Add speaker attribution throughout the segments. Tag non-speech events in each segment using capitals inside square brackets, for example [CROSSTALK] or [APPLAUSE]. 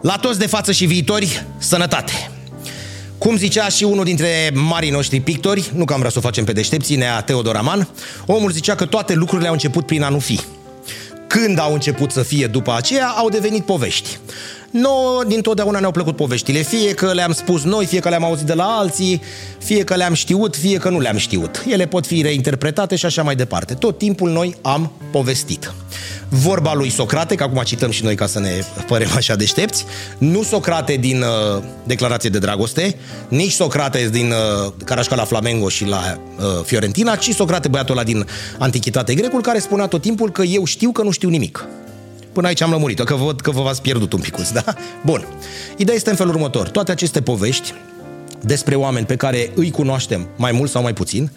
Speaker 1: La toți de față și viitori, sănătate! Cum zicea și unul dintre marii noștri pictori, nu că am vrea să o facem pe deștepții, nea Teodor Aman, omul zicea că toate lucrurile au început prin a nu fi. Când au început să fie după aceea, au devenit povești. Nouă, dintotdeauna ne-au plăcut poveștile, fie că le-am spus noi, fie că le-am auzit de la alții, fie că le-am știut, fie că nu le-am știut. Ele pot fi reinterpretate și așa mai departe. Tot timpul noi am povestit. Vorba lui Socrate, că acum cităm și noi ca să ne părem așa deștepți, nu Socrate din uh, Declarație de Dragoste, nici Socrate din uh, care la Flamengo și la uh, Fiorentina, ci Socrate băiatul ăla din Antichitate Grecul, care spunea tot timpul că eu știu că nu știu nimic. Până aici am lămurit-o, că văd că vă v-ați pierdut un picuț, da? Bun. Ideea este în felul următor. Toate aceste povești despre oameni pe care îi cunoaștem mai mult sau mai puțin,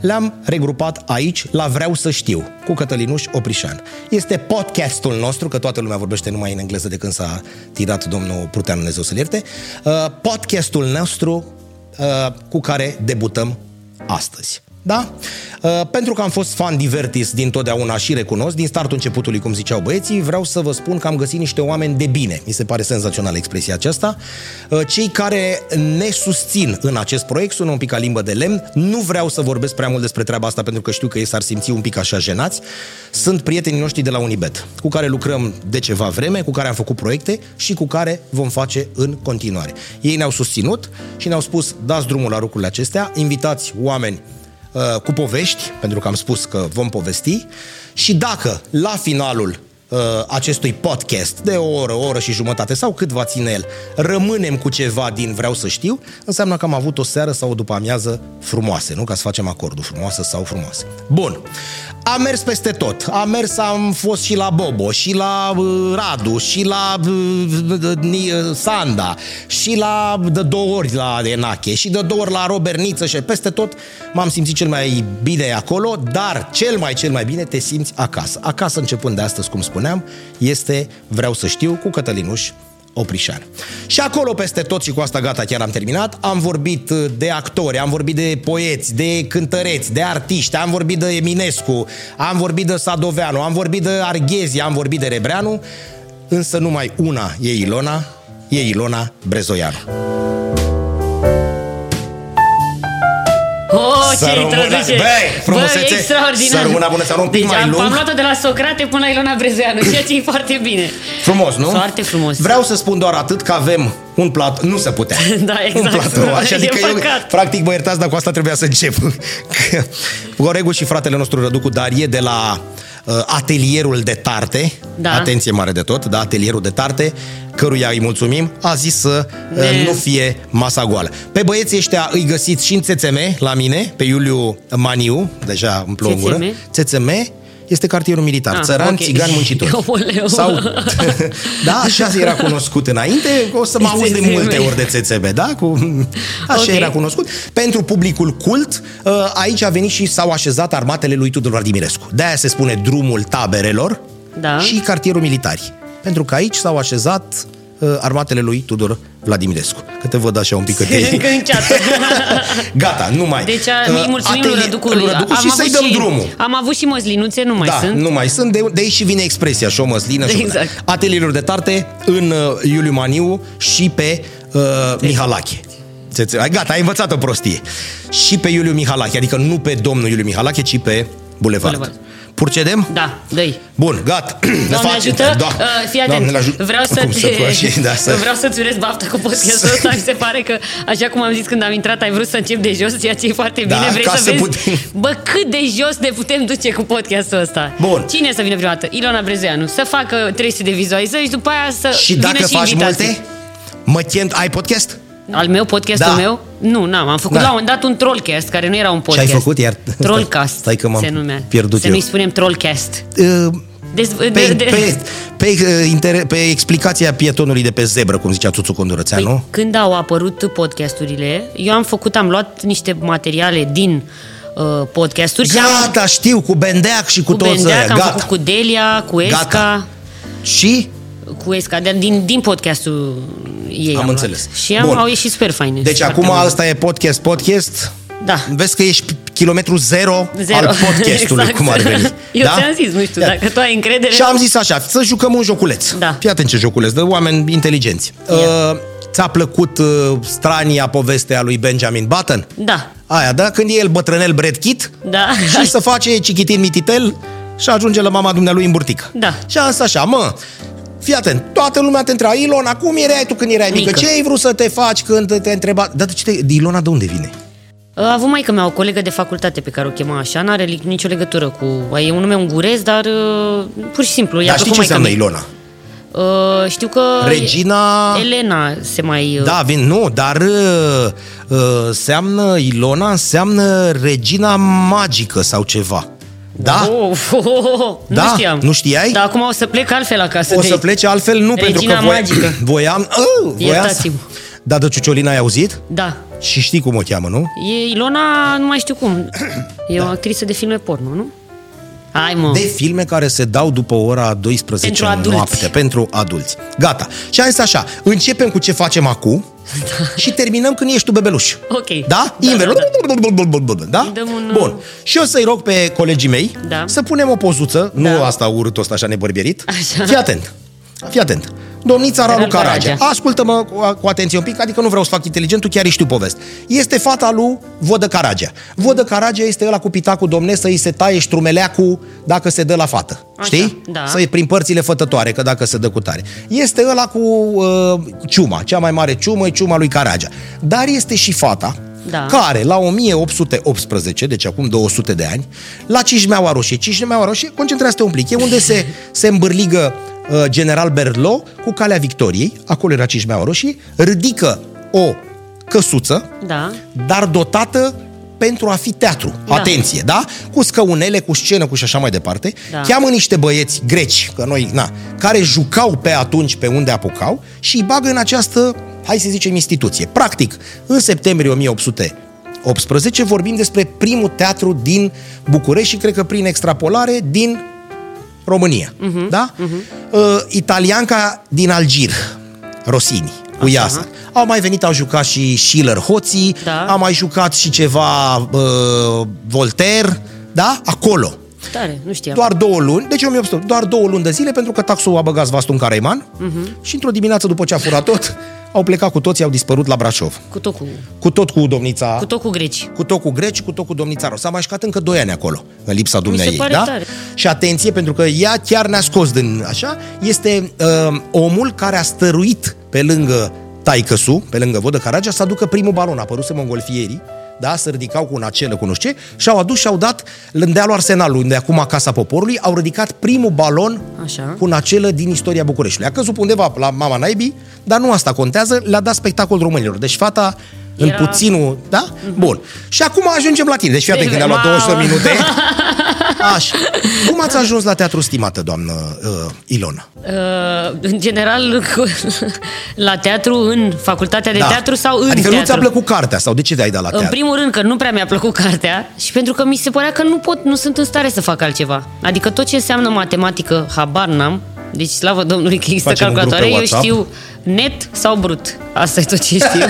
Speaker 1: le-am regrupat aici la Vreau să știu, cu Cătălinuș Oprișan. Este podcastul nostru, că toată lumea vorbește numai în engleză de când s-a tirat domnul Prutean Dumnezeu să-l ierte, uh, podcastul nostru uh, cu care debutăm astăzi. Da? Uh, Pentru că am fost fan divertis din totdeauna și recunosc, din startul începutului, cum ziceau băieții, vreau să vă spun că am găsit niște oameni de bine. Mi se pare senzațională expresia aceasta. Uh, Cei care ne susțin în acest proiect sună un pic ca limbă de lemn. Nu vreau să vorbesc prea mult despre treaba asta pentru că știu că ei s-ar simți un pic așa jenați. Sunt prietenii noștri de la Unibet, cu care lucrăm de ceva vreme, cu care am făcut proiecte și cu care vom face în continuare. Ei ne-au susținut și ne-au spus dați drumul la lucrurile acestea, invitați oameni uh, cu povești, pentru că am spus că vom povesti, și dacă la finalul uh, acestui podcast de o oră, o oră și jumătate sau cât va ține el, rămânem cu ceva din vreau să știu, înseamnă că am avut o seară sau o după amiază frumoase, nu? Ca să facem acordul frumoasă sau frumoasă. Bun. Am mers peste tot. Am mers, am fost și la Bobo, și la uh, Radu, și la uh, Ni- uh, Sanda, și la de două ori la Enache, și de două ori la Roberniță și peste tot m-am simțit cel mai bine acolo, dar cel mai cel mai bine te simți acasă. Acasă începând de astăzi, cum spuneam, este Vreau să știu cu Cătălinuș Oprișan. Și acolo peste tot și cu asta gata, chiar am terminat, am vorbit uh, de actori, am vorbit de poeți, de cântăreți, de artiști, am vorbit de Eminescu, am vorbit de Sadoveanu, am vorbit de Arghezi, am vorbit de Rebreanu, însă numai una e Ilona, e Ilona Brezoianu.
Speaker 2: Oh,
Speaker 1: Să
Speaker 2: ce
Speaker 1: rămână-
Speaker 2: introducere!
Speaker 1: Băi, frumusețe!
Speaker 2: Bă, e extraordinar!
Speaker 1: Să rămână bună seara, un pic
Speaker 2: deci
Speaker 1: mai
Speaker 2: am,
Speaker 1: lung.
Speaker 2: am luat-o de la Socrate până la Ilona Brezeanu, ceea ce e foarte bine. [LAUGHS]
Speaker 1: Frumos, nu?
Speaker 2: Foarte frumos.
Speaker 1: Vreau să spun doar atât că avem un plat, nu se putea.
Speaker 2: Da, exact.
Speaker 1: Un platou, așa,
Speaker 2: [LAUGHS] E
Speaker 1: adică eu,
Speaker 2: păcat.
Speaker 1: practic, mă iertați, dar cu asta trebuia să încep. [LAUGHS] Că Goregul și fratele nostru Răducu Darie de la uh, atelierul de tarte,
Speaker 2: Da.
Speaker 1: atenție mare de tot, da, atelierul de tarte, căruia îi mulțumim, a zis să uh,
Speaker 2: Ne-
Speaker 1: nu fie masa goală. Pe băieții ăștia îi găsiți și în CCM la mine, pe Iuliu Maniu, deja îmi plouă în gură. CCM este cartierul militar,
Speaker 2: Ah,
Speaker 1: țăran,
Speaker 2: ok.
Speaker 1: țigan,
Speaker 2: [LAUGHS]
Speaker 1: muncitor.
Speaker 2: Aoleu.
Speaker 1: Sau, [LAUGHS] da, așa era cunoscut înainte, o să mă auzi de
Speaker 2: TCB.
Speaker 1: multe ori de TCB, da? Cu,
Speaker 2: [LAUGHS]
Speaker 1: așa
Speaker 2: Ok.
Speaker 1: era cunoscut. Pentru publicul cult, uh, aici a venit și s-au așezat armatele lui Tudor Vladimirescu. De-aia se spune drumul taberelor
Speaker 2: Da.
Speaker 1: și cartierul militari. Pentru că aici s-au așezat uh, armatele lui Tudor Vladimirescu. Că te văd așa un pic că te...
Speaker 2: [LAUGHS] Încă în ceată.
Speaker 1: Gata, nu mai.
Speaker 2: Deci
Speaker 1: Uh,
Speaker 2: îi mulțumim lui
Speaker 1: atelier-
Speaker 2: Răducu.
Speaker 1: lui Răducu
Speaker 2: Am
Speaker 1: și să-i
Speaker 2: avut
Speaker 1: dăm drumul.
Speaker 2: Am avut și măslinuțe, nu mai
Speaker 1: da,
Speaker 2: sunt.
Speaker 1: nu mai sunt, de, de aici și vine expresia șomăslină și
Speaker 2: Exact.
Speaker 1: atelierul de tarte în uh, Iuliu Maniu și pe uh,
Speaker 2: Deci.
Speaker 1: Mihalache. Se- se- ai- Gata, ai învățat o prostie. Și pe Iuliu Mihalache, adică nu pe domnul Iuliu Mihalache, ci pe Bulevard.
Speaker 2: Bulevard.
Speaker 1: Procedem?
Speaker 2: Da, dă-i.
Speaker 1: Bun, gata. [CLEARS THROAT] Ne
Speaker 2: Doamne
Speaker 1: facem.
Speaker 2: ajută,
Speaker 1: Da.
Speaker 2: uh, fii atent,
Speaker 1: Doamne, ajut-
Speaker 2: vreau să
Speaker 1: [LAUGHS] Cum
Speaker 2: te,
Speaker 1: să faci? Da, să...
Speaker 2: vreau să-ți urez baftă cu podcastul ăsta, mi se pare că, așa cum am zis când am intrat, ai vrut să încep de jos, ceea ce e foarte
Speaker 1: Da,
Speaker 2: bine, vrei
Speaker 1: ca
Speaker 2: să,
Speaker 1: să
Speaker 2: vezi,
Speaker 1: putem-
Speaker 2: bă, cât de jos ne putem duce cu podcastul ăsta.
Speaker 1: Bun.
Speaker 2: Cine să vină prima dată? Ilona Brezeanu, să facă 300 de vizualizări și după aia să
Speaker 1: Și
Speaker 2: vină
Speaker 1: dacă
Speaker 2: și
Speaker 1: faci
Speaker 2: invitații.
Speaker 1: multe, mă chem... Ai podcast?
Speaker 2: Al meu, podcastul
Speaker 1: Da.
Speaker 2: meu? Nu, n-am. Am făcut
Speaker 1: Da.
Speaker 2: la un moment dat un trollcast, care nu era un podcast.
Speaker 1: făcut? Iar-
Speaker 2: Trollcast
Speaker 1: [LAUGHS] Stai că m-am
Speaker 2: se numea.
Speaker 1: pierdut
Speaker 2: Să
Speaker 1: eu.
Speaker 2: nu-i spunem trollcast.
Speaker 1: Uh,
Speaker 2: Dez, pe,
Speaker 1: Pe, pe, pe, uh, inter- pe explicația pietonului de pe zebră, cum zicea Tuțu Condorățeanu.
Speaker 2: Păi, când au apărut podcasturile, eu am făcut, am luat niște materiale din uh, podcasturi și am
Speaker 1: Gata, știu, cu Bendeac și cu,
Speaker 2: cu
Speaker 1: toți
Speaker 2: Bendeac,
Speaker 1: ăia,
Speaker 2: am
Speaker 1: gata.
Speaker 2: făcut cu Delia, cu Esca,
Speaker 1: Gata. Și?
Speaker 2: cu Esca, de- din, din podcastul ei.
Speaker 1: Am
Speaker 2: luat.
Speaker 1: înțeles.
Speaker 2: Și am,
Speaker 1: Bun.
Speaker 2: au ieșit super faine.
Speaker 1: Deci
Speaker 2: Foarte
Speaker 1: acum
Speaker 2: bune.
Speaker 1: asta e podcast, podcast.
Speaker 2: Da.
Speaker 1: Vezi că ești kilometru zero, zero. al
Speaker 2: [LAUGHS]
Speaker 1: podcastului, exact. cum ar veni.
Speaker 2: Eu da? ți-am zis, nu știu, dacă tu ai încredere...
Speaker 1: Și am zis așa, să jucăm un joculeț.
Speaker 2: Da.
Speaker 1: Fii atent ce joculeț, de oameni inteligenți. Yeah. Uh, ți-a plăcut uh, strania povestea lui Benjamin Button?
Speaker 2: Da.
Speaker 1: Aia, da? Când e el bătrânel bredchit
Speaker 2: Da.
Speaker 1: [LAUGHS] și să face cichitin mititel și ajunge la mama dumnealui în burtică.
Speaker 2: Da.
Speaker 1: Și am zis așa, mă, fii atent, toată lumea te întreba, Ilona, cum erai tu când erai mică?
Speaker 2: Mică.
Speaker 1: mică? Ce ai vrut să te faci când te întreba? Dar de ce te... Ilona de unde vine?
Speaker 2: A avut maică mea o colegă de facultate pe care o chema așa, n-are li- nicio legătură cu... E un nume ungurez, dar uh, pur și simplu... i-a
Speaker 1: Dar știi
Speaker 2: plăcut
Speaker 1: ce înseamnă
Speaker 2: maică-mei.
Speaker 1: Ilona?
Speaker 2: Uh, știu că...
Speaker 1: Regina...
Speaker 2: Elena se mai... uh,
Speaker 1: Ah. Da, vin, nu, dar uh, uh, înseamnă Ilona, înseamnă regina magică sau ceva. Da?
Speaker 2: Oh, oh, oh, oh.
Speaker 1: Da?
Speaker 2: Nu știam.
Speaker 1: Nu știai?
Speaker 2: Dar acum o să plec altfel acasă.
Speaker 1: O
Speaker 2: de
Speaker 1: să
Speaker 2: aici.
Speaker 1: plece altfel, nu, pentru
Speaker 2: Regina
Speaker 1: că voi,
Speaker 2: magică.
Speaker 1: voiam... Uh, voiam să...
Speaker 2: Iertați-mă.
Speaker 1: Da, de Ciuciolina ai auzit?
Speaker 2: Da.
Speaker 1: Și știi cum o cheamă, nu?
Speaker 2: E Ilona, nu mai știu cum. E
Speaker 1: Da.
Speaker 2: o actriță de filme porno, nu? Hai mă.
Speaker 1: De filme care se dau după ora 12
Speaker 2: Pentru
Speaker 1: în
Speaker 2: adulți.
Speaker 1: noapte, pentru adulți. Gata. Și am zis așa, începem cu ce facem acum și terminăm când ești tu bebeluș.
Speaker 2: Da. Ok.
Speaker 1: Da?
Speaker 2: Da,
Speaker 1: Invers.
Speaker 2: da,
Speaker 1: Da?
Speaker 2: Îi dăm un- uh,
Speaker 1: Bun. Și o să-i rog pe colegii mei
Speaker 2: Da.
Speaker 1: să punem o pozuță, nu
Speaker 2: Da.
Speaker 1: asta urâtul ăsta așa nebărbierit.
Speaker 2: Așa.
Speaker 1: Fii atent. Fii atent. Domnița Ralu
Speaker 2: Ralu
Speaker 1: Caragea.
Speaker 2: Caragea.
Speaker 1: Ascultă-mă cu, cu atenție un pic, adică nu vreau să fac inteligent, tu chiar știu poveste. Este fata lui Vodă Caragea. Vodă Caragea este ăla cu pitacul domne să-i se taie ștrumeleacul dacă se dă la fată.
Speaker 2: Așa,
Speaker 1: Știi?
Speaker 2: da.
Speaker 1: Să-i prin părțile fătătoare, că dacă se dă cu tare. Este ăla cu uh, ciuma, cea mai mare ciumă, e ciuma lui Caragea. Dar este și fata
Speaker 2: Da.
Speaker 1: care la 1818, deci acum 200 de ani, la Cismeaua Roșie. Cismeaua Roșie, concentrează-te un plic, e unde se, se îmbârligă uh, general Berlo cu calea Victoriei, acolo era Cismeaua Roșie, ridică o căsuță,
Speaker 2: Da.
Speaker 1: dar dotată pentru a fi teatru.
Speaker 2: Da.
Speaker 1: Atenție, da? Cu scăunele, cu scenă, cu și așa mai departe.
Speaker 2: Da.
Speaker 1: Cheamă niște băieți greci, că noi, na, care jucau pe atunci pe unde apucau și îi bagă în această, hai să zicem, instituție. Practic, în septembrie 1818 vorbim despre primul teatru din București și cred că prin extrapolare din România.
Speaker 2: Mhm.
Speaker 1: Uh-huh, da? Uh-huh. Uh, italianca din Algir, Rossini, cu Iasa. Au mai venit, au jucat și Schiller Hoții,
Speaker 2: Da.
Speaker 1: a mai jucat și ceva uh, Voltaire, da? Acolo.
Speaker 2: Tare, nu știam.
Speaker 1: Doar două luni, deci 1800, doar două luni de zile pentru că taxul a băgat vastul în Caraiman
Speaker 2: Mhm.
Speaker 1: uh-huh. și într-o dimineață după ce a furat tot, au plecat cu toții, au dispărut la Brașov.
Speaker 2: Cu tot cu,
Speaker 1: Cu tot cu domnița
Speaker 2: cu, tot cu greci.
Speaker 1: cu tot cu greci, cu tot cu domnița Ros. S-a mai șcat încă 2 ani acolo, în lipsa dumneai ei,
Speaker 2: pare
Speaker 1: da?
Speaker 2: tare.
Speaker 1: Și atenție, pentru că ea chiar ne-a scos din așa, este uh, omul care a stăruit pe lângă Taicăsu, pe lângă Vodă Caragea, să aducă primul balon, a apăruse mongolfierii, da, se ridicau cu un acelă, cu nu știu ce, și-au adus și-au dat lândealul Arsenalului, unde e acum Casa Poporului, au ridicat primul balon
Speaker 2: Așa.
Speaker 1: cu un acelă din istoria Bucureștiului. A căzut pe undeva la mama naibii, dar nu asta contează, le-a dat spectacol românilor. Deci fata
Speaker 2: Era- Mhm.
Speaker 1: în puțin nu, da? Bun. Și acum ajungem la tine. Deci fii atent
Speaker 2: Deci,
Speaker 1: că ne-a luat
Speaker 2: mamă.
Speaker 1: 200
Speaker 2: [LAUGHS]
Speaker 1: minute. Așa. Cum ați ajuns la teatru, stimată doamnă uh, Ilona?
Speaker 2: Uh, în general, [LAUGHS] cu, la teatru, în facultatea de Păi teatru sau în
Speaker 1: Adică
Speaker 2: teatru.
Speaker 1: nu ți-a plăcut cartea sau de ce te-ai dat la
Speaker 2: În
Speaker 1: teatru?
Speaker 2: primul rând că nu prea mi-a plăcut cartea și pentru că mi se părea că nu pot, nu sunt în stare să fac altceva. Adică tot ce înseamnă matematică, habar n-am. Deci slavă Domnului că există
Speaker 1: Facem un grup pe
Speaker 2: calculatoare, eu
Speaker 1: WhatsApp.
Speaker 2: știu net sau brut. Asta e tot ce
Speaker 1: [LAUGHS]
Speaker 2: știu.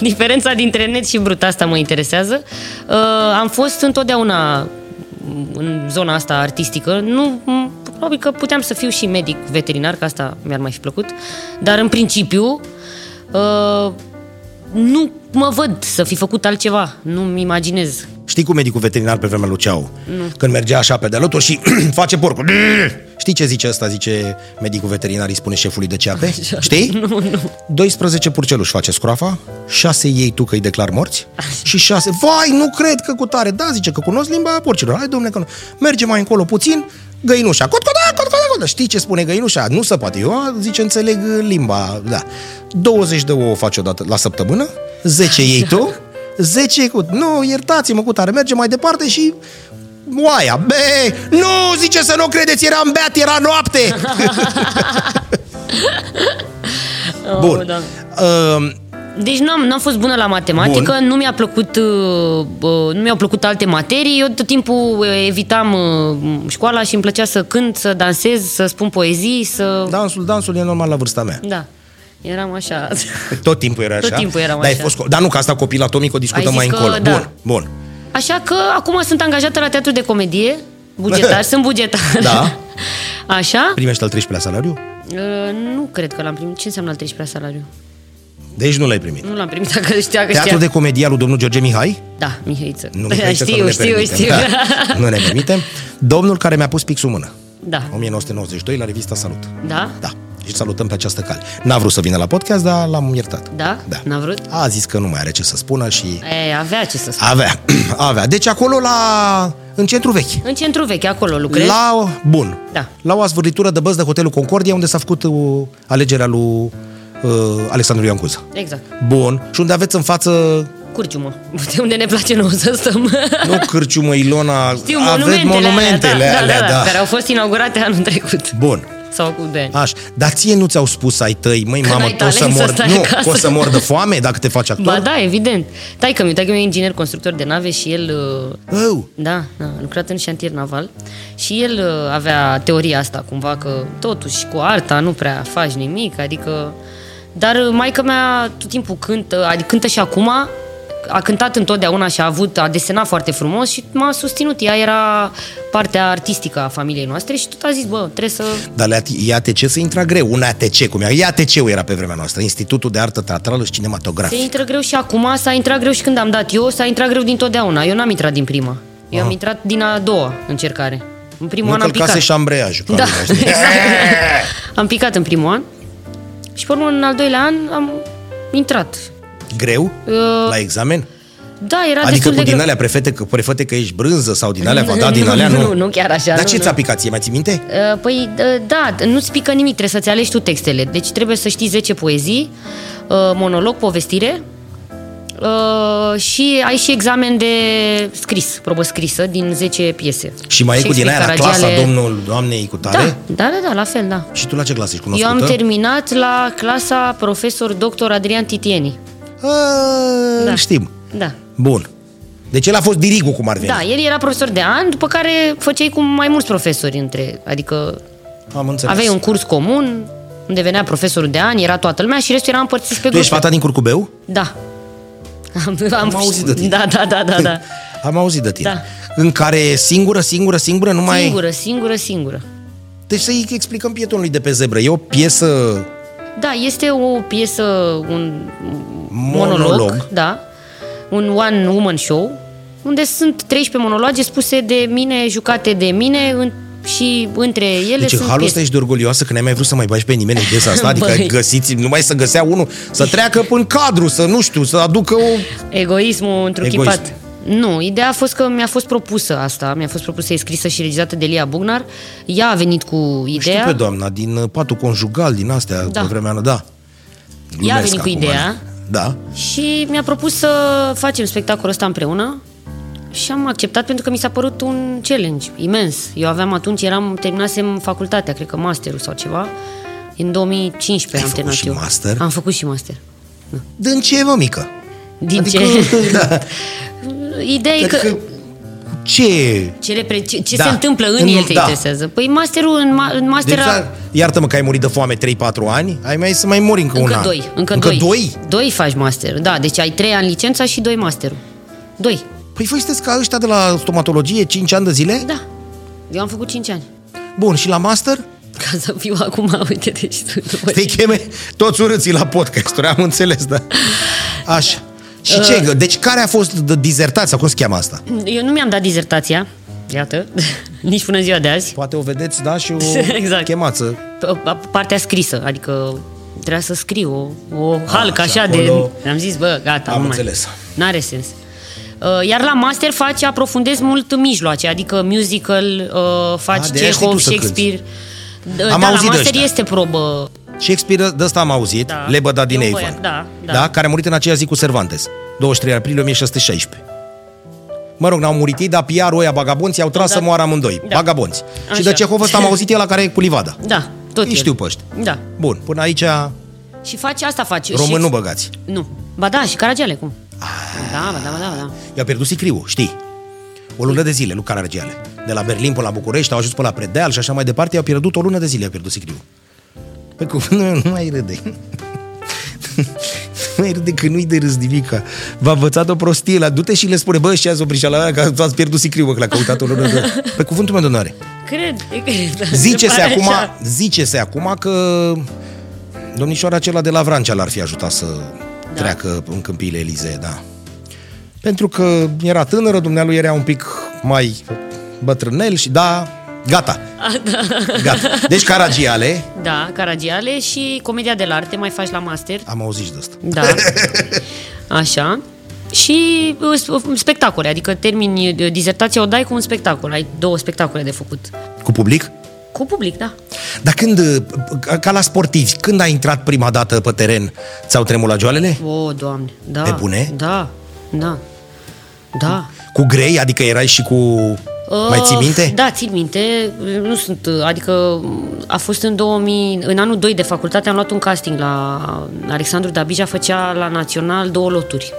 Speaker 2: Diferența dintre net și brut, asta mă interesează. Uh, am fost întotdeauna în zona asta artistică, nu, m- probabil că puteam să fiu și medic veterinar, că asta mi-ar mai fi plăcut, dar în principiu uh, nu mă văd să fi făcut altceva, nu-mi imaginez.
Speaker 1: Știi cum medicul veterinar pe vremea lui Ceau? Când mergea așa pe de alături și [CLEARS THROAT] face porcul. Știi ce zice asta? Zice medicul veterinar, îi spune șefului de CAP? Știi?
Speaker 2: [LAUGHS] Nu, nu.
Speaker 1: 12 purceluși face scroafa, 6 ei tu că îi declar morți și 6, vai, nu cred că cu tare, da, zice că cunosc limba porcilor, hai domne că nu. Merge mai încolo puțin, găinușa, cot, cot, cot, cot, cot, știi ce spune găinușa? Nu se poate, eu zice înțeleg limba, da. 20 de ouă face odată la săptămână, 10 ei
Speaker 2: [LAUGHS]
Speaker 1: tu, 10 cu, nu, iertați-mă cu tare, merge mai departe și oaia, be, nu, zice să nu credeți, eram beat, era
Speaker 2: [LAUGHS]
Speaker 1: noapte. Bun.
Speaker 2: Oh, da.
Speaker 1: Uh,
Speaker 2: Deci nu am, n-am fost bună la matematică,
Speaker 1: Bun.
Speaker 2: nu mi-a plăcut, uh, uh, nu mi-au plăcut alte materii, eu tot timpul uh, evitam uh, școala și îmi plăcea să cânt, să dansez, să spun poezii, să...
Speaker 1: dansul, dansul e normal la vârsta mea.
Speaker 2: da. Eram așa. [LAUGHS]
Speaker 1: Tot timpul era
Speaker 2: Tot
Speaker 1: așa.
Speaker 2: timpul eram
Speaker 1: dar ai
Speaker 2: așa.
Speaker 1: Fost, co- dar nu, că asta copil atomic o
Speaker 2: Ai
Speaker 1: discutăm
Speaker 2: zis
Speaker 1: mai
Speaker 2: că
Speaker 1: încolo.
Speaker 2: da.
Speaker 1: Bun, bun.
Speaker 2: Așa că acum sunt angajată la teatru de comedie,
Speaker 1: [LAUGHS]
Speaker 2: bugetar, sunt bugetar.
Speaker 1: Da.
Speaker 2: [LAUGHS] Așa?
Speaker 1: Primești al 13-lea salariu?
Speaker 2: Uh, Nu cred că l-am primit. Ce înseamnă al 13-lea salariu?
Speaker 1: Deci nu l-ai primit.
Speaker 2: Nu l-am primit, dacă știa că
Speaker 1: Teatru
Speaker 2: știa.
Speaker 1: de comedia lui domnul George Mihai?
Speaker 2: Da, Mihăiță.
Speaker 1: Nu, Mihai, ce să
Speaker 2: [LAUGHS] știu,
Speaker 1: ne
Speaker 2: știu,
Speaker 1: permitem.
Speaker 2: știu.
Speaker 1: Da, nu ne permitem. Domnul care mi-a pus pixul în mână.
Speaker 2: [LAUGHS] Da.
Speaker 1: 1992 la revista Salut.
Speaker 2: Da?
Speaker 1: Da. Și salutăm pe această cale. N-a vrut să vină la podcast, dar l-am iertat.
Speaker 2: Da?
Speaker 1: Da.
Speaker 2: N-a vrut?
Speaker 1: A zis că nu mai are ce să spună și...
Speaker 2: E, avea ce să spun.
Speaker 1: Avea, [CLEARS THROAT] avea. Deci acolo la... în centru vechi.
Speaker 2: În centru vechi, acolo lucrez.
Speaker 1: La... Bun.
Speaker 2: Da.
Speaker 1: La o asvârlitură de băzi de hotelul Concordia, unde s-a făcut uh, alegerea lui uh, Alexandru Ioan Cuza.
Speaker 2: Exact.
Speaker 1: Bun. Și unde aveți în față...
Speaker 2: Curciumă. De [LAUGHS] unde ne place nouă să stăm.
Speaker 1: Nu cârciumă, Ilona,
Speaker 2: Știu,
Speaker 1: aveți monumentele
Speaker 2: alea, da,
Speaker 1: alea,
Speaker 2: da, da,
Speaker 1: da.
Speaker 2: Care au fost inaugurate anul trecut. [LAUGHS]
Speaker 1: Bun.
Speaker 2: Sau cu doi ani.
Speaker 1: Aș. Dar ție nu ți-au spus ai tăi, măi,
Speaker 2: Că
Speaker 1: mamă,
Speaker 2: n-ai
Speaker 1: tu o să
Speaker 2: talent să
Speaker 1: mor,
Speaker 2: stai
Speaker 1: nu,
Speaker 2: acasă."
Speaker 1: tu o să mor de foame dacă te faci actor?
Speaker 2: Ba da, evident. Tai că mi e inginer constructor de nave și el uh,
Speaker 1: Eu,
Speaker 2: Da, da, a lucrat în șantier naval și el uh, avea teoria asta cumva că totuși cu arta nu prea faci nimic, adică dar maica mea tot timpul cântă, adică cântă și acum, a cântat întotdeauna și a avut, a desenat foarte frumos și m-a susținut. Ea era partea artistică a familiei noastre și tot a zis, bă, trebuie să...
Speaker 1: dar la IATC se intra greu, un ATC, cum era, IATC-ul era pe vremea noastră, Institutul de Artă Teatrală și
Speaker 2: Se
Speaker 1: Cinematografică.
Speaker 2: intră greu și acum, s-a intrat greu și când am dat eu, s-a intrat greu din totdeauna. Eu n-am intrat din prima. Eu am intrat din a doua încercare. În primul
Speaker 1: Nu
Speaker 2: an am picat.
Speaker 1: călcase și ambreiajul. ca
Speaker 2: Da, [LAUGHS]
Speaker 1: lumea, știi?
Speaker 2: exact. am picat în primul an și pe urmă în al doilea an am intrat. [LAUGHS]
Speaker 1: Greu?
Speaker 2: Uh,
Speaker 1: La examen?
Speaker 2: Da, era
Speaker 1: Adică
Speaker 2: destul
Speaker 1: cu
Speaker 2: de
Speaker 1: din
Speaker 2: greu.
Speaker 1: alea prefete că, prefete că ești brânză sau din alea, va da din
Speaker 2: Nu,
Speaker 1: alea, nu?
Speaker 2: nu, nu chiar așa,
Speaker 1: Dar
Speaker 2: nu,
Speaker 1: ce
Speaker 2: nu.
Speaker 1: ți-a picat ție, mai ții minte?
Speaker 2: Uh, Păi, uh, da, nu-ți pică nimic, trebuie să-ți alegi tu textele. Deci trebuie să știi 10 poezii, uh, monolog, povestire uh, și ai și examen de scris, probă scrisă, din 10 piese.
Speaker 1: Și mai e cu din
Speaker 2: Shakespeare,
Speaker 1: aia la clasa
Speaker 2: Caragiale.
Speaker 1: domnul, doamnei cu
Speaker 2: Da,
Speaker 1: tare?
Speaker 2: da, da, da, la fel, da.
Speaker 1: Și tu la ce clasă ești
Speaker 2: Eu
Speaker 1: cunoscută?
Speaker 2: am terminat la clasa profesor doctor Adrian Titieni.
Speaker 1: A,
Speaker 2: Da.
Speaker 1: Ah, Știm.
Speaker 2: Da.
Speaker 1: Bun. Deci el a fost dirigul cum ar veni.
Speaker 2: Da, el era profesor de an, după care făceai cu mai mulți profesori între, adică
Speaker 1: Am înțeles.
Speaker 2: aveai un curs comun, unde venea profesorul de an, era toată lumea și restul era împărțit pe
Speaker 1: Tu ești
Speaker 2: grupe.
Speaker 1: fata din Curcubeu?
Speaker 2: Da. Am,
Speaker 1: auzit de tine.
Speaker 2: [LAUGHS] Da, da, da, da, da.
Speaker 1: [LAUGHS] Am auzit de tine.
Speaker 2: Da.
Speaker 1: În care singură, singură, singură, nu mai...
Speaker 2: Singură, singură, singură.
Speaker 1: Deci să-i explicăm pietonului de pe zebră. E o piesă
Speaker 2: Da, este o piesă, un
Speaker 1: monolog.
Speaker 2: da, un one woman show, unde sunt 13 monologe spuse de mine, jucate de mine în, și între ele
Speaker 1: Deci
Speaker 2: sunt
Speaker 1: în halul ăsta
Speaker 2: piese.
Speaker 1: ești de orgolioasă că n-ai mai vrut să mai bagi pe nimeni în piesa
Speaker 2: [LAUGHS]
Speaker 1: asta? Adică
Speaker 2: Băi.
Speaker 1: ai găsiți, numai să găsea unul, să treacă până în cadru, să nu știu, să aducă o...
Speaker 2: Egoismul întruchipat.
Speaker 1: Egoism.
Speaker 2: Nu, ideea a fost că mi-a fost propusă asta, mi-a fost propusă, e scrisă și regizată de Lia Bugnar. Ea a venit cu
Speaker 1: Știu
Speaker 2: ideea.
Speaker 1: pe doamna, din uh, patul conjugal, din astea,
Speaker 2: Da.
Speaker 1: pe vremea da.
Speaker 2: Ea a
Speaker 1: Glumesc
Speaker 2: venit cu
Speaker 1: acum,
Speaker 2: ideea.
Speaker 1: Da.
Speaker 2: Și mi-a propus să facem spectacolul ăsta împreună și am acceptat pentru că mi s-a părut un challenge imens. Eu aveam atunci, eram, terminasem facultatea, cred că masterul sau ceva. În 2015
Speaker 1: Ai
Speaker 2: am
Speaker 1: făcut
Speaker 2: terminat
Speaker 1: și
Speaker 2: eu.
Speaker 1: master?
Speaker 2: Am făcut și master.
Speaker 1: Din ce, mă, mică?
Speaker 2: Din
Speaker 1: Adică,
Speaker 2: ce? [LAUGHS]
Speaker 1: [LAUGHS] da.
Speaker 2: Ideea e
Speaker 1: Adică,
Speaker 2: că...
Speaker 1: ce
Speaker 2: Ce, repre- ce, ce
Speaker 1: Da.
Speaker 2: se întâmplă în
Speaker 1: În-
Speaker 2: el te
Speaker 1: da.
Speaker 2: interesează? Păi masterul, în, ma- în master
Speaker 1: Deci,
Speaker 2: a-
Speaker 1: da, iartă-mă că ai murit de foame 3-4 ani, ai mai să mai mori încă, un
Speaker 2: Încă
Speaker 1: an.
Speaker 2: doi. Încă,
Speaker 1: încă
Speaker 2: doi.
Speaker 1: doi?
Speaker 2: Doi faci master. Da, deci ai trei ani licența și doi masterul. Doi.
Speaker 1: Păi voi sunteți ca ăștia de la stomatologie 5 ani de zile?
Speaker 2: Da. Eu am făcut cinci ani.
Speaker 1: Bun, și la master?
Speaker 2: Ca să fiu acum, [LAUGHS] uite, deci tu după
Speaker 1: Te cheme toți urâții la podcasturi, am înțeles, da. Așa.
Speaker 2: Uh.
Speaker 1: Și ce? Deci care a fost de dizertat sau cum se cheamă asta?
Speaker 2: Eu nu mi-am dat dizertația, iată, [LAUGHS] nici până în ziua de azi.
Speaker 1: Poate o vedeți, da, și o
Speaker 2: [LAUGHS] Exact.
Speaker 1: chemață.
Speaker 2: P- Partea scrisă, adică trebuia să scriu o, o halcă
Speaker 1: și
Speaker 2: așa
Speaker 1: acolo-
Speaker 2: de... Am zis, bă, gata,
Speaker 1: Am
Speaker 2: nu mai-
Speaker 1: înțeles.
Speaker 2: N-are sens. Uh, Iar la master faci, aprofundezi mult mijloace, adică musical, uh, faci
Speaker 1: Ah, de aia știi tu
Speaker 2: Chekhov,
Speaker 1: să
Speaker 2: Shakespeare. D-
Speaker 1: Am
Speaker 2: da, la
Speaker 1: auzit de
Speaker 2: master
Speaker 1: ăștia.
Speaker 2: este probă.
Speaker 1: Shakespeare, de ăsta am auzit,
Speaker 2: Da.
Speaker 1: Lebăda din
Speaker 2: E un băiat,
Speaker 1: Avon.
Speaker 2: da, da.
Speaker 1: Care a murit în aceeași zi cu Cervantes, 23 aprilie 1616. Mă rog, n-au murit ei, dar PR-ul ăia bagabonți au tras
Speaker 2: Da.
Speaker 1: să moară amândoi.
Speaker 2: Da.
Speaker 1: Bagabonți. Și
Speaker 2: Așa.
Speaker 1: de Cehov ăsta am auzit el la care e cu livada.
Speaker 2: Da, tot
Speaker 1: Îi
Speaker 2: el.
Speaker 1: știu pe ăștia.
Speaker 2: Da.
Speaker 1: Bun, până aici
Speaker 2: Deci Și faci asta, faci.
Speaker 1: român nu Ah.
Speaker 2: Shakespeare-
Speaker 1: băgați.
Speaker 2: Nu. Ba da, și Caragiale, cum? Da, ba da, ba da, ba da.
Speaker 1: I-a pierdut sicriul, știi? O lună de zile, Luca Argeale. De la Berlin până la București, au ajuns până la Predeal și așa mai departe, i-au pierdut Păi o lună de zile, i-au pierdut sicriul. Pe cuvânt, nu, nu mai râde. mai râde că nu-i de râs nimica. V-a învățat o prostie la du-te și le spune, bă, și azi oprișa la aia, că ați pierdut sicriul, bă, că l-a căutat o lună. Pe cuvântul meu de onoare.
Speaker 2: Cred, cred.
Speaker 1: Zice-se
Speaker 2: pare
Speaker 1: acum,
Speaker 2: așa.
Speaker 1: zice-se acum că domnișoara acela de la Vrancea l-ar fi ajutat să da.
Speaker 2: Da?
Speaker 1: treacă în câmpiile Elizee, da. Pentru că era tânără, dumnealui era un pic mai bătrânel și da, gata. da. gata. Deci Caragiale,
Speaker 2: Da, Caragiale și Comedia de la Arte, mai faci la master.
Speaker 1: am auzit și de asta.
Speaker 2: Da. Așa. Și uh, sp- spectacole, adică termini uh, dizertația, o dai cu un spectacol. Ai două spectacole de făcut.
Speaker 1: Cu public?
Speaker 2: Cu public, da.
Speaker 1: Dar când, ca- ca la sportivi, când ai intrat prima dată pe teren, ți-au tremurat joalele?
Speaker 2: O, doamne, da.
Speaker 1: Pe bune?
Speaker 2: Da, da. Da.
Speaker 1: Cu grei, adică erai și cu... mai ții
Speaker 2: Uh,
Speaker 1: minte?
Speaker 2: Da, țin minte. Nu sunt, adică a fost în 2000, în anul 2 de facultate am luat un casting la uh, Alexandru Dabija, făcea la Național două loturi.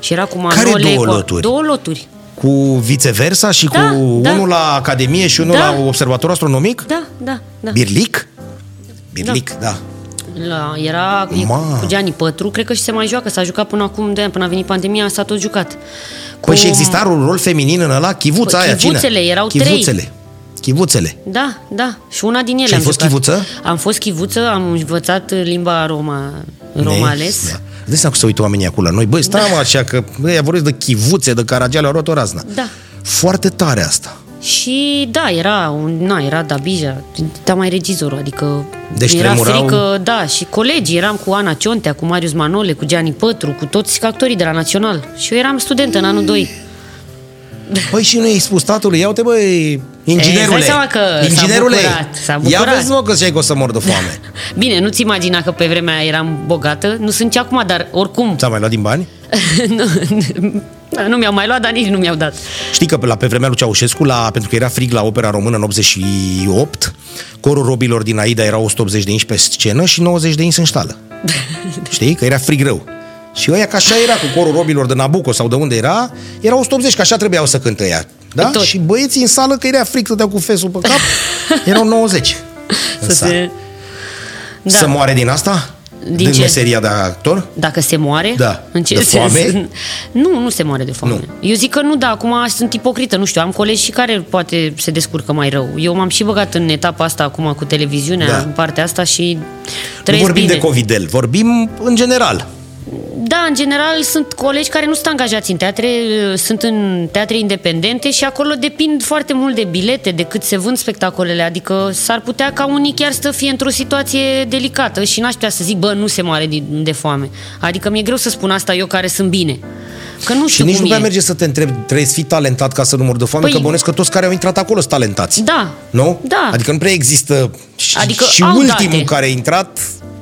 Speaker 2: Și era cu
Speaker 1: Care
Speaker 2: Manole,
Speaker 1: două
Speaker 2: cu-
Speaker 1: loturi?
Speaker 2: Două loturi.
Speaker 1: Cu viceversa și
Speaker 2: Da,
Speaker 1: cu
Speaker 2: da.
Speaker 1: unul la Academie și unul
Speaker 2: Da.
Speaker 1: la Observator Astronomic?
Speaker 2: Da, da, da.
Speaker 1: Birlic? Birlic, da.
Speaker 2: La, era e
Speaker 1: Ma.
Speaker 2: cu Gianni Pătru, cred că și se mai joacă, s-a jucat până acum de ani, până a venit pandemia, s-a tot jucat. Cu,
Speaker 1: Păi și exista un rol feminin în ăla? Chivuța
Speaker 2: Păi,
Speaker 1: aia, cine?
Speaker 2: chivuțele, erau trei.
Speaker 1: Chivuțele. Chivuțele.
Speaker 2: Da, da, și una din ele
Speaker 1: Și ai
Speaker 2: am
Speaker 1: fost
Speaker 2: jucat.
Speaker 1: chivuță?
Speaker 2: Am fost chivuță, am învățat limba roma,
Speaker 1: Ne-
Speaker 2: romales.
Speaker 1: Da. Dă seama că se uită oamenii acolo la noi. Băi, stai mă, așa că băi, vorbesc de chivuțe, de caragiale, au rot o razna.
Speaker 2: Da.
Speaker 1: Foarte tare asta.
Speaker 2: Și da, era un, na, era Dabija, da mai regizorul, adică
Speaker 1: Deci
Speaker 2: era
Speaker 1: tremurau-
Speaker 2: frică, da, și colegii, eram cu Ana Ciontea, cu Marius Manole, cu Gianni Pătru, cu toți actorii de la Național. Și eu eram studentă în anul 2.
Speaker 1: Păi și nu i-ai spus statului, iau-te băi, inginerule.
Speaker 2: E, îți dai seama că s-a
Speaker 1: inginerule.
Speaker 2: bucurat, s-a
Speaker 1: Ia
Speaker 2: bucurat.
Speaker 1: vezi mă că ziceai că o să mor de
Speaker 2: [LAUGHS]
Speaker 1: foame.
Speaker 2: Bine, nu-ți imagina că pe vremea aia eram bogată, nu sunt și acum, dar oricum,
Speaker 1: Ți-a mai luat din bani?
Speaker 2: nu, nu mi-au mai luat, dar nici nu mi-au dat.
Speaker 1: Știi că pe, la, pe vremea lui Ceaușescu, la, pentru că era frig la opera română în 88, corul robilor din Aida era 180 de inși pe scenă și 90 de inși în
Speaker 2: [LAUGHS]
Speaker 1: ștală. Știi? Că era frig rău. Și ăia că așa era cu corul robilor de Nabucco sau de unde era, era 180, că așa trebuiau să cânte ea. Da?
Speaker 2: Tot.
Speaker 1: Și băieții în sală, că era frig, stăteau cu fesul pe
Speaker 2: [LAUGHS]
Speaker 1: cap, erau 90. în
Speaker 2: Să
Speaker 1: sală.
Speaker 2: se... Da.
Speaker 1: Să moare din asta?
Speaker 2: Din
Speaker 1: din
Speaker 2: ce?
Speaker 1: meseria de actor?
Speaker 2: Dacă se moare?
Speaker 1: Da.
Speaker 2: În ce
Speaker 1: De
Speaker 2: sens?
Speaker 1: foame?
Speaker 2: Nu, nu se moare de foame.
Speaker 1: Nu.
Speaker 2: Eu zic că nu, da, acum sunt ipocrită, nu știu, am colegi și care poate se descurcă mai rău. Eu m-am și băgat în etapa asta acum cu televiziunea,
Speaker 1: Da.
Speaker 2: în partea asta și
Speaker 1: Nu
Speaker 2: trăiesc
Speaker 1: vorbim
Speaker 2: bine.
Speaker 1: de Covidel, vorbim în general.
Speaker 2: Da, în general sunt colegi care nu sunt angajați în teatre, sunt în teatre independente și acolo depind foarte mult de bilete, de cât se vând spectacolele, adică s-ar putea ca unii chiar să fie într-o situație delicată și n-aș putea să zic, bă, nu se moare de, de foame. Adică mi-e greu să spun asta eu care sunt bine. Că nu
Speaker 1: Și
Speaker 2: știu
Speaker 1: nici nu
Speaker 2: cum
Speaker 1: prea
Speaker 2: e.
Speaker 1: merge să te întrebi, trebuie să fii talentat ca să nu mor de foame,
Speaker 2: Păi-
Speaker 1: că bănesc că toți care au intrat acolo sunt talentați.
Speaker 2: Da.
Speaker 1: Nu?
Speaker 2: Da.
Speaker 1: Adică nu prea există și,
Speaker 2: Adică
Speaker 1: și
Speaker 2: au
Speaker 1: ultimul
Speaker 2: date.
Speaker 1: care a intrat,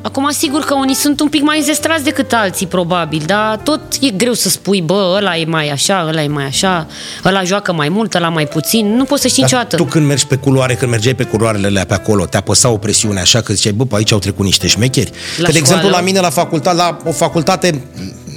Speaker 2: Acum, sigur că unii sunt un pic mai înzestrați decât alții, probabil, dar tot e greu să spui, bă, ăla e mai așa, ăla e mai așa, ăla joacă mai mult, ăla mai puțin, nu poți să știi
Speaker 1: dar
Speaker 2: niciodată.
Speaker 1: tu când mergi pe culoare, când mergeai pe culoarele alea pe acolo, te apăsa o presiune așa că ziceai, bă, pe aici au trecut niște șmecheri. că, de
Speaker 2: școală.
Speaker 1: exemplu, la mine la facultate, la o facultate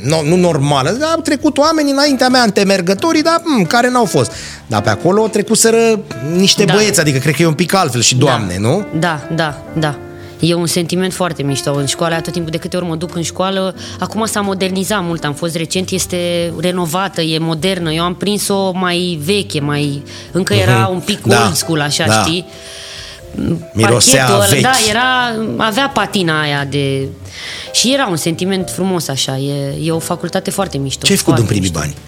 Speaker 1: no, nu normală, dar au trecut oameni înaintea mea, antemergătorii, dar mm, care n-au fost. Dar pe acolo au trecuseră niște
Speaker 2: Da.
Speaker 1: băieți, adică cred că e un pic altfel și doamne,
Speaker 2: da.
Speaker 1: nu?
Speaker 2: Da, da, da. E un sentiment foarte mișto în școală, tot timpul de câte ori mă duc în școală. Acum s-a modernizat mult, am fost recent, este renovată, e modernă. Eu am prins-o mai veche, mai încă era
Speaker 1: Mhm.
Speaker 2: un pic
Speaker 1: Da.
Speaker 2: old school, așa,
Speaker 1: Da.
Speaker 2: știi?
Speaker 1: Mirosea
Speaker 2: Pachetul ăla,
Speaker 1: vechi.
Speaker 2: Da, era, avea patina aia de... Și era un sentiment frumos așa, e, e o facultate foarte mișto.
Speaker 1: Ce ai făcut
Speaker 2: foarte
Speaker 1: în primii
Speaker 2: mișto.
Speaker 1: bani?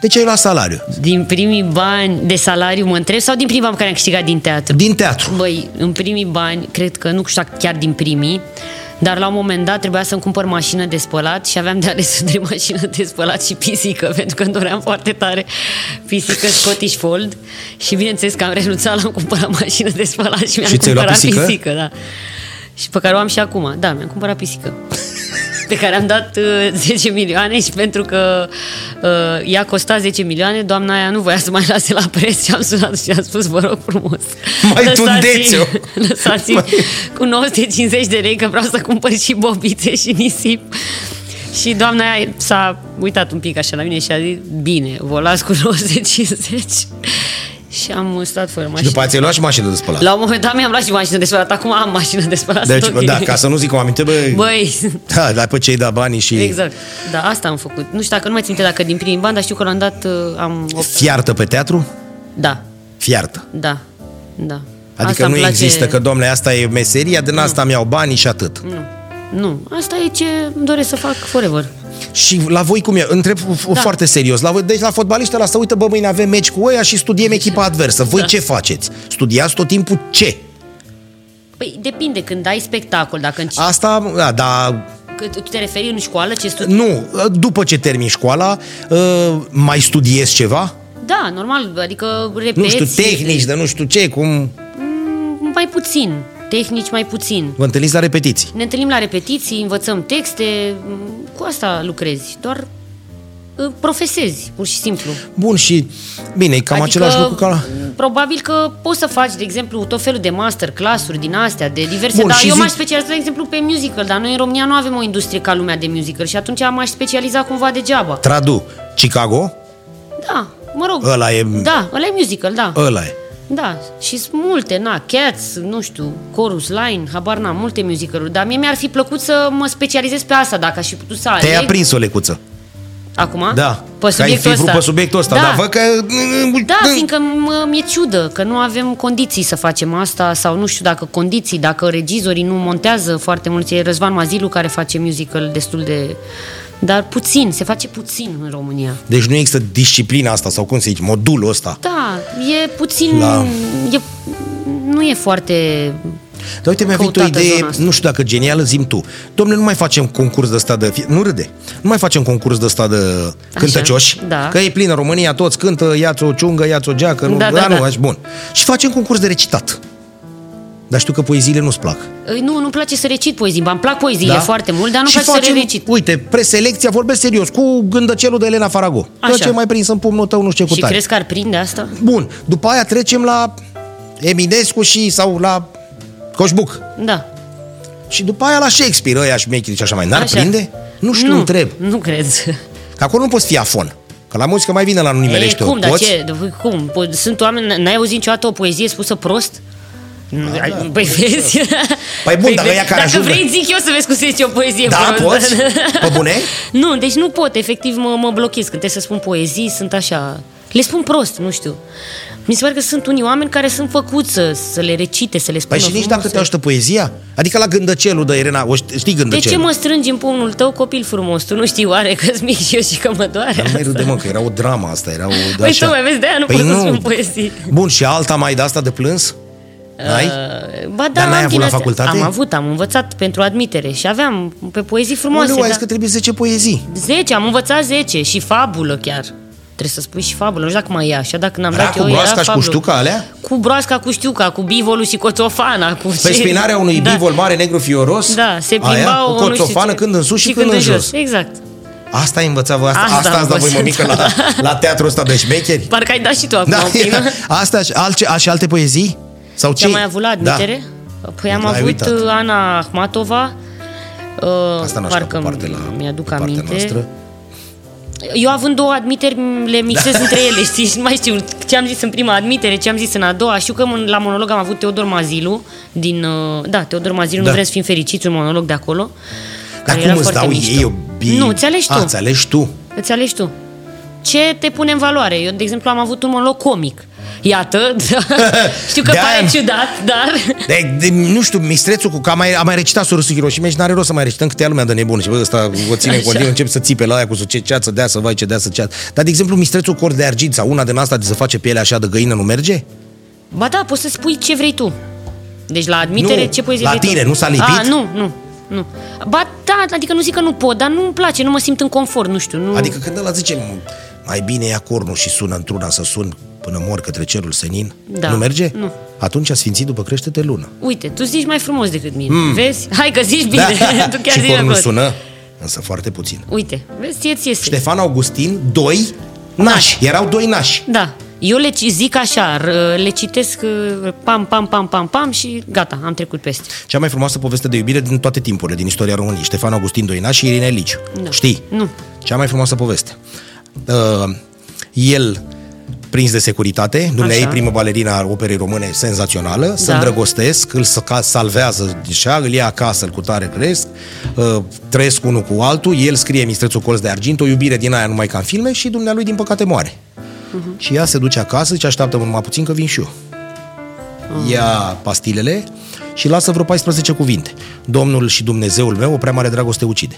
Speaker 1: Deci ai luat salariu.
Speaker 2: Din primii bani de salariu, mă întreb, sau din primii bani care am câștigat din teatru?
Speaker 1: Din teatru.
Speaker 2: Băi, în primii bani, cred că nu știu dacă chiar din primii, dar la un moment dat trebuia să-mi cumpăr mașină de spălat și aveam de ales [LAUGHS] între mașină de spălat și pisică, [LAUGHS] pentru că îmi doream foarte tare pisică Scottish Fold și bineînțeles că am renunțat la am cumpărat [LAUGHS] mașină de spălat și mi-am
Speaker 1: Și ți-ai luat
Speaker 2: cumpărat
Speaker 1: pisică?
Speaker 2: pisică da. Și pe care o am și acum. Da, mi-am cumpărat pisică. Pe care am dat uh, [LAUGHS] 10 milioane și pentru că uh, i-a costat 10 milioane, doamna aia nu voia să mai lase la preț și am sunat și am spus, vă rog frumos.
Speaker 1: Mai
Speaker 2: lăsați-i-
Speaker 1: tundeți-o."
Speaker 2: [LAUGHS] Lăsați-i
Speaker 1: Mai-
Speaker 2: cu 950 de lei că vreau să cumpăr și bobițe și nisip. Și doamna aia s-a uitat un pic așa la mine și a zis, bine, vă las cu 950. Și am stat fără mașină.
Speaker 1: Și după aia ți-ai luat și mașină de spălat.
Speaker 2: La un moment dat mi-am luat și mașină de spălat, acum am mașină de spălat.
Speaker 1: Deci,
Speaker 2: sunt ok.
Speaker 1: da, ca să nu zic cum aminte, bă,
Speaker 2: Băi,
Speaker 1: da, dar pe cei da banii și exact.
Speaker 2: exact. Da, asta am făcut. Nu știu dacă nu mai țin minte dacă din primii bani, dar știu că l-am dat, uh, am...
Speaker 1: fiartă pe teatru?
Speaker 2: Da,
Speaker 1: Fiartă.
Speaker 2: da, da.
Speaker 1: Adică
Speaker 2: Asta îmi
Speaker 1: nu
Speaker 2: place-
Speaker 1: există că, domnule, asta e meseria, din asta mi iau banii și atât.
Speaker 2: Nu. Nu, asta e ce îmi doresc să fac forever.
Speaker 1: Și la voi cum e? Întreb da. foarte serios. La voi, deci la fotbaliști la să uită, bă, mâine avem meci cu ăia și studiem echipa adversă. Voi da. ce faceți? Studiați tot timpul ce?
Speaker 2: Păi depinde, când ai spectacol, dacă înci... A...
Speaker 1: Asta, da, da,
Speaker 2: tu te referi în școală, ce studii...
Speaker 1: nu, după ce termin școala, ă, mai studiezi ceva?
Speaker 2: Da, normal, adică repeți... Mm,
Speaker 1: Nu știu, tehnici, de nu știu ce, cum...
Speaker 2: Mai puțin, tehnici mai puțin.
Speaker 1: Vă întâlniți la repetiții.
Speaker 2: Ne întâlnim la repetiții, învățăm texte, m, cu asta lucrezi, doar uh, profesezi, pur și simplu.
Speaker 1: Bun, și bine, e cam adică... același lucru ca la...
Speaker 2: Probabil că poți să faci, de exemplu, tot felul de masterclass-uri din astea, de diverse,
Speaker 1: Bun,
Speaker 2: Bun, dar
Speaker 1: și
Speaker 2: eu
Speaker 1: zi-
Speaker 2: m-aș specializa, de exemplu, pe musical, dar noi în România nu avem o industrie ca lumea de musical și atunci m-aș specializa cumva degeaba.
Speaker 1: Tradu, Chicago,
Speaker 2: Da, mă rog.
Speaker 1: Ăla e- Ă-
Speaker 2: Da, ăla e musical, da.
Speaker 1: ăla e.
Speaker 2: Da, și sunt multe, na, Cats, nu știu, Chorus Line, habar n-am, multe musicaluri, dar mie mi-ar fi plăcut să mă specializez pe asta, dacă aș fi putut să aleg.
Speaker 1: Te-ai aprins o lecuță.
Speaker 2: Acum?
Speaker 1: Da.
Speaker 2: Adică-
Speaker 1: că
Speaker 2: Pe
Speaker 1: ai
Speaker 2: subiectul
Speaker 1: fi vrut
Speaker 2: ăsta.
Speaker 1: pe subiectul ăsta, dar văd că...
Speaker 2: Da, fiindcă mă- mi-e ciudă că nu avem condiții să facem asta sau nu știu dacă condiții, dacă regizorii nu montează foarte mult. E Răzvan Mazilu care face musical destul de... Dar puțin, se face puțin în România.
Speaker 1: Deci nu există disciplina asta, sau cum se zice, modulul ăsta.
Speaker 2: Da, e puțin...
Speaker 1: La-
Speaker 2: E, nu e foarte...
Speaker 1: Dar uite, mi-a venit o
Speaker 2: Căutată
Speaker 1: idee,
Speaker 2: zona asta.
Speaker 1: nu știu dacă genială, zim tu. Domnule, nu mai facem concurs de ăsta de... fi- Nu râde. Nu mai facem concurs de ăsta de cântăcioși.
Speaker 2: da.
Speaker 1: Că e plină România, toți cântă, iați o ciungă, iați o geacă. Nu,
Speaker 2: Da, da,
Speaker 1: nu,
Speaker 2: da.
Speaker 1: aș bun. Și facem concurs de recitat. Dar știu că poeziile nu-ți plac.
Speaker 2: Ei, Nu, nu-mi place să recit poezii. Ba, Îmi plac poeziile foarte mult, dar nu-mi
Speaker 1: Da? și
Speaker 2: place să
Speaker 1: facem,
Speaker 2: le recit.
Speaker 1: Uite, preselecția, vorbesc serios, cu gândăcelul de Elena Farago.
Speaker 2: Așa.
Speaker 1: Tot ce mai prins în pumnul tău, nu știu ce cu
Speaker 2: Și
Speaker 1: tare.
Speaker 2: crezi că ar prinde asta?
Speaker 1: Bun, după aia trecem la Eminescu și sau la Coșbuc.
Speaker 2: Da.
Speaker 1: Și după aia la Shakespeare, ăia șmecheri și așa mai. N-ar
Speaker 2: Așa.
Speaker 1: prinde? Nu știu, nu. întreb.
Speaker 2: Nu cred.
Speaker 1: Că acolo nu poți fi afon. Că la muzică mai vine la numele
Speaker 2: E,
Speaker 1: știu.
Speaker 2: cum, dar
Speaker 1: poți?
Speaker 2: ce? De- Cum? Po- Sunt oameni, n-ai auzit niciodată o poezie spusă prost? Da, păi vezi?
Speaker 1: Păi bun, dar
Speaker 2: vezi?
Speaker 1: ăia care
Speaker 2: Dacă
Speaker 1: ajung-
Speaker 2: vrei, zic eu să vezi cum se zice o poezie
Speaker 1: Da,
Speaker 2: prost.
Speaker 1: poți? Pe bune?
Speaker 2: [LAUGHS] Nu, deci nu pot, efectiv mă, mă blochez. Când trebuie să spun poezii, sunt așa... Le spun prost, nu știu. Mi se pare că sunt unii oameni care sunt făcuți să, să le recite, să le spună
Speaker 1: Păi și nici
Speaker 2: frumos,
Speaker 1: dacă
Speaker 2: să-
Speaker 1: te ajută poezia? Adică la gândăcelul de Irena, o ști- știi
Speaker 2: de ce
Speaker 1: gândăcelul?
Speaker 2: mă strângi în pumnul tău, copil frumos? Tu nu știi oare că-s mic și eu și că mă doare
Speaker 1: Dar nu mai
Speaker 2: asta?
Speaker 1: râde, mă, că era o drama asta, era o...
Speaker 2: Păi tocmai, vezi, de-aia nu pot să spun poezii.
Speaker 1: Bun, și alta mai de asta de plâns? Ai?
Speaker 2: Uh, Ba da,
Speaker 1: Dar n-ai
Speaker 2: am
Speaker 1: avut
Speaker 2: din
Speaker 1: la
Speaker 2: astea.
Speaker 1: facultate?
Speaker 2: Am avut, am învățat pentru admitere și aveam pe poezii frumoase.
Speaker 1: Moase, ai
Speaker 2: da.
Speaker 1: zis că trebuie 10 poezii.
Speaker 2: 10, am învățat 10 și fabulă chiar. Trebuie să spui și fabulă, nu știu dacă mai e așa, dacă n-am
Speaker 1: Era
Speaker 2: dat
Speaker 1: cu
Speaker 2: eu,
Speaker 1: broasca
Speaker 2: era
Speaker 1: și cu
Speaker 2: fabulă.
Speaker 1: ștuca alea?
Speaker 2: Cu broasca, cu știuca, cu bivolul și coțofana. Cu
Speaker 1: Pe
Speaker 2: [LAUGHS] ce-
Speaker 1: spinarea unui
Speaker 2: da.
Speaker 1: bivol mare, negru, fioros?
Speaker 2: Da, se
Speaker 1: aia,
Speaker 2: plimbau
Speaker 1: cu
Speaker 2: nu știu
Speaker 1: coțofană
Speaker 2: ce.
Speaker 1: când în sus și, când, în jos.
Speaker 2: Exact.
Speaker 1: Asta ai învățat voi, asta,
Speaker 2: Asta
Speaker 1: asta, asta
Speaker 2: am
Speaker 1: ați dat voi,
Speaker 2: învățat,
Speaker 1: mămică, la, la teatrul ăsta de
Speaker 2: [LAUGHS]
Speaker 1: șmecheri?
Speaker 2: Parcă ai dat și tu acum
Speaker 1: Da,
Speaker 2: o primă.
Speaker 1: asta și, altce, și alte poezii? Sau ce?
Speaker 2: Ce am mai avut la admitere? Da. Păi am
Speaker 1: Ai
Speaker 2: avut
Speaker 1: uitat.
Speaker 2: uh, Ana Ahmatova. Uh,
Speaker 1: Asta n-aș
Speaker 2: parcă
Speaker 1: pe parte la
Speaker 2: mi-aduc
Speaker 1: pe partea
Speaker 2: aminte.
Speaker 1: noastră.
Speaker 2: Eu având două admiteri, m- le mixez da. între ele, [LAUGHS] știi? Și Nu mai știu ce am zis în prima admitere, ce am zis în a doua. Știu că în- la monolog am avut Teodor Mazilu din... uh, Da, Teodor Mazilu,
Speaker 1: Da.
Speaker 2: da. nu vrem să fim fericiți, un monolog de acolo.
Speaker 1: Dar
Speaker 2: care
Speaker 1: cum
Speaker 2: era
Speaker 1: îți
Speaker 2: foarte
Speaker 1: dau
Speaker 2: mișto.
Speaker 1: ei o bi...
Speaker 2: Nu, ți alegi tu.
Speaker 1: A, ți alegi tu.
Speaker 2: Îți alegi tu. Ce te pune în valoare? Eu, de exemplu, am avut un monolog comic. Iată,
Speaker 1: [LAUGHS]
Speaker 2: [LAUGHS] da. știu că
Speaker 1: De-aia
Speaker 2: pare
Speaker 1: am-
Speaker 2: ciudat, dar...
Speaker 1: De, de, nu știu, mistrețul cu că a mai, a mai recitat surâsul Hiroshima și n-are rost să mai recităm că te ia lumea de nebun și bă, ăsta o ține în
Speaker 2: Așa.
Speaker 1: continuu, încep să țipe la aia cu ce ceață, dea să vai, ce dea să ceață. Dar, de exemplu, mistrețul cor de argint sau una din asta de să face pielea așa de găină nu merge?
Speaker 2: Ba da, poți să spui ce vrei tu. Deci la admitere
Speaker 1: Nu,
Speaker 2: ce poezie
Speaker 1: la
Speaker 2: vrei
Speaker 1: tine,
Speaker 2: tu.
Speaker 1: nu s-a lipit?
Speaker 2: A, nu, nu. Nu. Ba da, adică nu zic că nu pot, dar nu-mi place, nu mă simt în confort, nu știu. Nu...
Speaker 1: Adică când ăla zice, mai bine ia cornul și sună într-una să sun până mor către cerul senin,
Speaker 2: Da.
Speaker 1: nu merge?
Speaker 2: Nu.
Speaker 1: Atunci a sfințit după creștete lună.
Speaker 2: Uite, tu zici mai frumos decât mine, mm. vezi? Hai că zici bine, [LAUGHS] tu chiar
Speaker 1: Hmm. Da. și
Speaker 2: zici
Speaker 1: cornul
Speaker 2: acolo.
Speaker 1: sună, însă foarte puțin.
Speaker 2: Uite, vezi, ție ți este.
Speaker 1: Ștefan Augustin, doi nași. Erau doi nași.
Speaker 2: Da. Eu le ci- zic așa, r- le citesc uh, pam, pam, pam, pam, pam și gata, am trecut peste.
Speaker 1: Cea mai frumoasă poveste de iubire din toate timpurile, din istoria României. Ștefan Augustin Doina și Irina Eliciu.
Speaker 2: Nu.
Speaker 1: Știi?
Speaker 2: Nu.
Speaker 1: Cea mai frumoasă poveste. Uh, el prins de securitate. Dumnezeu
Speaker 2: Așa.
Speaker 1: primă balerina a operei române senzațională, da. se
Speaker 2: Da.
Speaker 1: îndrăgostesc, îl sa- salvează deja, îl ia acasă, îl cu tare cresc, uh, trăiesc unul cu altul, el scrie Mistrețul Colț de Argint, o iubire din aia numai ca în filme și dumnealui din păcate moare. Uh-huh. Și ea se duce acasă, zice așteaptă numai puțin că vin și eu ia pastilele și lasă vreo 14 cuvinte. Domnul și Dumnezeul meu, o prea mare dragoste ucide.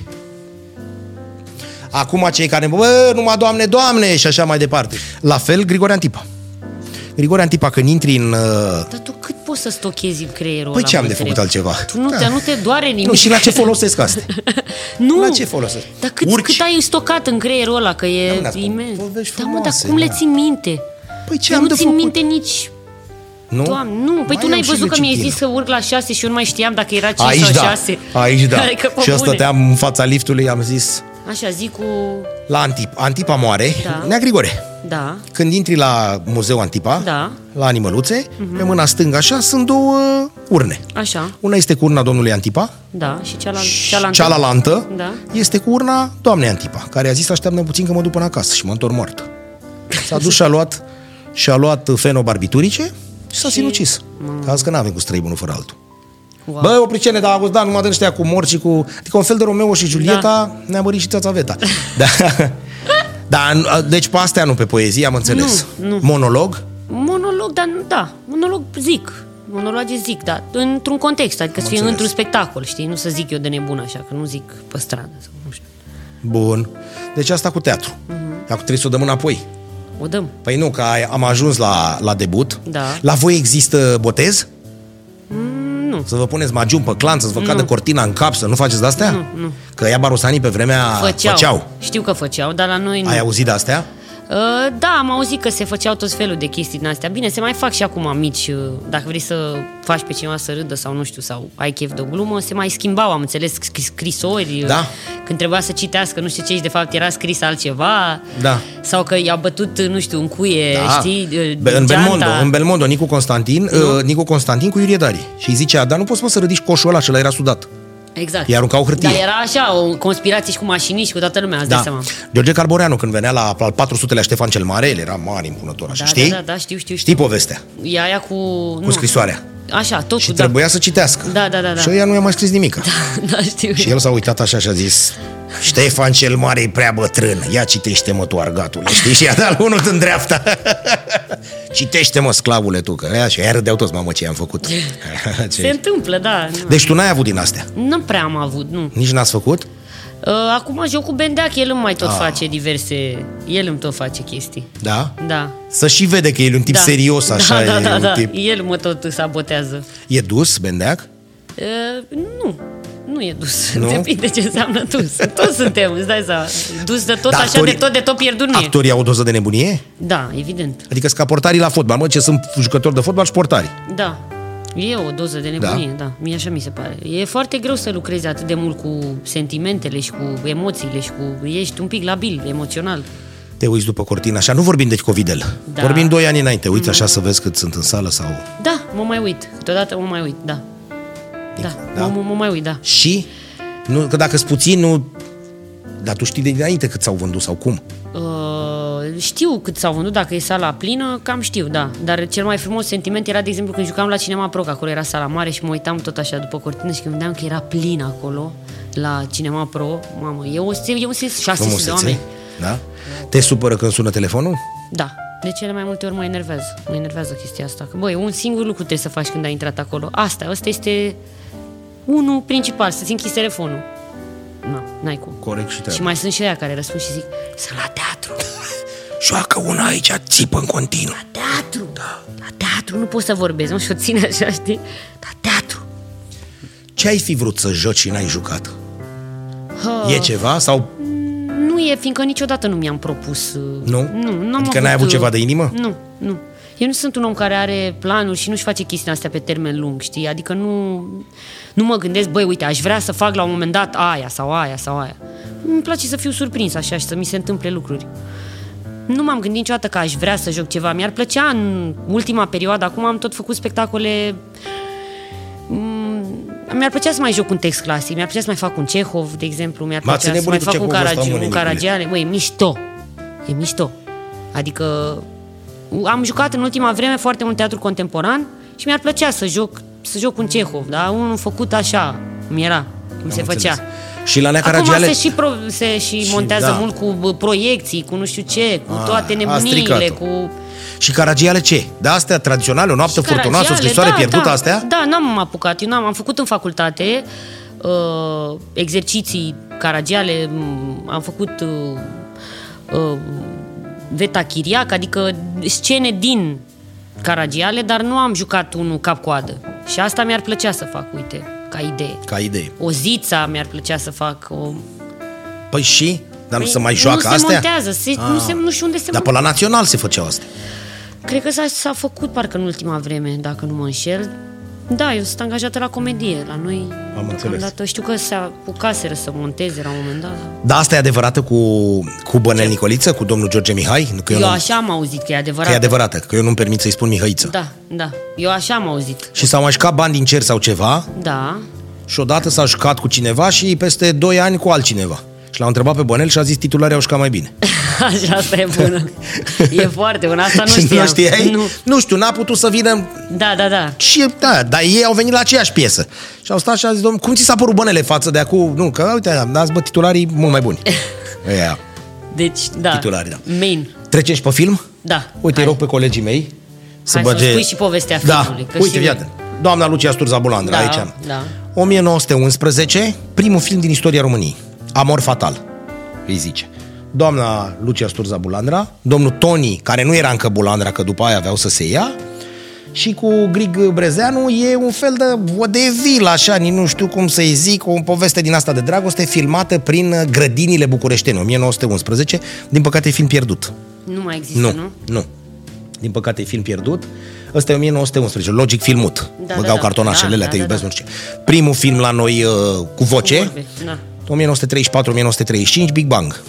Speaker 1: Acum cei care, bă, numai Doamne, Doamne și așa mai departe. La fel, Grigore Antipa. Grigore Antipa, când intri în... uh,
Speaker 2: Dar tu cât poți să stochezi creierul
Speaker 1: Păi
Speaker 2: ăla,
Speaker 1: ce am
Speaker 2: mă
Speaker 1: de
Speaker 2: întreb?
Speaker 1: făcut altceva?
Speaker 2: Tu nu,
Speaker 1: Da.
Speaker 2: te, nu te doare nimic.
Speaker 1: Nu, și la ce folosesc asta?
Speaker 2: [LAUGHS] Nu.
Speaker 1: La ce folosesc?
Speaker 2: Dar cât,
Speaker 1: Urci.
Speaker 2: cât ai stocat în creierul ăla, că
Speaker 1: Da,
Speaker 2: e
Speaker 1: mă, dar
Speaker 2: imens.
Speaker 1: povești
Speaker 2: Da, mă, dar
Speaker 1: frumoase,
Speaker 2: cum le
Speaker 1: da.
Speaker 2: ții minte?
Speaker 1: Păi ce
Speaker 2: Eu
Speaker 1: am
Speaker 2: nu
Speaker 1: de
Speaker 2: țin
Speaker 1: făcut?
Speaker 2: minte nici...
Speaker 1: Nu?
Speaker 2: Doamne, nu, păi
Speaker 1: Mai
Speaker 2: tu n-ai
Speaker 1: am și
Speaker 2: văzut că mi-ai
Speaker 1: lecitină.
Speaker 2: zis că urc la 6 și eu nu mai știam dacă era 5
Speaker 1: Aici
Speaker 2: sau
Speaker 1: da,
Speaker 2: 6.
Speaker 1: aici
Speaker 2: [LAUGHS]
Speaker 1: da.
Speaker 2: Adică, pe
Speaker 1: Și eu
Speaker 2: bune.
Speaker 1: stăteam în fața liftului, am zis,
Speaker 2: Așa, zic cu...
Speaker 1: la Antipa, Antipa moare,
Speaker 2: Da.
Speaker 1: Nea Grigore.
Speaker 2: Da.
Speaker 1: Când intri la Muzeul Antipa,
Speaker 2: Da. Mhm.
Speaker 1: la animăluțe, pe mâna stângă așa, sunt două urne.
Speaker 2: Așa,
Speaker 1: Una este cu urna domnului Antipa
Speaker 2: da, și cealaltă.
Speaker 1: și
Speaker 2: cealaltă.
Speaker 1: cealaltă
Speaker 2: Da.
Speaker 1: este cu urna doamnei Antipa, care a zis așteaptă puțin că mă duc până acasă și mă întorc moartă. S-a dus și a luat, și a luat fenobarbiturice și s-a
Speaker 2: Și-
Speaker 1: sinucis. Că azi că n-avem cu străi bunul fără altul.
Speaker 2: Wow.
Speaker 1: Bă, o pricene, dar August, da, numai de ăștia cu morți și cu... Adică un fel de Romeo și Julieta da. ne-a mărit și țața veta. [LAUGHS] Da. da, n- deci pe astea nu pe poezie, am înțeles.
Speaker 2: Nu, nu.
Speaker 1: Monolog?
Speaker 2: Monolog, dar nu- da, monolog zic. Monologe zic, da, într-un context, adică să fie
Speaker 1: înțeles.
Speaker 2: într-un spectacol, știi? Nu să zic eu de nebun așa, că nu zic pe stradă sau nu știu.
Speaker 1: Bun. Deci asta cu teatru.
Speaker 2: Mhm.
Speaker 1: Mm-hmm. Acum trebuie să o dăm înapoi.
Speaker 2: O dăm.
Speaker 1: Păi nu, că ai- am ajuns la, la debut.
Speaker 2: Da. Mm,
Speaker 1: La voi există botez?
Speaker 2: nu.
Speaker 1: Să vă puneți magiun pe clan, să vă cadă cortina în cap, să nu faceți de-astea? Nu, nu. Că ea barosanii pe vremea
Speaker 2: Făceau.
Speaker 1: făceau.
Speaker 2: Știu că făceau, dar la noi nu.
Speaker 1: Ai auzit de-astea?
Speaker 2: Uh, Da, am auzit că se făceau tot felul de chestii din astea. Bine, se mai fac și acum mici. uh, Dacă vrei să faci pe cineva să râdă sau nu știu, sau ai chef de o glumă, se mai schimbau, am înțeles, scris- scrisori. uh,
Speaker 1: Da.
Speaker 2: Când trebuia să citească nu știu ce și de fapt era scris altceva.
Speaker 1: Da.
Speaker 2: Sau că i-au bătut, uh, nu știu, în cuie,
Speaker 1: Da.
Speaker 2: știi? uh,
Speaker 1: Be- în
Speaker 2: geanta.
Speaker 1: Belmondo, în Belmondo, Nicu Constantin, uh, Nicu Constantin cu Iurie Dari. Și îi zicea, dar nu poți mă să ridici coșul ăla și ăla era sudat.
Speaker 2: Exact.
Speaker 1: I-a aruncat o hârtie.
Speaker 2: Dar era așa, o conspirație și cu mașiniști, cu toată lumea, îți dai seama.
Speaker 1: George Da. Carboreanu, când venea la al 400-lea Ștefan cel Mare, el era mare impunător, așa,
Speaker 2: Da,
Speaker 1: știi?
Speaker 2: da, da, da, știu, știu, știu.
Speaker 1: Știi povestea
Speaker 2: E aia cu...
Speaker 1: cu scrisoarea.
Speaker 2: Așa, tot
Speaker 1: Și
Speaker 2: cu...
Speaker 1: trebuia să citească.
Speaker 2: Da, da, da, da.
Speaker 1: Și ea nu i-a mai scris nimic.
Speaker 2: [LAUGHS] Da, știu.
Speaker 1: Și el s-a uitat așa și a zis Ștefan cel Mare e prea bătrân Ia citește-mă tu argatul [LAUGHS] Știi? Și i-a dat unul în dreapta [LAUGHS] Citește-mă sclavule tu Că aia și aia râdeau toți Mamă ce am făcut [LAUGHS]
Speaker 2: Se
Speaker 1: ce...
Speaker 2: întâmplă, da. nu.
Speaker 1: Deci tu n-ai avut din astea
Speaker 2: Nu prea am avut, nu.
Speaker 1: Nici n-ați făcut?
Speaker 2: Uh, Acum joc cu Bendeac, el îmi mai
Speaker 1: Ah.
Speaker 2: tot face diverse... El îmi tot face chestii.
Speaker 1: Da?
Speaker 2: Da.
Speaker 1: Să și vede că el e un tip
Speaker 2: [LAUGHS] da.
Speaker 1: serios Așa
Speaker 2: da, da, da,
Speaker 1: e un
Speaker 2: da.
Speaker 1: tip
Speaker 2: El mă tot sabotează.
Speaker 1: E dus, bendeac?
Speaker 2: Uh, nu. Nu e dus.
Speaker 1: Nu?
Speaker 2: Nu? [LAUGHS] Depinde ce înseamnă dus. Toți suntem, îți dai seama. Dus de tot,
Speaker 1: Dar
Speaker 2: așa,
Speaker 1: actorii-
Speaker 2: de tot, de tot pierdut nu e.
Speaker 1: Actorii au o doză de nebunie?
Speaker 2: Da, evident.
Speaker 1: Adică sunt ca portarii la fotbal Mă, ce sunt jucători de fotbal și portari
Speaker 2: Da. E o doză de nebunie, da. da. Mie așa mi se pare. E foarte greu să lucrezi atât de mult cu sentimentele și cu emoțiile și cu... Ești un pic labil, emoțional.
Speaker 1: te uiți după cortina așa, nu vorbim deci covidel.
Speaker 2: Da.
Speaker 1: Vorbim doi ani înainte, uiți așa să vezi cât sunt în sală sau...
Speaker 2: Da, mă mai uit. Câteodată mă mai uit, da. Da,
Speaker 1: Da?
Speaker 2: da. Mă, mă mai uit, da.
Speaker 1: Și? Nu, că dacă sunt puțin, nu... Dar tu știi de dinainte cât s-au vândut sau cum.
Speaker 2: Uh, știu cât s-au vândut, dacă e sala plină, cam știu, da. Dar cel mai frumos sentiment era, de exemplu, când jucam la Cinema Pro, că acolo era sala mare și mă uitam tot așa după cortină și când vedeam că era plin acolo, la Cinema Pro, mamă, e, o, e un sens 600 de oameni.
Speaker 1: Frumusețe. Da? Te supără când sună telefonul?
Speaker 2: Da. De cele mai multe ori mă enervează. Mă enervează chestia asta. Că, băi, un singur lucru trebuie să faci când ai intrat acolo. Asta, ăsta este unul principal, să-ți închizi telefonul. Nu, n-ai cum.
Speaker 1: Corect și
Speaker 2: Și
Speaker 1: treaba.
Speaker 2: mai sunt și aia care răspund și zic Sunt la teatru,
Speaker 1: Joacă una aici, țipă în continuu.
Speaker 2: teatru da. La teatru, nu poți să vorbesc Nu și o ține așa, știi? La teatru
Speaker 1: Ce ai fi vrut să joci și n-ai jucat? E ceva sau
Speaker 2: Nu e, fiindcă niciodată nu mi-am propus uh,
Speaker 1: Nu?
Speaker 2: Nu, n-am uh,
Speaker 1: Adică n-ai avut ceva de inimă?
Speaker 2: Nu, nu eu nu sunt un om care are planuri și nu-și face chestia astea pe termen lung, știi? Adică nu, nu mă gândesc, băi, uite, aș vrea să fac la un moment dat aia sau aia sau aia. Îmi place să fiu surprins așa și să mi se întâmple lucruri. Nu m-am gândit niciodată că aș vrea să joc ceva. Mi-ar plăcea în ultima perioadă, acum am tot făcut spectacole Mm, mi-ar plăcea să mai joc un text clasic, mi-ar plăcea să mai fac un Cehov, de exemplu, mi-ar
Speaker 1: M-a
Speaker 2: plăcea
Speaker 1: ținut
Speaker 2: să mai
Speaker 1: bunicul
Speaker 2: fac
Speaker 1: Cehovul
Speaker 2: un,
Speaker 1: ăsta,
Speaker 2: Caragi-
Speaker 1: mă,
Speaker 2: un
Speaker 1: nenicule.
Speaker 2: Caragiale. Băi, e mișto. E mișto. Adică am jucat în ultima vreme foarte mult teatru contemporan și mi-ar plăcea să joc, să joc un Cehov, dar unul făcut așa, cum era, cum se
Speaker 1: Am
Speaker 2: făcea.
Speaker 1: înțeles. Și la Nea
Speaker 2: Acum
Speaker 1: Caragiale...
Speaker 2: se și, pro, se și,
Speaker 1: Și,
Speaker 2: montează
Speaker 1: da.
Speaker 2: mult cu bă, proiecții, cu nu știu ce, cu
Speaker 1: Ah,
Speaker 2: toate
Speaker 1: a
Speaker 2: nebuniile,
Speaker 1: stricat-o.
Speaker 2: cu...
Speaker 1: Și Caragiale ce? De astea tradiționale, o noapte furtunoasă, o
Speaker 2: Caragiale,
Speaker 1: scrisoare
Speaker 2: da,
Speaker 1: pierdută,
Speaker 2: da,
Speaker 1: astea?
Speaker 2: Da, n-am apucat. Eu n-am, am făcut în facultate uh, exerciții caragiale, m, am făcut uh, uh, veta chiriac, adică scene din caragiale, dar nu am jucat unul cap-coadă. Și asta mi-ar plăcea să fac, uite, ca idee.
Speaker 1: Ca idee.
Speaker 2: O zița mi-ar plăcea să fac. O...
Speaker 1: Păi și? Dar nu
Speaker 2: Păi
Speaker 1: se mai joacă
Speaker 2: nu se
Speaker 1: astea? Ah.
Speaker 2: Montează, se, nu, se, nu știu unde se
Speaker 1: Dar pe la național se făceau astea.
Speaker 2: Cred că s-a, s-a făcut parcă în ultima vreme, dacă nu mă înșel. Da, eu sunt angajată la comedie, la noi.
Speaker 1: Am înțeles.
Speaker 2: deocamdată. Știu că se apucaseră să monteze la un moment dat.
Speaker 1: Dar Da, asta e adevărată cu, cu Bănel Nicoliță, cu domnul George Mihai? Nu, Că eu,
Speaker 2: Eu, eu
Speaker 1: nu,
Speaker 2: așa am auzit că e
Speaker 1: că
Speaker 2: adevărat.
Speaker 1: e adevărată, că eu nu-mi permit să-i spun Mihăiță.
Speaker 2: Da, da. Eu așa am auzit.
Speaker 1: Și s-au mai jucat bani din cer sau ceva [LAUGHS]
Speaker 2: Da.
Speaker 1: și odată s-a jucat cu cineva și peste 2 ani cu altcineva. Și l-au întrebat pe Bănel și a zis titularii au jucat mai bine.
Speaker 2: Așa, asta e
Speaker 1: [LAUGHS]
Speaker 2: bună. e foarte bună. Asta nu
Speaker 1: și
Speaker 2: știam.
Speaker 1: nu știai?
Speaker 2: Nu.
Speaker 1: nu știu, n-a putut să vină
Speaker 2: Da, da, da.
Speaker 1: Și da, dar ei au venit la aceeași piesă. Și au stat și au zis, domnul, cum ți s-a părut bănele față de acum? Nu, că uite, am dat bă, titularii mult mai
Speaker 2: [LAUGHS]
Speaker 1: buni. Ea.
Speaker 2: Deci, da.
Speaker 1: Titulari, da.
Speaker 2: Main.
Speaker 1: Trecem și pe film?
Speaker 2: Da.
Speaker 1: Uite,
Speaker 2: Hai.
Speaker 1: îi rog pe colegii mei să
Speaker 2: Hai să-mi
Speaker 1: bage...
Speaker 2: spui și povestea
Speaker 1: da.
Speaker 2: filmului, că
Speaker 1: Uite,
Speaker 2: și-
Speaker 1: iată. Doamna Lucia Sturza Bulandra,
Speaker 2: Da,
Speaker 1: aici am.
Speaker 2: da.
Speaker 1: 1911, primul film din istoria României. Amor fatal, îi zice. Doamna Lucia Sturza Bulandra, domnul Toni, care nu era încă Bulandra, că după aia aveau să se ia, și cu Grig Brezeanu e un fel de vodevil, așa, nici nu știu cum să-i zic, o poveste din asta de dragoste filmată prin grădinile bucureștene, 1911, din păcate e film pierdut.
Speaker 2: Nu mai există,
Speaker 1: Nu,
Speaker 2: nu?
Speaker 1: nu. Din păcate e film pierdut. Ăsta e 1911, logic filmut.
Speaker 2: Da,
Speaker 1: Bă,
Speaker 2: da,
Speaker 1: dau
Speaker 2: da.
Speaker 1: cartonașele,
Speaker 2: Da,
Speaker 1: alea,
Speaker 2: da,
Speaker 1: te
Speaker 2: da,
Speaker 1: iubesc,
Speaker 2: da.
Speaker 1: nu știu ce. Primul film la noi uh, cu voce,
Speaker 2: Vorbe, Da.
Speaker 1: 1934-1935, Big Bang.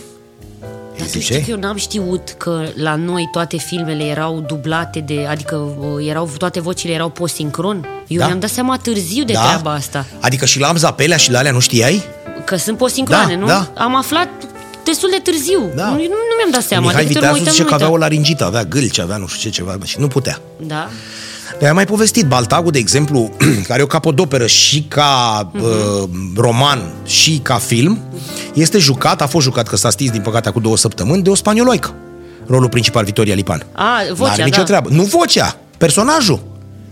Speaker 2: Dar tu
Speaker 1: zice?
Speaker 2: știi că eu n-am știut că la noi toate filmele erau dublate de, adică uh, erau toate vocile erau post-sincron. Eu
Speaker 1: Da.
Speaker 2: mi-am dat seama târziu de treaba asta.
Speaker 1: Adică și la Amza Pelea și la alea nu știai?
Speaker 2: Că sunt post-sincrone,
Speaker 1: Da,
Speaker 2: nu?
Speaker 1: da.
Speaker 2: Am aflat destul de târziu.
Speaker 1: Da.
Speaker 2: Nu, nu, nu mi-am dat seama.
Speaker 1: Mihai
Speaker 2: de câte ori
Speaker 1: Viteazu zice
Speaker 2: mă
Speaker 1: că
Speaker 2: uitam,
Speaker 1: avea
Speaker 2: nu
Speaker 1: o laringită, avea gâlci, avea nu știu ce ceva și nu putea.
Speaker 2: uitam. Da.
Speaker 1: Dar Păi am mai povestit Baltagul, de exemplu, [CLEARS THROAT] care e o capodoperă și ca
Speaker 2: Mhm.
Speaker 1: uh, roman și ca film, este jucat, a fost jucat, că s-a stins din păcate acum două săptămâni, de o spanioloică. Rolul principal, Vitoria Lipan.
Speaker 2: A, vocea,
Speaker 1: N-are nicio
Speaker 2: da.
Speaker 1: treabă. Nu vocea, personajul.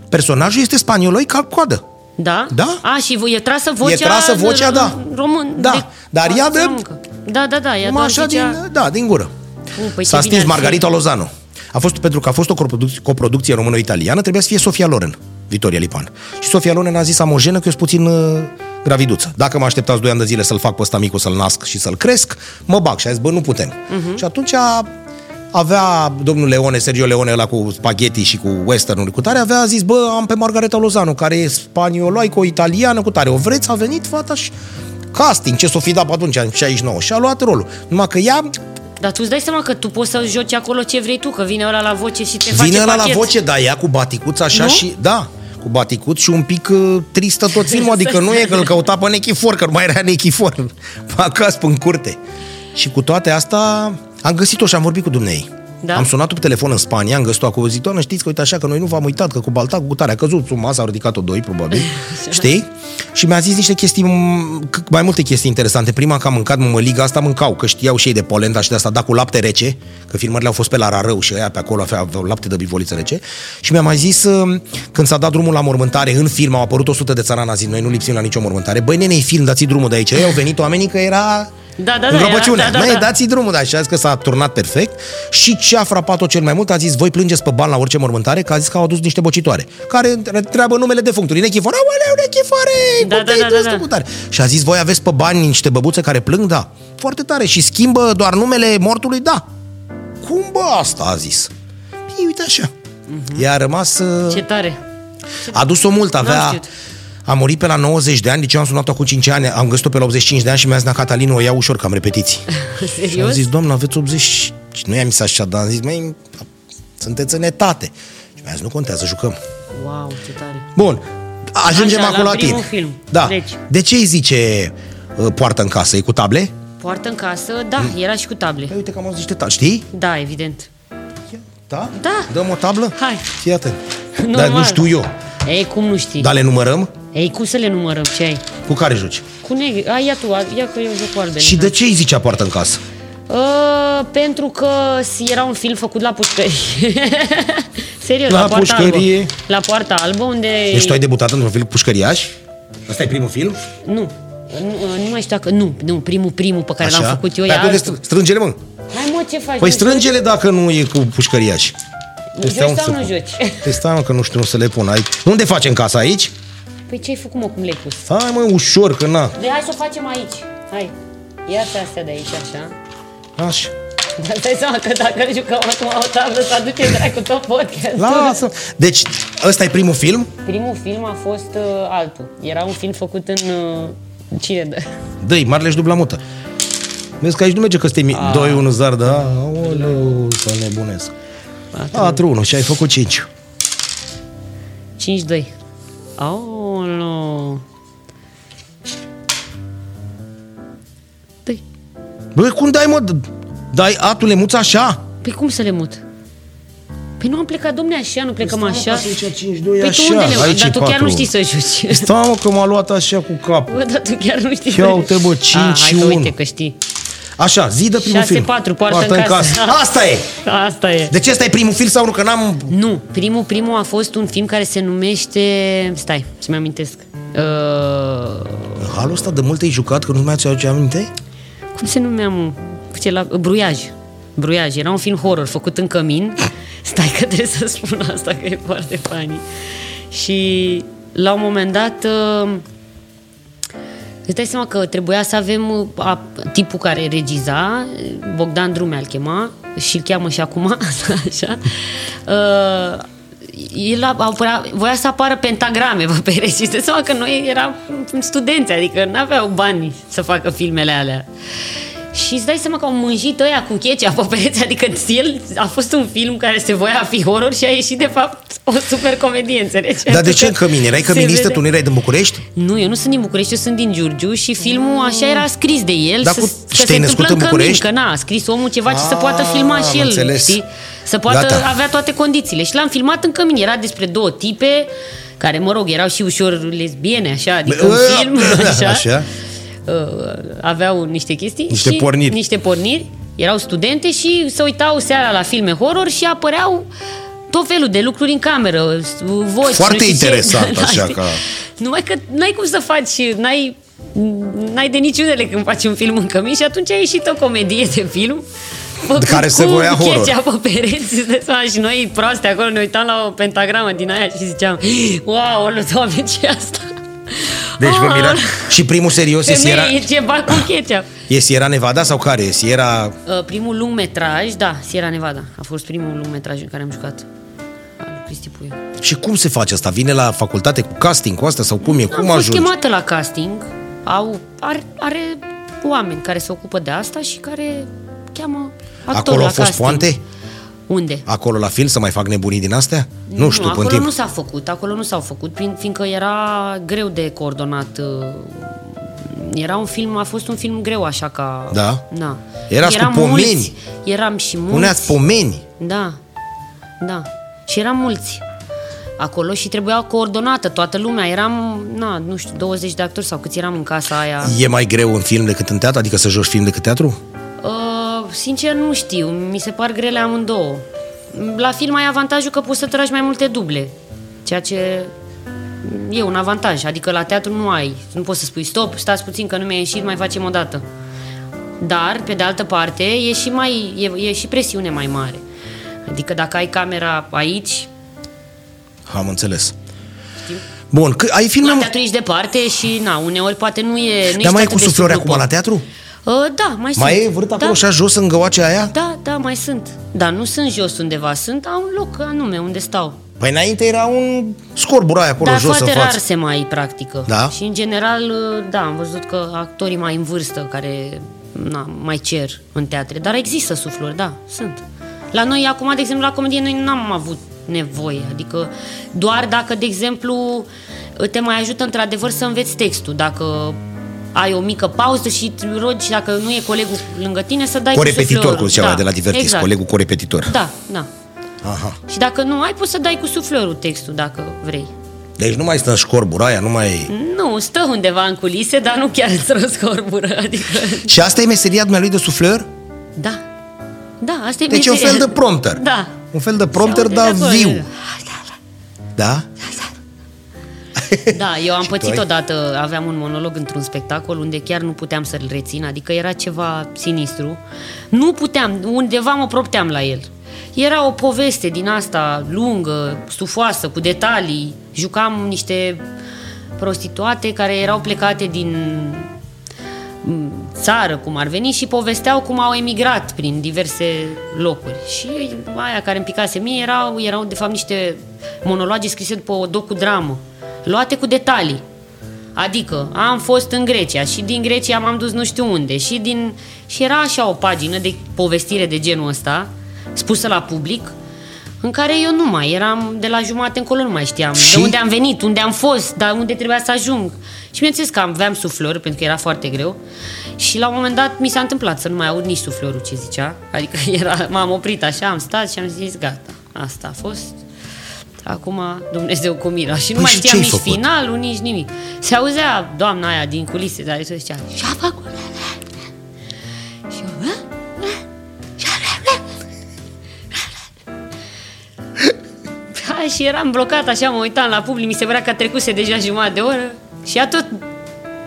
Speaker 1: Personajul este spanioloic al coadă.
Speaker 2: Da?
Speaker 1: Da.
Speaker 2: A, și vo- e trasă vocea...
Speaker 1: trasă vocea, da.
Speaker 2: Român.
Speaker 1: Da.
Speaker 2: de-
Speaker 1: Dar ea
Speaker 2: Asta
Speaker 1: avea-
Speaker 2: încă. Da, da, da. Ea
Speaker 1: Numai
Speaker 2: doar
Speaker 1: așa
Speaker 2: zicea...
Speaker 1: din, da, din gură.
Speaker 2: U, păi
Speaker 1: S-a
Speaker 2: ce bine
Speaker 1: stins
Speaker 2: ar fi.
Speaker 1: Margarita Lozano. A fost pentru că a fost o coproducție, coproducție română-italiană, trebuia să fie Sofia Loren, Vitoria Lipan. Și Sofia Loren a zis amogenă că eu sunt puțin uh, graviduță. Dacă mă așteptați 2 ani de zile să-l fac pe ăsta micu, să-l nasc și să-l cresc, mă bag și a zis, bă, nu putem.
Speaker 2: Mhm.
Speaker 1: Și atunci a- avea domnul Leone, Sergio Leone, ăla cu spaghetti și cu westernul cu tare, avea zis, bă, am pe Margareta Lozano, care e spanioloică, italiană cu tare. O vreți? A venit fata și casting, ce s-o fi dat pe atunci, în 69, și a luat rolul. Numai că ea
Speaker 2: Dar tu îți dai seama că tu poți să joci acolo ce vrei tu, că vine ăla la voce și te
Speaker 1: Vine
Speaker 2: face
Speaker 1: ăla la
Speaker 2: pachet.
Speaker 1: voce, da, ea cu baticuț așa
Speaker 2: Nu?
Speaker 1: și... Da, cu baticuț și un pic uh, tristă tot filmul, adică nu e că îl căuta pe Nechifor, că nu mai era Nechifor, pe [LAUGHS] acasă, în curte. Și cu toate astea am găsit-o și am vorbit cu dumnei.
Speaker 2: Da?
Speaker 1: Am sunat-o pe telefon în Spania, am găsit-o acolo, zic, doamnă, știți că uite așa, că noi nu v-am uitat, că cu baltacul cu tare a căzut suma, s-a ridicat-o doi,
Speaker 2: [LAUGHS]
Speaker 1: probabil, știi? Și mi-a zis niște chestii, m- c- mai multe chestii interesante. Prima că am mâncat mămăliga, asta mâncau, că știau și ei de polenta și de asta, da, cu lapte rece, că filmările au fost pe la Rarău și aia pe acolo aveau lapte de bivoliță rece. Și mi-a mai zis, uh, când s-a dat drumul la mormântare, în film au apărut 100 de țărani, a zis, noi nu lipsim la nicio mormântare. Băi, nene, e film, dați drumul de aici. Ei au venit oamenii că era
Speaker 2: Da, da,
Speaker 1: în
Speaker 2: da, era-
Speaker 1: răbăciune.
Speaker 2: da, da,
Speaker 1: Măi,
Speaker 2: da.
Speaker 1: dați-i drumul, da, și a zis că s-a turnat perfect. Și ce a frapat-o cel mai mult, a zis, voi plângeți pe bani la orice mormântare, că a zis că au adus niște bocitoare, care întreabă numele defunctului. Nechifore, aoleu, nechifore,
Speaker 2: Da,
Speaker 1: cum
Speaker 2: da,
Speaker 1: te-ai
Speaker 2: da,
Speaker 1: dus
Speaker 2: da,
Speaker 1: tu
Speaker 2: da.
Speaker 1: cu tare?" Și a zis, voi aveți pe bani niște băbuțe care plâng? Da. Foarte tare. Și schimbă doar numele mortului? Da. Cum bă asta, a zis. Păi, uite așa. Ea a rămas... uh,
Speaker 2: Mhm. Ce tare.
Speaker 1: a dus-o mult,
Speaker 2: N-am
Speaker 1: avea...
Speaker 2: știut.
Speaker 1: A murit pe la 90 de ani, deci eu am sunat-o cu 5 ani, am găsit-o pe la 85 de ani și mi-a zis, "Na, Catalina, o iau ușor, că am repetiții. Și am
Speaker 2: [LAUGHS] Serios?
Speaker 1: zis, doamnă, aveți 80... Și nu i-am zis așa, dar am zis, măi, sunteți în etate. Și mi-a zis, nu contează, jucăm.
Speaker 2: Wow, ce tare.
Speaker 1: Bun, ajungem
Speaker 2: Așa, la
Speaker 1: acolo la,
Speaker 2: primul
Speaker 1: tine.
Speaker 2: film.
Speaker 1: Da.
Speaker 2: Deci.
Speaker 1: De ce îi zice uh, poartă în casă? E cu table? Mm.
Speaker 2: Poartă în casă, da, era și cu table.
Speaker 1: Păi uite că am auzit niște table, știi?
Speaker 2: Da, evident.
Speaker 3: Da?
Speaker 2: Da.
Speaker 1: Dăm o tablă?
Speaker 2: Hai.
Speaker 1: Fii atent. Dar
Speaker 2: Normal.
Speaker 1: nu știu eu.
Speaker 2: Ei, cum nu știi?
Speaker 1: Dar le numărăm?
Speaker 2: Ei, cum să le numărăm ce ai?
Speaker 1: Cu care joci?
Speaker 2: Cu negri. A, ia tu, a- ia că eu joc cu albene.
Speaker 1: Și de ce îi zicea poartă în casă?
Speaker 2: Uh, pentru că s- era un film făcut la pușcărie. [LAUGHS] Serios,
Speaker 1: La
Speaker 2: la, poarta
Speaker 1: pușcărie.
Speaker 2: albă. La poarta albă, unde...
Speaker 1: Deci tu ai debutat într-un film pușcăriaș? Ăsta e primul film?
Speaker 2: Nu. Nu, nu mai știu dacă... Nu, nu, primul, primul pe care
Speaker 1: Așa.
Speaker 2: l-am făcut eu
Speaker 1: Păi
Speaker 2: e
Speaker 1: atunci
Speaker 2: altul.
Speaker 1: str- strângele, mă.
Speaker 2: Hai mă, ce faci?
Speaker 1: Păi
Speaker 2: Nu-
Speaker 1: strângele dacă nu e cu pușcăriaș.
Speaker 2: Joci
Speaker 1: Stai un
Speaker 2: sau nu
Speaker 1: secund.
Speaker 2: joci? [LAUGHS]
Speaker 1: Păi stai, mă, că nu știu nu să le pun. Ai... Unde facem casa aici?
Speaker 2: Păi ce ai făcut, mă, cum le-ai pus?
Speaker 1: Hai, mă, ușor, că na.
Speaker 2: De hai să o facem aici. Hai. Ia-ți astea de aici, așa.
Speaker 1: Așa.
Speaker 2: [LAUGHS] Dar dai seama că dacă jucăm acum o tablă, să aduce dracu tot podcastul.
Speaker 1: Lasă. Deci, ăsta e primul film?
Speaker 2: Primul film a fost uh, altul. Era un film făcut în... Uh, cine dă?
Speaker 1: Dă-i, marleș dubla mută. Vezi că aici nu merge că suntem 2-1 zar, da? Aoleu, să nebunesc. 4-1 și ai făcut 5.
Speaker 2: 5-2. Aolo. Păi,
Speaker 1: Băi, cum dai, mă? Dai atule muța așa?
Speaker 2: păi cum să le mut? Păi nu am plecat, domne, așa, nu plecăm așa. Păi
Speaker 1: așa.
Speaker 2: tu unde le
Speaker 1: Aici
Speaker 2: Dar
Speaker 1: e
Speaker 2: tu chiar
Speaker 1: patru.
Speaker 2: nu știi să joci. [LAUGHS]
Speaker 1: Stai, mă, că m-a luat așa cu cap.
Speaker 2: Bă, dar tu chiar nu știi
Speaker 1: Ia
Speaker 2: să-
Speaker 1: uite, bă,
Speaker 2: A,
Speaker 1: cinci și
Speaker 2: hai că
Speaker 1: unu.
Speaker 2: uite că știi.
Speaker 1: Așa, zi de primul film.
Speaker 2: 6-4, poartă în casă.
Speaker 1: Asta e!
Speaker 2: Asta e.
Speaker 1: Deci ăsta e primul film sau nu? Că n-am...
Speaker 2: Nu, primul, primul a fost un film care se numește... Stai, să-mi amintesc. Uh,
Speaker 1: În halul ăsta de mult ai jucat, că nu mai ați aduce aminte?
Speaker 2: cum se numea, mă? Ce la... uh, Bruiaj. Bruiaj. Era un film horror făcut în cămin. [LAUGHS] Stai că trebuie să spun asta, că e foarte funny. Și la un moment dat... Uh, îți dai seama că trebuia să avem uh, a, tipul care regiza, Bogdan Drumea îl chema, și îl cheamă și acum, [LAUGHS] așa. Uh, el a, apărea, voia să apară pentagrame bă, pe rece. Îți dai seama că noi eram studenți, adică nu aveau bani să facă filmele alea. Și îți dai seama că au mânjit ăia cu checea pe pereți, adică el a fost un film care se voia a fi horror și a ieșit de fapt o super comedie, înțelegi?
Speaker 1: Dar de ce
Speaker 2: Adică
Speaker 1: în cămin? Erai
Speaker 2: se
Speaker 1: căministă,
Speaker 2: vede-
Speaker 1: tu nu erai din București?
Speaker 2: nu, eu nu sunt din București, eu sunt din Giurgiu și filmul așa era scris de el.
Speaker 1: Dar
Speaker 2: să-
Speaker 1: cu-
Speaker 2: că
Speaker 1: și
Speaker 2: se
Speaker 1: te-ai
Speaker 2: întâmplă
Speaker 1: născut în
Speaker 2: cămin,
Speaker 1: București?
Speaker 2: Că na, a scris omul ceva ce să
Speaker 1: Ah,
Speaker 2: poată filma
Speaker 1: am
Speaker 2: și el,
Speaker 1: înțeles.
Speaker 2: știi? Să poată
Speaker 1: Gata.
Speaker 2: avea toate condițiile. Și l-am filmat în cămin. Era despre două tipe care, mă rog, erau și ușor lesbiene, așa, adică în
Speaker 1: Bă, [LAUGHS]
Speaker 2: film, așa.
Speaker 1: Așa.
Speaker 2: Uh, aveau niște chestii.
Speaker 1: Niște
Speaker 2: și
Speaker 1: porniri.
Speaker 2: Niște porniri. Erau studente și se uitau seara la filme horror și apăreau tot felul de lucruri în cameră, s- voci.
Speaker 1: Foarte
Speaker 2: nu știu ce.
Speaker 1: interesant,
Speaker 2: [LAUGHS]
Speaker 1: așa
Speaker 2: știi?
Speaker 1: ca-
Speaker 2: Numai că n-ai cum să faci, n-ai, n-ai de niciunele când faci un film în cămin și atunci a ieșit o comedie de film făcut
Speaker 1: Care se
Speaker 2: cu
Speaker 1: voia horror.
Speaker 2: checea pe pereți [LAUGHS] îți dai seama, și noi proaste acolo ne uitam la o pentagramă din aia și ziceam Wow, olu, doamne, ce e asta?
Speaker 1: Deci vă
Speaker 2: Ah,
Speaker 1: mirați. Și primul serios e
Speaker 2: Femeie,
Speaker 1: Sierra,
Speaker 2: e ceva
Speaker 1: [COUGHS]
Speaker 2: cu ketchup.
Speaker 1: e Sierra Nevada sau care? e? Sierra...
Speaker 2: Uh, primul lung metraj, da, Sierra Nevada. A fost primul lung metraj în care am jucat. Al lui Cristi Puiu.
Speaker 1: Și cum se face asta? Vine la facultate cu casting, cu asta sau cum e?
Speaker 2: Am
Speaker 1: Cum
Speaker 2: fost
Speaker 1: ajungi?
Speaker 2: chemată la casting. Au, are, are oameni care se ocupă de asta și care cheamă actor
Speaker 1: Acolo
Speaker 2: la
Speaker 1: au fost
Speaker 2: casting.
Speaker 1: poante?
Speaker 2: Unde?
Speaker 1: Acolo la film să mai fac nebunii din astea? Nu, știu,
Speaker 2: acolo
Speaker 1: în timp.
Speaker 2: nu s-a făcut, acolo nu s-au făcut, prin, fiindcă era greu de coordonat. uh, Era un film, a fost un film greu așa ca...
Speaker 1: Da?
Speaker 2: Da.
Speaker 1: Erați cu
Speaker 2: Eram
Speaker 1: pomeni.
Speaker 2: mulți, eram și mulți.
Speaker 1: Puneați pomeni.
Speaker 2: Da, da. Și eram mulți acolo și trebuia coordonată toată lumea. Eram, na, nu știu, 20 de actori sau câți eram în casa aia.
Speaker 1: E mai greu în film decât în teatru? Adică să joci film decât teatru?
Speaker 2: Uh, sincer, nu știu. Mi se par grele amândouă. La film ai avantajul că poți să tragi mai multe duble, ceea ce e un avantaj. Adică la teatru nu ai. Nu poți să spui stop, stați puțin că nu mi-a ieșit, mai facem o dată. Dar, pe de altă parte, e și, mai, e, e și presiune mai mare. Adică dacă ai camera aici,
Speaker 1: Am înțeles. Bun, că ai film...
Speaker 2: La
Speaker 1: La...
Speaker 2: teatru ești departe și, na, uneori poate nu e... Nu
Speaker 1: Dar mai e
Speaker 2: ești
Speaker 1: cu suflări acum la teatru?
Speaker 2: Uh, da, mai,
Speaker 1: Mai
Speaker 2: sunt.
Speaker 1: e vârt acolo
Speaker 2: da,
Speaker 1: și jos în găoacea aia?
Speaker 2: Da, da, mai sunt. Dar nu sunt jos undeva, sunt au un loc anume unde stau.
Speaker 1: Păi înainte era un scorburai acolo
Speaker 2: Dar
Speaker 1: jos în
Speaker 2: Da, foarte rar
Speaker 1: față.
Speaker 2: se mai practică.
Speaker 1: Da?
Speaker 2: Și în general, uh, da, am văzut că actorii mai în vârstă care na, mai cer în teatre, dar există sufluri, da, sunt. La noi, acum, de exemplu, la comedie, noi n-am avut nevoie, adică doar dacă, de exemplu, te mai ajută într-adevăr să înveți textul, dacă ai o mică pauză și te rogi, dacă nu e colegul lângă tine, să dai
Speaker 1: Corepetitor,
Speaker 2: cu
Speaker 1: cum
Speaker 2: suflorul.
Speaker 1: zicea da,
Speaker 2: da,
Speaker 1: de la Divertis,
Speaker 2: exact.
Speaker 1: colegul corepetitor.
Speaker 2: Da, da.
Speaker 1: Aha.
Speaker 2: Și dacă nu ai, poți să dai cu suflorul textul, dacă vrei.
Speaker 1: Deci nu mai stă în școrbura aia, nu mai...
Speaker 2: Nu, stă undeva în culise, dar nu chiar într-o scorbură. Adică,
Speaker 1: Și asta e meseria dumneavoastră de sufleur?
Speaker 2: da. Da, asta e
Speaker 1: Deci e un fel
Speaker 2: meseria.
Speaker 1: de prompter.
Speaker 2: Da.
Speaker 1: Un fel de prompter,
Speaker 2: Se aude
Speaker 1: dar
Speaker 2: de acolo.
Speaker 1: viu. Da? [LAUGHS]
Speaker 2: Da, eu am pățit
Speaker 1: tu ai?
Speaker 2: odată, aveam un monolog într-un spectacol unde chiar nu puteam să-l rețin, adică era ceva sinistru. Nu puteam, undeva mă propteam la el. Era o poveste din asta lungă, stufoasă, cu detalii. Jucam niște prostituate care erau plecate din m, țară, cum ar veni, și povesteau cum au emigrat prin diverse locuri. Și aia care îmi picase mie erau, erau de fapt niște monologe scrise după o docudramă, luate cu detalii. Adică am fost în Grecia și din Grecia m-am dus nu știu unde și din... Și era așa o pagină de povestire de genul ăsta, spusă la public, în care eu nu mai eram de la jumate încolo, nu mai știam
Speaker 1: Și?
Speaker 2: de unde am venit, unde am fost, dar unde trebuia să ajung. Și bineînțeles că aveam suflor, pentru că era foarte greu. Și la un moment dat mi s-a întâmplat să nu mai aud nici suflorul ce zicea. Adică [LAUGHS] era, m-am oprit așa, am stat și am zis, gata, asta a fost. Acum Dumnezeu cu mila. Și nu
Speaker 1: Păi
Speaker 2: mai
Speaker 1: și
Speaker 2: știam
Speaker 1: ce-ai
Speaker 2: nici
Speaker 1: făcut?
Speaker 2: finalul, nici nimic. Se auzea doamna aia din culise, dar se zicea, și-a făcut Și eu, "Hă? Da, și eram blocat așa, mă uitam la public, mi se părea că trecuse deja jumătate de oră și ea tot,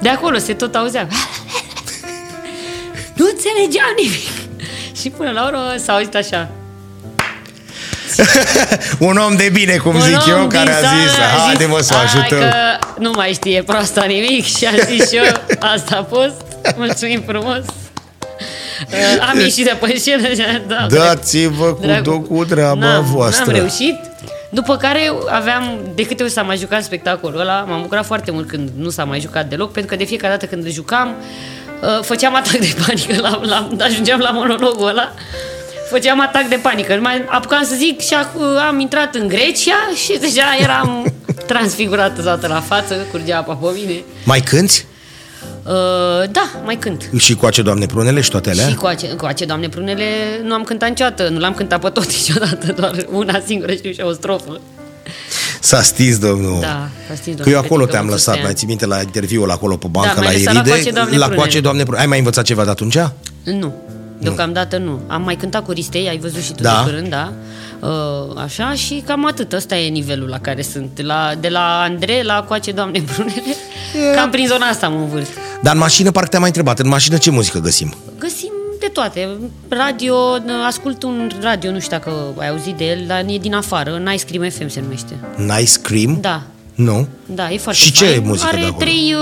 Speaker 2: de acolo se tot auzea. [LAUGHS] nu înțelegeam nimic. și până la urmă s-a auzit așa.
Speaker 1: Un om de bine, cum
Speaker 2: Un
Speaker 1: zic
Speaker 2: om
Speaker 1: eu,
Speaker 2: din
Speaker 1: care a
Speaker 2: țară
Speaker 1: zis, haide mă să o
Speaker 2: "Hai
Speaker 1: ajutăm.
Speaker 2: Că nu mai știe proasta nimic și a
Speaker 1: [LAUGHS]
Speaker 2: zis și eu, asta a fost, mulțumim frumos. Uh, Am ieșit de pe scenă și am- da,
Speaker 1: Dați-vă cu
Speaker 2: Dragul-
Speaker 1: doc cu treaba
Speaker 2: n-am,
Speaker 1: voastră.
Speaker 2: N-am reușit. După care aveam, de câte ori s-a mai jucat spectacolul ăla, m-am bucurat foarte mult când nu s-a mai jucat deloc, pentru că de fiecare dată când jucam, uh, făceam atac de panică, la, la, ajungeam la monologul ăla, făceam atac de panică. Nu Mai apucam să zic și ac- am intrat în Grecia și deja
Speaker 1: [LAUGHS]
Speaker 2: eram transfigurată toată la față, curgea apa pe mine.
Speaker 1: Mai cânti?
Speaker 2: Uh, da, mai cânt.
Speaker 1: Și coace, doamne, prunele și toate alea?
Speaker 2: Și cu, ace- cu ace, doamne prunele, nu am cântat niciodată, nu l-am cântat pe tot [LAUGHS] niciodată, doar una singură știu și o strofă.
Speaker 1: S-a stins, domnul.
Speaker 2: Da, Răstin,
Speaker 1: Oh. Că
Speaker 2: doamne,
Speaker 1: eu acolo
Speaker 2: pentru că
Speaker 1: te-am
Speaker 2: mă
Speaker 1: lăsat, mai
Speaker 2: susținea.
Speaker 1: ții minte la interviul acolo pe bancă
Speaker 2: Da, m-ai
Speaker 1: la
Speaker 2: lăsat
Speaker 1: Eride?
Speaker 2: la coace, Doamne,
Speaker 1: la
Speaker 2: prunele.
Speaker 1: coace, doamne, prunele. Ai mai învățat ceva de atunci?
Speaker 2: Nu, deocamdată nu. Am mai cântat cu Ristei, ai văzut și tu
Speaker 1: Da.
Speaker 2: de curând, da? Uh, așa și cam atât, ăsta e nivelul la care sunt. La, de la Andrei la coace, doamne [LAUGHS] prunele, cam prin zona asta mă învârt.
Speaker 1: Dar în mașină, parcă te-am mai întrebat, în mașină ce muzică găsim?
Speaker 2: Găsim de toate. Radio, ascult un radio, nu știu dacă ai auzit de el, dar e din afară, Nice Cream FM se numește.
Speaker 1: Nice Cream?
Speaker 2: Da,
Speaker 1: Nu?
Speaker 2: Da, e foarte
Speaker 1: Și ce
Speaker 2: fain.
Speaker 1: muzică
Speaker 2: Are
Speaker 1: de acolo?
Speaker 2: Trei,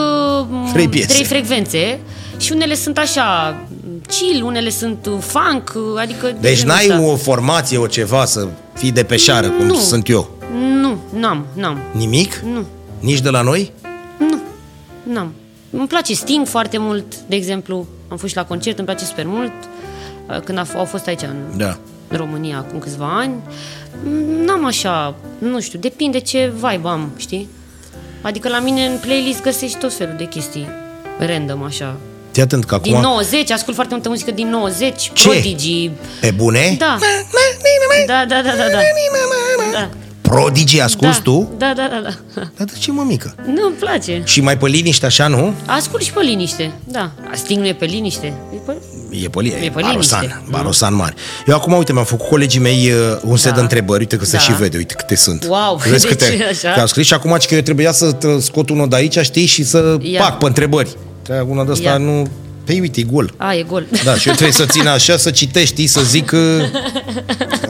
Speaker 2: uh,
Speaker 1: Trei piese.
Speaker 2: trei frecvențe și unele sunt așa chill, unele sunt uh, funk, uh, adică... de
Speaker 1: Deci
Speaker 2: genul
Speaker 1: n-ai
Speaker 2: ăsta.
Speaker 1: o formație, o ceva să fii de pe șară, cum
Speaker 2: Nu.
Speaker 1: sunt eu.
Speaker 2: Nu, n-am, n-am,
Speaker 1: Nimic?
Speaker 2: Nu.
Speaker 1: Nici de la noi?
Speaker 2: n-am. Îmi place Sting foarte mult, de exemplu. Am fost și la concert, îmi place super mult. uh, Când a f- au fost aici în
Speaker 1: Da.
Speaker 2: în România acum câțiva ani, Mm, n-am așa, nu știu, depinde ce vibe am, știi? Adică la mine în playlist găsești tot felul de chestii random, așa,
Speaker 1: Fii atent că acum...
Speaker 2: Din 90, ascult foarte multă muzică din 90,
Speaker 1: Ce?
Speaker 2: Prodigy.
Speaker 1: Pe bune?
Speaker 2: Da. Da, da, da, da, da. Da.
Speaker 1: Prodigy asculti
Speaker 2: da.
Speaker 1: tu?
Speaker 2: Da, da, da, da. [LAUGHS]
Speaker 1: Dar de ce, mă, mică?
Speaker 2: Nu, îmi place.
Speaker 1: Și mai pe liniște așa, nu?
Speaker 2: Ascult și pe liniște, da. Sting nu e pe liniște. E pe...
Speaker 1: E pe, e
Speaker 2: E pe
Speaker 1: barosan,
Speaker 2: liniște.
Speaker 1: barosan mare. Eu acum, uite, mi-am făcut colegii mei uh, un set
Speaker 2: Da.
Speaker 1: de întrebări, uite că se
Speaker 2: Da.
Speaker 1: și vede, uite câte sunt.
Speaker 2: Wow,
Speaker 1: Vezi
Speaker 2: deci
Speaker 1: câte,
Speaker 2: așa.
Speaker 1: Că am scris și acum și că eu trebuia să tă- scot unul de aici, știi, și să
Speaker 2: Ia.
Speaker 1: pac pe întrebări. Că una de asta
Speaker 2: Ia.
Speaker 1: nu... Păi uite, e gol.
Speaker 2: A, e gol.
Speaker 1: Da, și eu trebuie să țin așa, să citești, știi, să zic... Uh...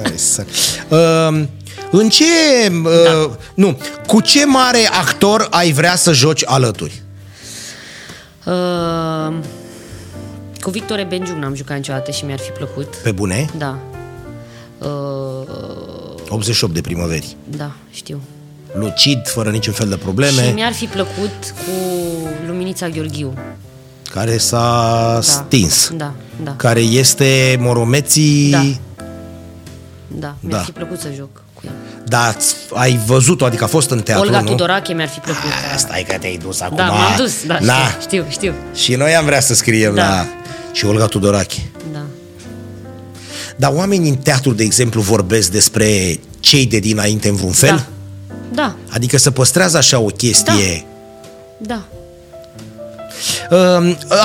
Speaker 1: Hai să- Uh, în ce... Uh, da. Nu, cu ce mare actor ai vrea să joci alături?
Speaker 2: [LAUGHS] Uh, cu Victor Benjiu n-am jucat niciodată și mi-ar fi plăcut.
Speaker 1: Pe bune?
Speaker 2: Da. Uh,
Speaker 1: 88 de primăveri.
Speaker 2: da, știu.
Speaker 1: Lucid, fără niciun fel de
Speaker 2: Și
Speaker 1: probleme,
Speaker 2: mi-ar fi plăcut cu Luminița Gheorghiu.
Speaker 1: care s-a
Speaker 2: Da.
Speaker 1: stins.
Speaker 2: Da, da.
Speaker 1: Care este moromeții...
Speaker 2: Da. Da,
Speaker 1: Da.
Speaker 2: mi-ar fi plăcut să joc cu el.
Speaker 1: Dar da, ați- ai văzut-o, adică a fost în teatru,
Speaker 2: Olga
Speaker 1: nu?
Speaker 2: Tudorache mi-ar fi plăcut.
Speaker 1: Ah, Stai că te-ai dus acum.
Speaker 2: Da, m-am dus, da,
Speaker 1: Na,
Speaker 2: știu, știu, știu,
Speaker 1: Și noi am vrea să scriem
Speaker 2: Da.
Speaker 1: la... Și Olga Tudorache.
Speaker 2: da.
Speaker 1: Dar oamenii în teatru, de exemplu, vorbesc despre cei de dinainte în vreun fel?
Speaker 2: Da. Da,
Speaker 1: Adică să păstrează așa o chestie. Da.
Speaker 2: da.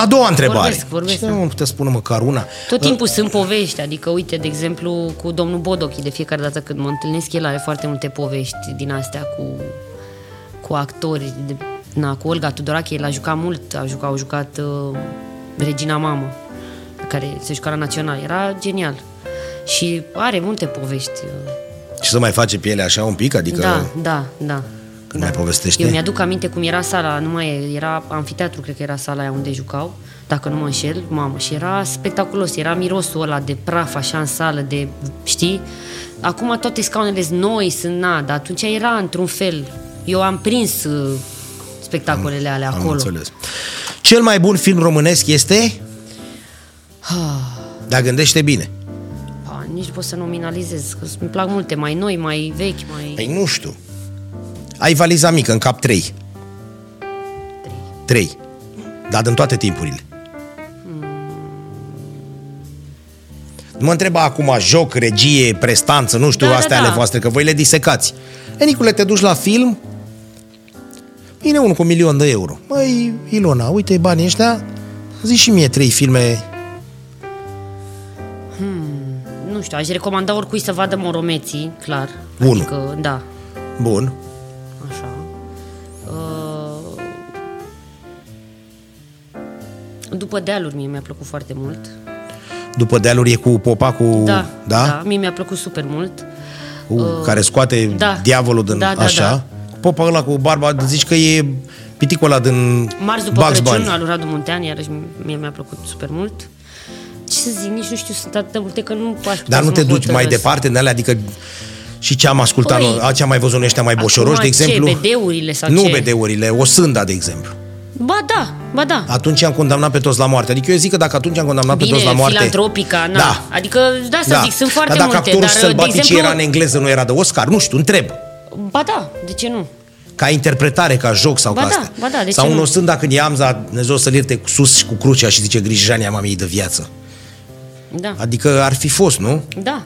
Speaker 1: A doua întrebare.
Speaker 2: Vorbesc, vorbesc,
Speaker 1: Cine
Speaker 2: da.
Speaker 1: mă putea spune măcar una?
Speaker 2: Tot timpul sunt povești, adică uite, de exemplu, cu domnul Bodochi, de fiecare dată când mă întâlnesc, el are foarte multe povești din astea cu, cu actori. De, na, cu Olga Tudorache, el a jucat mult, a jucat, au jucat uh, Regina Mamă, care se juca la Național, era genial. Și are multe povești. uh,
Speaker 1: Și să mai face pielea așa un pic? Adică...
Speaker 2: Da, da, da.
Speaker 1: Când
Speaker 2: da.
Speaker 1: mai povestește?
Speaker 2: Eu mi-aduc aminte cum era sala, nu mai e, era amfiteatru, cred că era sala aia unde jucau, dacă nu mă înșel, mamă, și era spectaculos, era mirosul ăla de praf așa în sală, de, știi? Acum toate scaunele sunt noi, sunt na, dar atunci era într-un fel, eu am prins uh, spectacolele alea
Speaker 1: Am
Speaker 2: acolo.
Speaker 1: înțeles. Cel mai bun film românesc este... Dar gândește bine.
Speaker 2: Pa, nici nu pot să nominalizez, că îmi plac multe, mai noi, mai vechi, mai...
Speaker 1: Păi nu știu. Ai valiza mică în cap 3.
Speaker 2: Trei.
Speaker 1: 3. Dar Da, din toate timpurile. Nu mă întreba acum joc, regie, prestanță, nu știu,
Speaker 2: Da, da,
Speaker 1: astea
Speaker 2: da.
Speaker 1: ale voastre, că voi le disecați. E, Nicule, te duci la film, vine unul cu un milion de euro. Măi, Ilona, uite banii ăștia, zi și mie trei filme
Speaker 2: Nu știu, aș recomanda oricui să vadă Moromeții, clar.
Speaker 1: Păi- Unu.
Speaker 2: Adică, da,
Speaker 1: bun.
Speaker 2: Așa. Uh, După dealuri mie mi-a plăcut foarte mult.
Speaker 1: După dealuri e cu popa, cu...
Speaker 2: Da,
Speaker 1: Uh, da?
Speaker 2: da mie mi-a plăcut super mult.
Speaker 1: cu, care scoate da,
Speaker 2: da.
Speaker 1: diavolul din
Speaker 2: Da, da,
Speaker 1: așa.
Speaker 2: da.
Speaker 1: Popa ăla cu barba, zici că e piticul ăla din
Speaker 2: Marți după
Speaker 1: Bugs
Speaker 2: Crăciun
Speaker 1: Bunny.
Speaker 2: al lui Radu Muntean, iarăși mie mi-a plăcut super mult. Ce să zic, nici nu știu, sunt atât de multe că nu aș putea
Speaker 1: Dar nu
Speaker 2: să
Speaker 1: te
Speaker 2: mă
Speaker 1: duci mai
Speaker 2: hotărăsc.
Speaker 1: departe în alea, adică și ce am ascultat,
Speaker 2: Păi-
Speaker 1: noi, ce am mai văzut noi ăștia mai boșoroși, de
Speaker 2: Acum,
Speaker 1: exemplu.
Speaker 2: Ce, BD-urile sau
Speaker 1: nu
Speaker 2: ce?
Speaker 1: BD-urile, o sânda, de exemplu.
Speaker 2: Ba da, ba da.
Speaker 1: Atunci am condamnat pe toți la moarte. Adică eu zic că dacă atunci am condamnat pe
Speaker 2: Bine,
Speaker 1: toți la moarte...
Speaker 2: filantropica, na.
Speaker 1: Da.
Speaker 2: Adică, da, să zic, sunt foarte
Speaker 1: dar dacă
Speaker 2: multe.
Speaker 1: actorul
Speaker 2: dar,
Speaker 1: sălbatic
Speaker 2: de exemplu,
Speaker 1: era în engleză, nu era de Oscar? Nu știu, întreb.
Speaker 2: Ba da, de ce nu?
Speaker 1: ca interpretare, ca joc sau
Speaker 2: Ba
Speaker 1: ca
Speaker 2: da,
Speaker 1: asta.
Speaker 2: ba da, de
Speaker 1: sau
Speaker 2: ce
Speaker 1: un
Speaker 2: nu?
Speaker 1: ostând dacă e Amza, Dumnezeu să-l ierte cu sus și cu crucea și zice grijania mamei de viață.
Speaker 2: Da.
Speaker 1: Adică ar fi fost, nu?
Speaker 2: Da.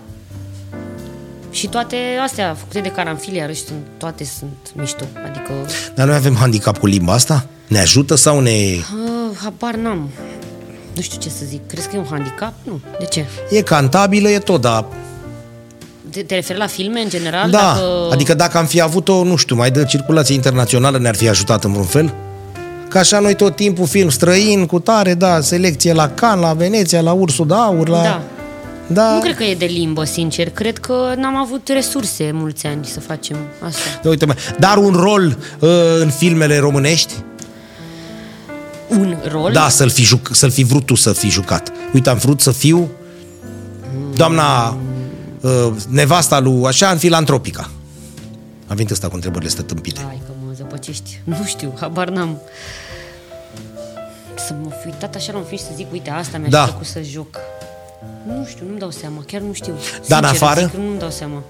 Speaker 2: Și toate astea făcute de caranfil, iarăși, sunt, toate sunt mișto. Adică,
Speaker 1: Dar noi avem handicap cu limba asta? Ne ajută sau ne...
Speaker 2: uh, habar n-am. Nu știu ce să zic. Crezi că e un handicap? Nu. De ce?
Speaker 1: E cantabilă, e tot, dar...
Speaker 2: Te, te referi la filme, în general?
Speaker 1: da,
Speaker 2: Dacă...
Speaker 1: adică dacă am fi avut-o, nu știu, mai de circulație internațională ne-ar fi ajutat în vreun fel? Ca așa noi tot timpul film străin, cu tare, da, selecție la Can, la Veneția, la Ursul de Aur, la...
Speaker 2: Da.
Speaker 1: da.
Speaker 2: Nu cred că e de limbă, sincer. Cred că n-am avut resurse mulți ani să facem asta.
Speaker 1: Da, Uite, mă, dar un rol uh, în filmele românești?
Speaker 2: Un rol?
Speaker 1: Da, să-l fi, juc- să-l fi vrut tu să fi jucat. Uite, am vrut să fiu doamna uh, nevasta lui așa în filantropica. Am venit ăsta cu întrebările astea tâmpite.
Speaker 2: Hai că mă zăpăcești. Nu știu, habar n-am. Să mă fi uitat așa la un film și să zic, uite, asta mi-aș
Speaker 1: Da.
Speaker 2: da. plăcut să joc. Nu știu, nu-mi dau seama, chiar nu știu. Sincer,
Speaker 1: Da, în afară?
Speaker 2: Zic, nu-mi dau seama.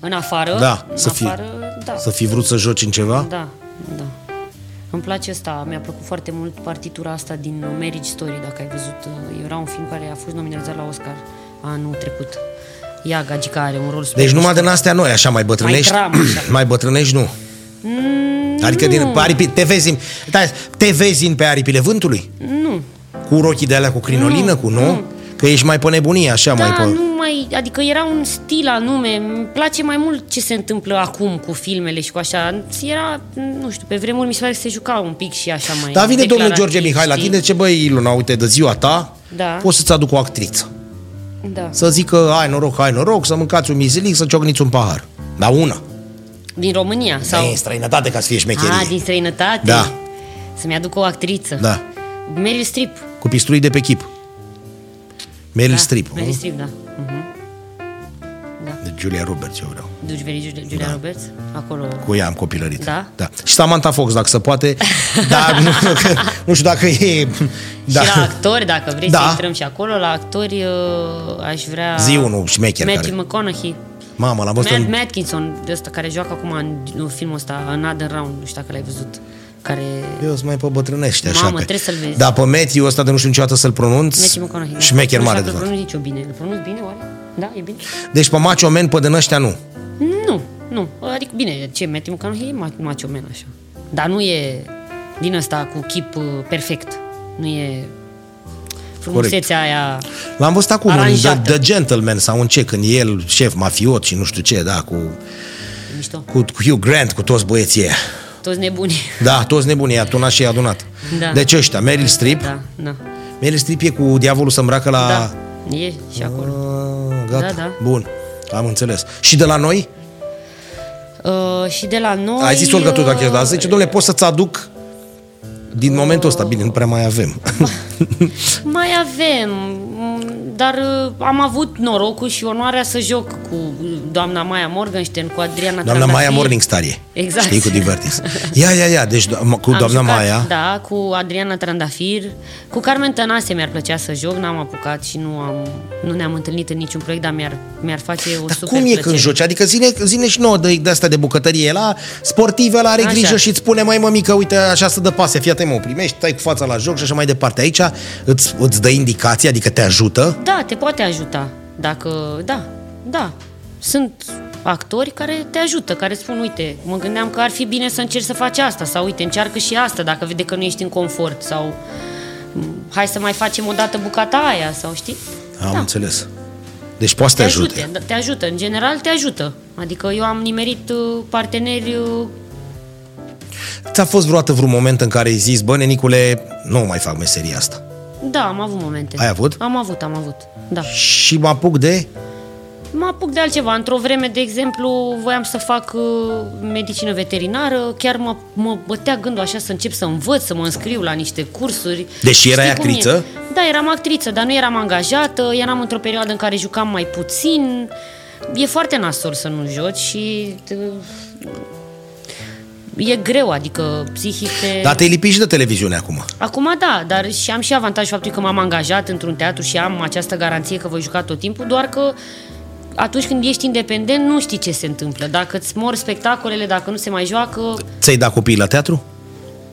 Speaker 2: În afară?
Speaker 1: Da,
Speaker 2: în
Speaker 1: să fie-
Speaker 2: afară, da.
Speaker 1: Să fi vrut să joci în ceva?
Speaker 2: Da, da. Îmi place asta, mi-a plăcut foarte mult partitura asta din uh, Marriage Story, dacă ai văzut. Uh, Era un film care a fost nominalizat la Oscar anul trecut. Ia, Gagica are un rol super
Speaker 1: Deci numai din astea noi, așa mai bătrânești.
Speaker 2: Mai dramă, așa. Mm.
Speaker 1: mai bătrânești, nu. Adică din, pe aripi, te vezi, în- da, te vezi în pe aripile vântului? Nu. Cu rochii de alea cu crinolină, cu nu? Că ești mai pe nebunie, așa mai
Speaker 2: Da,
Speaker 1: pe...
Speaker 2: nu mai, adică era un stil anume, îmi place mai mult ce se întâmplă acum cu filmele și cu așa. Era, nu știu, pe vremuri mi se pare că se juca un pic și așa mai
Speaker 1: Dar Da, vine domnul
Speaker 2: declarativ,
Speaker 1: George Mihai la
Speaker 2: știi?
Speaker 1: tine, ce băi, Ilona, uite, de ziua ta,
Speaker 2: Da.
Speaker 1: poți să-ți aduc o actriță.
Speaker 2: Da.
Speaker 1: Să zică, ai noroc, ai noroc, să mâncați un mizilic, să ciocniți un pahar. Dar una.
Speaker 2: Din România sau...
Speaker 1: Sau... E în străinătate ca să fie șmecherie.
Speaker 2: A, din străinătate?
Speaker 1: Da.
Speaker 2: Să-mi aduc o actriță.
Speaker 1: Da.
Speaker 2: Meryl Streep.
Speaker 1: Cu pistui de pe chip. Meryl
Speaker 2: Da,
Speaker 1: Streep.
Speaker 2: Meryl
Speaker 1: nu?
Speaker 2: Streep, da. Mhm. Da.
Speaker 1: De Julia Roberts, eu vreau.
Speaker 2: Duci veri Giulia- Giulia
Speaker 1: Da.
Speaker 2: Roberts? Acolo.
Speaker 1: Cu ea am copilărit.
Speaker 2: Da?
Speaker 1: da. Și Samantha Fox, dacă se
Speaker 2: [LAUGHS]
Speaker 1: poate. Dar nu, nu știu dacă e... Da.
Speaker 2: Și la actori, dacă vrei
Speaker 1: Da.
Speaker 2: să intrăm și acolo, la actori uh, aș vrea...
Speaker 1: Zi unul șmecher
Speaker 2: Matthew
Speaker 1: care-
Speaker 2: McConaughey.
Speaker 1: Mamă, l-am văzut
Speaker 2: Mad
Speaker 1: în...
Speaker 2: Matkinson, de ăsta care joacă acum în, în filmul ăsta, în Another Round, nu știu dacă l-ai văzut. care...
Speaker 1: Eu sunt mai pe bătrânește, așa
Speaker 2: Mamă,
Speaker 1: că...
Speaker 2: trebuie să-l vezi.
Speaker 1: Da, pe Matthew ăsta de nu știu niciodată să-l pronunț.
Speaker 2: Matthew McConaughey. da.
Speaker 1: Șmecher
Speaker 2: Nu știu
Speaker 1: mare
Speaker 2: dacă
Speaker 1: de
Speaker 2: îl
Speaker 1: tot.
Speaker 2: pronunț nicio bine. Îl pronunț bine, oare? Da, e bine?
Speaker 1: Deci pe Macho Man, pe din ăștia nu.
Speaker 2: Nu, nu. Adică, bine, ce Matthew McConaughey e ma- macho man, așa. Dar nu e din ăsta cu chip uh, perfect. Nu e frumusețea aia...
Speaker 1: L-am văzut acum, un the,
Speaker 2: Aranjată.
Speaker 1: the, Gentleman sau un ce, când e el șef mafiot și nu știu ce, da, cu,
Speaker 2: e Mișto.
Speaker 1: cu, cu Hugh Grant, cu toți băieții ăia.
Speaker 2: Toți
Speaker 1: [LAUGHS]
Speaker 2: nebuni.
Speaker 1: Da, toți nebunii, i-a tunat și i-a adunat.
Speaker 2: Da.
Speaker 1: Deci ăștia, Meryl Streep.
Speaker 2: Da, da.
Speaker 1: Meryl Streep e cu diavolul să îmbracă la...
Speaker 2: Da, e și acolo.
Speaker 1: Ah, gata,
Speaker 2: Da, da.
Speaker 1: bun, am înțeles. Și de la noi?
Speaker 2: Uh, și de la noi...
Speaker 1: Ai zis-o că tu, dacă ești,
Speaker 2: uh,
Speaker 1: dar zice, domnule, poți să-ți aduc din momentul ăsta, bine, nu prea mai
Speaker 2: [LAUGHS]
Speaker 1: avem.
Speaker 2: Mai avem, m, dar uh, am avut norocul și onoarea să joc cu uh, doamna Maia Morgenstern, cu Adriana
Speaker 1: Doamna
Speaker 2: Trandafir.
Speaker 1: Maia Morningstar e.
Speaker 2: Exact.
Speaker 1: Știi, cu Divertis. Ia, ia, ia,
Speaker 2: [LAUGHS]
Speaker 1: deci do- cu
Speaker 2: Am
Speaker 1: doamna
Speaker 2: jucat,
Speaker 1: Maia.
Speaker 2: Da, cu Adriana Trandafir, cu Carmen Tănase mi-ar plăcea să joc, n-am apucat și nu, am, nu ne-am întâlnit în niciun proiect, dar mi-ar, mi-ar face o
Speaker 1: Dar
Speaker 2: super
Speaker 1: cum e
Speaker 2: plăcere.
Speaker 1: când joci? Adică zine, zine și nouă de, de asta de bucătărie la sportive, la are
Speaker 2: Așa.
Speaker 1: grijă și îți spune, mai mămică, uite, așa să dă pase, fii atent, mă, o primești, tai cu fața la joc și așa mai departe. Aici îți, îți dă indicații, adică te ajută.
Speaker 2: Da, te poate ajuta. Dacă, da, da. Sunt actori care te ajută, care spun, uite, mă gândeam că ar fi bine să încerci să faci asta sau uite, încearcă și asta dacă vede că nu ești în confort sau "M, hai să mai facem o dată bucata aia sau știi?
Speaker 1: Am
Speaker 2: da,
Speaker 1: înțeles. Deci poate să te ajute.
Speaker 2: da, te ajută, în general te ajută. Adică eu am nimerit uh, parteneri uh,
Speaker 1: Ți-a fost vreodată vreun moment în care ai zis, bă, Nenicule, nu mai fac meseria asta.
Speaker 2: da, am avut momente.
Speaker 1: Ai avut?
Speaker 2: Am avut, am avut. Da.
Speaker 1: Și mă apuc de...
Speaker 2: Mă apuc de altceva. Într-o vreme, de exemplu, voiam să fac uh, medicină veterinară, chiar mă, mă bătea gândul așa să încep să învăț, să mă înscriu la niște cursuri.
Speaker 1: Deși
Speaker 2: Știi
Speaker 1: erai
Speaker 2: cum e?
Speaker 1: Deci actriță?
Speaker 2: Da, eram actriță, dar nu eram angajată, eram într-o perioadă în care jucam mai puțin. E foarte nasol să nu joci și... uh, E greu, adică psihic te...
Speaker 1: Dar te-ai lipit și de televiziune acum.
Speaker 2: Acum da, dar și am și avantajul faptului că m-am angajat într-un teatru și am această garanție că voi juca tot timpul, doar că atunci când ești independent nu știi ce se întâmplă. Dacă îți mor spectacolele, dacă nu se mai joacă,
Speaker 1: Ți-ai dat copiii la teatru?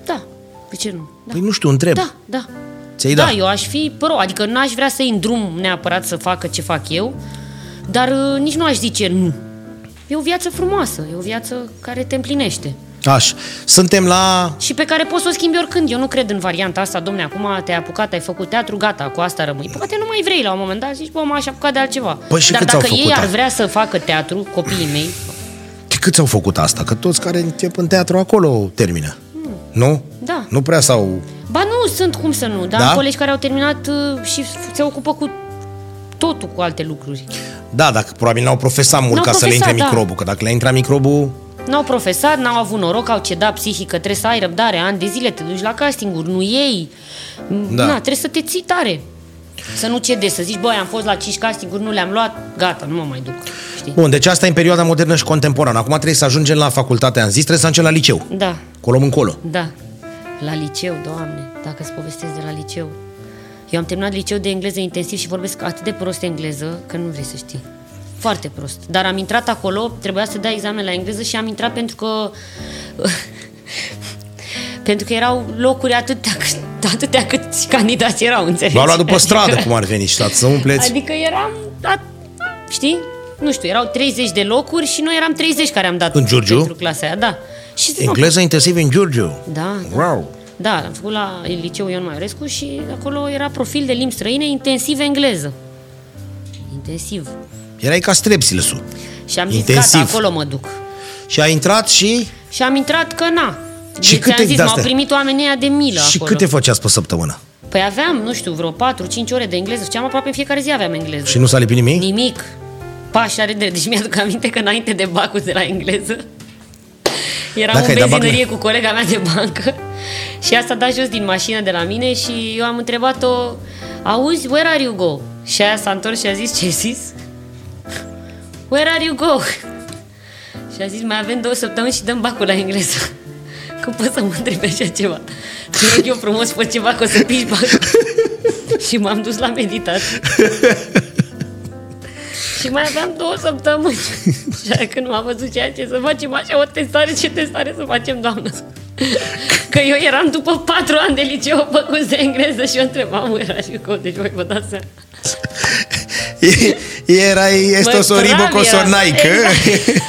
Speaker 2: da, de ce nu? Da,
Speaker 1: Păi nu știu, întreb.
Speaker 2: da, da.
Speaker 1: Ți-ai
Speaker 2: da,
Speaker 1: dat?
Speaker 2: eu aș fi pro, adică n-aș vrea să-i îndrum neapărat să facă ce fac eu, dar uh, nici nu aș zice nu. E o viață frumoasă, e o viață care te împlinește.
Speaker 1: Aș. Suntem la...
Speaker 2: și pe care poți să o schimbi oricând. Eu nu cred în varianta asta, domne, acum te-ai apucat, ai făcut teatru, gata, cu asta rămâi. Poate nu mai vrei la un moment dat, zici, bă, m-aș apucat de altceva.
Speaker 1: Păi și
Speaker 2: Dar
Speaker 1: câți
Speaker 2: dacă
Speaker 1: au făcut
Speaker 2: ei ar
Speaker 1: asta?
Speaker 2: vrea să facă teatru, copiii mei,
Speaker 1: Câți au făcut asta? Că toți care încep în teatru acolo termină. Nu?
Speaker 2: Da.
Speaker 1: Nu prea sau...
Speaker 2: ba nu, sunt cum să nu, dar
Speaker 1: Da?
Speaker 2: da? colegi care au terminat uh, și se ocupă cu totul cu alte lucruri.
Speaker 1: Da, dacă probabil n-au profesat mult
Speaker 2: N-au
Speaker 1: ca să le
Speaker 2: profesat,
Speaker 1: intre
Speaker 2: da.
Speaker 1: microbul, că dacă le intra microbul...
Speaker 2: N-au profesat, n-au avut noroc, au cedat psihică, trebuie să ai răbdare, ani de zile, te duci la castinguri, nu ei.
Speaker 1: Da.
Speaker 2: Da. Na, trebuie să te ții tare. Să nu cedezi, să zici, băi, am fost la 5 castinguri, nu le-am luat, gata, nu mă mai duc. Știi?
Speaker 1: Bun, deci asta e în perioada modernă și contemporană. Acum trebuie să ajungem la facultate, am zis, trebuie să ajungem la liceu.
Speaker 2: Da,
Speaker 1: Colom încolo.
Speaker 2: da. La liceu, doamne, dacă îți povestesc de la liceu. Eu am terminat liceu de engleză intensiv și vorbesc atât de prost engleză că nu vrei să știi. Foarte prost. Dar am intrat acolo, trebuia să dai examen la engleză și am intrat pentru că... [LAUGHS] pentru că erau locuri atâtea, cât- atâtea cât candidați erau, înțelegi?
Speaker 1: V-au luat după
Speaker 2: Adică-
Speaker 1: stradă, cum ar veni, și stați să umpleți.
Speaker 2: Adică eram, a, știi, nu știu, erau 30 de locuri și noi eram 30 care am dat
Speaker 1: În Giurgiu?
Speaker 2: pentru clasa aia, da. Și zic, mă,
Speaker 1: Engleză intensiv în Giurgiu.
Speaker 2: da, da.
Speaker 1: Wow.
Speaker 2: Da, am făcut la liceu Ion Maiorescu și acolo era profil de limbi străine intensiv engleză. Intensiv.
Speaker 1: Erai ca strepsilsul.
Speaker 2: Și am zis,
Speaker 1: Intensiv.
Speaker 2: gata, acolo mă duc.
Speaker 1: Și a intrat și...
Speaker 2: Și am intrat că na.
Speaker 1: Și
Speaker 2: Deci
Speaker 1: câte
Speaker 2: am zis,
Speaker 1: de
Speaker 2: m-au
Speaker 1: astea?
Speaker 2: primit oamenii ăia de milă
Speaker 1: și
Speaker 2: Da, acolo.
Speaker 1: câte făceați pe săptămână?
Speaker 2: Păi aveam, nu știu, vreo 4-5 ore de engleză. Făceam aproape în fiecare zi aveam engleză.
Speaker 1: Și nu s-a lipit nimic?
Speaker 2: Nimic. Pași are drept. Deci mi-aduc aminte că înainte de bacul de la engleză era
Speaker 1: Dacă
Speaker 2: o
Speaker 1: ai dat bac-
Speaker 2: benzinărie cu colega mea de bancă [LAUGHS] și asta a dat jos din mașină de la mine și eu am întrebat-o auzi, where are you go? Și aia s-a întors și a zis, ce ai zis? [LAUGHS] Where are you go? [LAUGHS] Și a zis, mai avem două săptămâni și dăm bacul la engleză. [LAUGHS] Cum poți să mă întrebi așa ceva? Te rog eu frumos, fă ceva că o să piși
Speaker 1: [LAUGHS]
Speaker 2: bacul. și m-am dus la meditat. Și mai aveam două
Speaker 1: [LAUGHS]
Speaker 2: săptămâni. Și aia când m-a văzut ceea ce să facem așa o testare, ce testare să facem, doamnă? Că eu eram după patru ani de liceu făcut de engleză și eu întrebam, era și cum, deci voi vă dați seama.
Speaker 1: Erai
Speaker 2: Măi,
Speaker 1: estosoribo
Speaker 2: praf
Speaker 1: cosornaică.
Speaker 2: eram. Exact.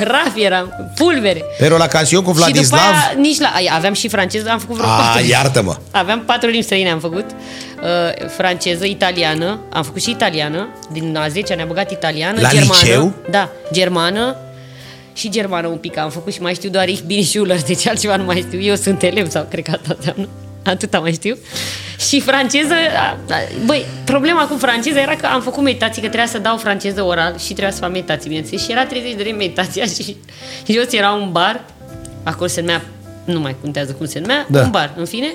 Speaker 2: Praf eram, pulbere.
Speaker 1: Pero la canción cu
Speaker 2: Și după
Speaker 1: Vladislav...
Speaker 2: aia, nici la, ai, aveam și franceză, am făcut vreo
Speaker 1: A,
Speaker 2: patru.
Speaker 1: iartă-mă.
Speaker 2: Aveam patru limbi străine, am făcut. Uh, franceză, italiană, am făcut și italiană, din a 10 ne-am băgat italiană,
Speaker 1: La
Speaker 2: germană.
Speaker 1: liceu?
Speaker 2: Da, germană și germană un pic am făcut și mai știu doar ich bin Schuller, deci altceva nu mai știu. Eu sunt elev sau cred că asta înseamnă. Atâta mai știu. Și franceză, a, a, băi, problema cu franceza era că am făcut meditații, că trebuia să dau franceză oral și trebuia să fac meditații, bineînțeles. Și era 30 de lei meditația și eu era un bar, acolo se numea nu mai contează cum se numea,
Speaker 1: Da.
Speaker 2: da. un bar, în fine.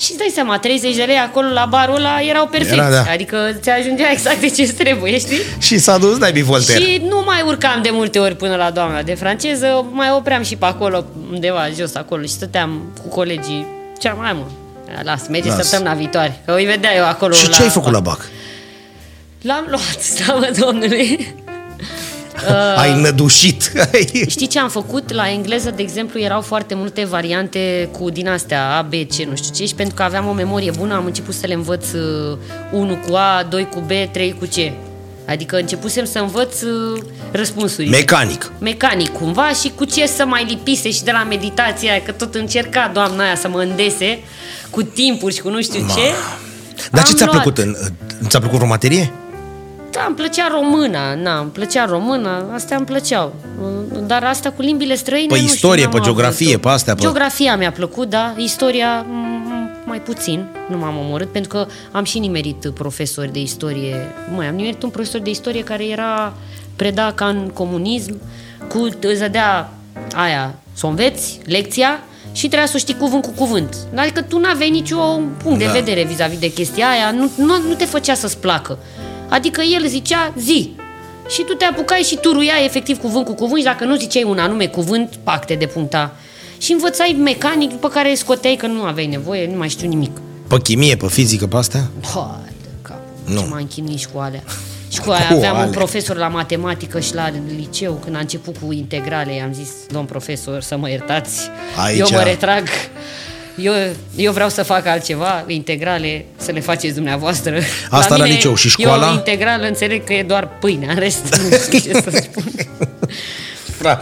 Speaker 2: Și îți dai seama, 30 de lei acolo la barul ăla erau perfecți.
Speaker 1: Era,
Speaker 2: Era,
Speaker 1: da.
Speaker 2: da. Adică ți ajungea exact de ce trebuie, știi?
Speaker 1: Și s-a dus naibii Voltaire.
Speaker 2: Și nu mai urcam de multe ori până la doamna de franceză, mai opream și pe acolo, undeva jos acolo și stăteam cu colegii. Ce mai mă? Las, merge
Speaker 1: Las.
Speaker 2: săptămâna viitoare, că îi vedea eu acolo
Speaker 1: Și
Speaker 2: la...
Speaker 1: ce ai făcut la BAC?
Speaker 2: L-am luat, [LAUGHS] slavă Domnului! Uh,
Speaker 1: Ai nădușit. [LAUGHS] Ai-
Speaker 2: Știi ce am făcut? La engleză, de exemplu, erau foarte multe variante cu din astea A, B, C, nu știu ce și pentru că aveam o memorie bună am început să le învăț uh, 1 cu A, 2 cu B, 3 cu C. Adică începusem să învăț uh, răspunsurile.
Speaker 1: Mecanic.
Speaker 2: mecanic cumva și cu ce să mai lipise și de la meditația aia, că tot încerca doamna aia să mă îndese cu timpul și cu nu știu ce.
Speaker 1: Dar
Speaker 2: Am
Speaker 1: ce ți-a
Speaker 2: luat.
Speaker 1: plăcut? În, ți-a plăcut vreo materie?
Speaker 2: Da, îmi plăcea româna, na, îmi plăcea româna, astea îmi plăceau. Dar asta cu limbile străine...
Speaker 1: Pe
Speaker 2: nu știu,
Speaker 1: Păi istorie,
Speaker 2: n-am
Speaker 1: pe
Speaker 2: avut-o.
Speaker 1: geografie, pe astea, pe-
Speaker 2: Geografia mi-a plăcut, da, istoria mm, mai puțin, nu m-am omorât, pentru că am și nimerit profesori de istorie. Mai am nimerit un profesor de istorie care era preda ca în comunism, cu îți dădea aia, să o înveți, lecția, și trebuia să o știi cuvânt cu cuvânt. Adică tu n-aveai niciun punct de
Speaker 1: Da.
Speaker 2: vedere vedere vis-a-vis de chestia aia, nu, nu, nu te făcea să-ți placă. Adică el zicea zi. Și tu te apucai și turuiai efectiv cuvânt cu cuvânt și dacă nu ziceai un anume cuvânt, pacte de punta. Și învățai mecanic după care scoteai că nu aveai nevoie, nu mai știu nimic.
Speaker 1: Pe chimie, pe fizică, pe astea?
Speaker 2: Hai de capul,
Speaker 1: Nu.
Speaker 2: nu. ce m-a închinuit și cu alea. Și cu aia
Speaker 1: Cu
Speaker 2: aveam
Speaker 1: alea.
Speaker 2: un profesor la matematică și la liceu, când a început cu integrale, i-am zis, domn profesor, să mă iertați,
Speaker 1: Aici-
Speaker 2: eu mă retrag, eu, eu vreau să fac altceva, integrale, să le faceți dumneavoastră.
Speaker 1: Asta la liceu și școala?
Speaker 2: Eu integral înțeleg că e doar pâine, în rest
Speaker 1: [LAUGHS]
Speaker 2: nu știu ce să spun.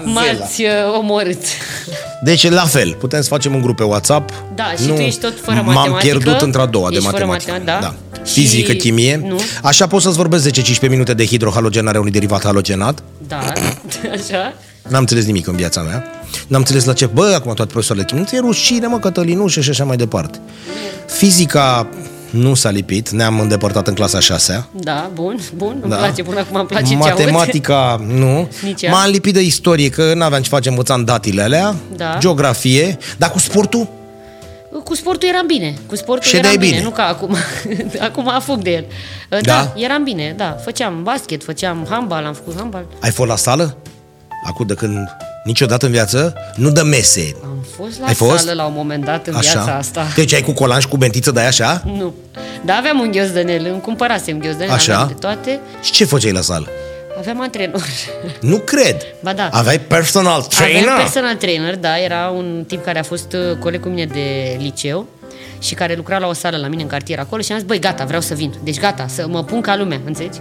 Speaker 2: M-ați uh, omorât.
Speaker 1: Deci la fel, putem să facem un grup pe WhatsApp.
Speaker 2: Da, și tu ești tot fără
Speaker 1: M-am
Speaker 2: matematică.
Speaker 1: pierdut într-a doua de
Speaker 2: Ești fără
Speaker 1: matematică.
Speaker 2: matematică, da. Și-
Speaker 1: Fizică, chimie.
Speaker 2: Nu.
Speaker 1: Așa pot să-ți vorbesc 10-15 minute de hidrohalogenare a unui derivat halogenat.
Speaker 2: Da, [LAUGHS] așa.
Speaker 1: N-am înțeles nimic în viața mea. N-am înțeles la ce, bă, acum toate profesoarele de chimie, nu ți-e rușine, mă, Cătălinușă și așa mai departe. Fizica nu s-a lipit, ne-am îndepărtat în clasa 6
Speaker 2: Da, bun, bun, îmi
Speaker 1: Da.
Speaker 2: place până acum, îmi place ce
Speaker 1: Matematica, nu.
Speaker 2: Nici ea.
Speaker 1: M-am lipit de istorie, că n-aveam ce face, învățam datile alea.
Speaker 2: Da.
Speaker 1: Geografie. Dar cu sportul?
Speaker 2: aud. Cu sportul eram bine, cu sportul
Speaker 1: Ședeai
Speaker 2: eram bine,
Speaker 1: bine.
Speaker 2: nu ca acum. [LAUGHS] acum fug de el. Da,
Speaker 1: Da?
Speaker 2: da, eram bine, da. Făceam basket, făceam handbal, am făcut handbal.
Speaker 1: Ai fost la sală? Acum de când niciodată în viață? Nu de mese.
Speaker 2: Am fost la
Speaker 1: Ai fost?
Speaker 2: sală la un moment dat în
Speaker 1: Așa.
Speaker 2: viața asta.
Speaker 1: Deci ai cu colanj, cu bentiță de așa?
Speaker 2: Nu. Dar aveam un ghiozdanel, îmi cumpărasem ghiozdanel,
Speaker 1: Așa.
Speaker 2: aveam de toate.
Speaker 1: Și ce făceai la sală?
Speaker 2: Aveam antrenor. [LAUGHS]
Speaker 1: Nu cred.
Speaker 2: Ba da.
Speaker 1: Aveai personal trainer?
Speaker 2: Aveam personal trainer, da, era un tip care a fost uh, coleg cu mine de liceu și care lucra la o sală la mine în cartier acolo și am zis, băi, gata, vreau să vin. Deci gata, să mă pun ca lumea, înțelegi?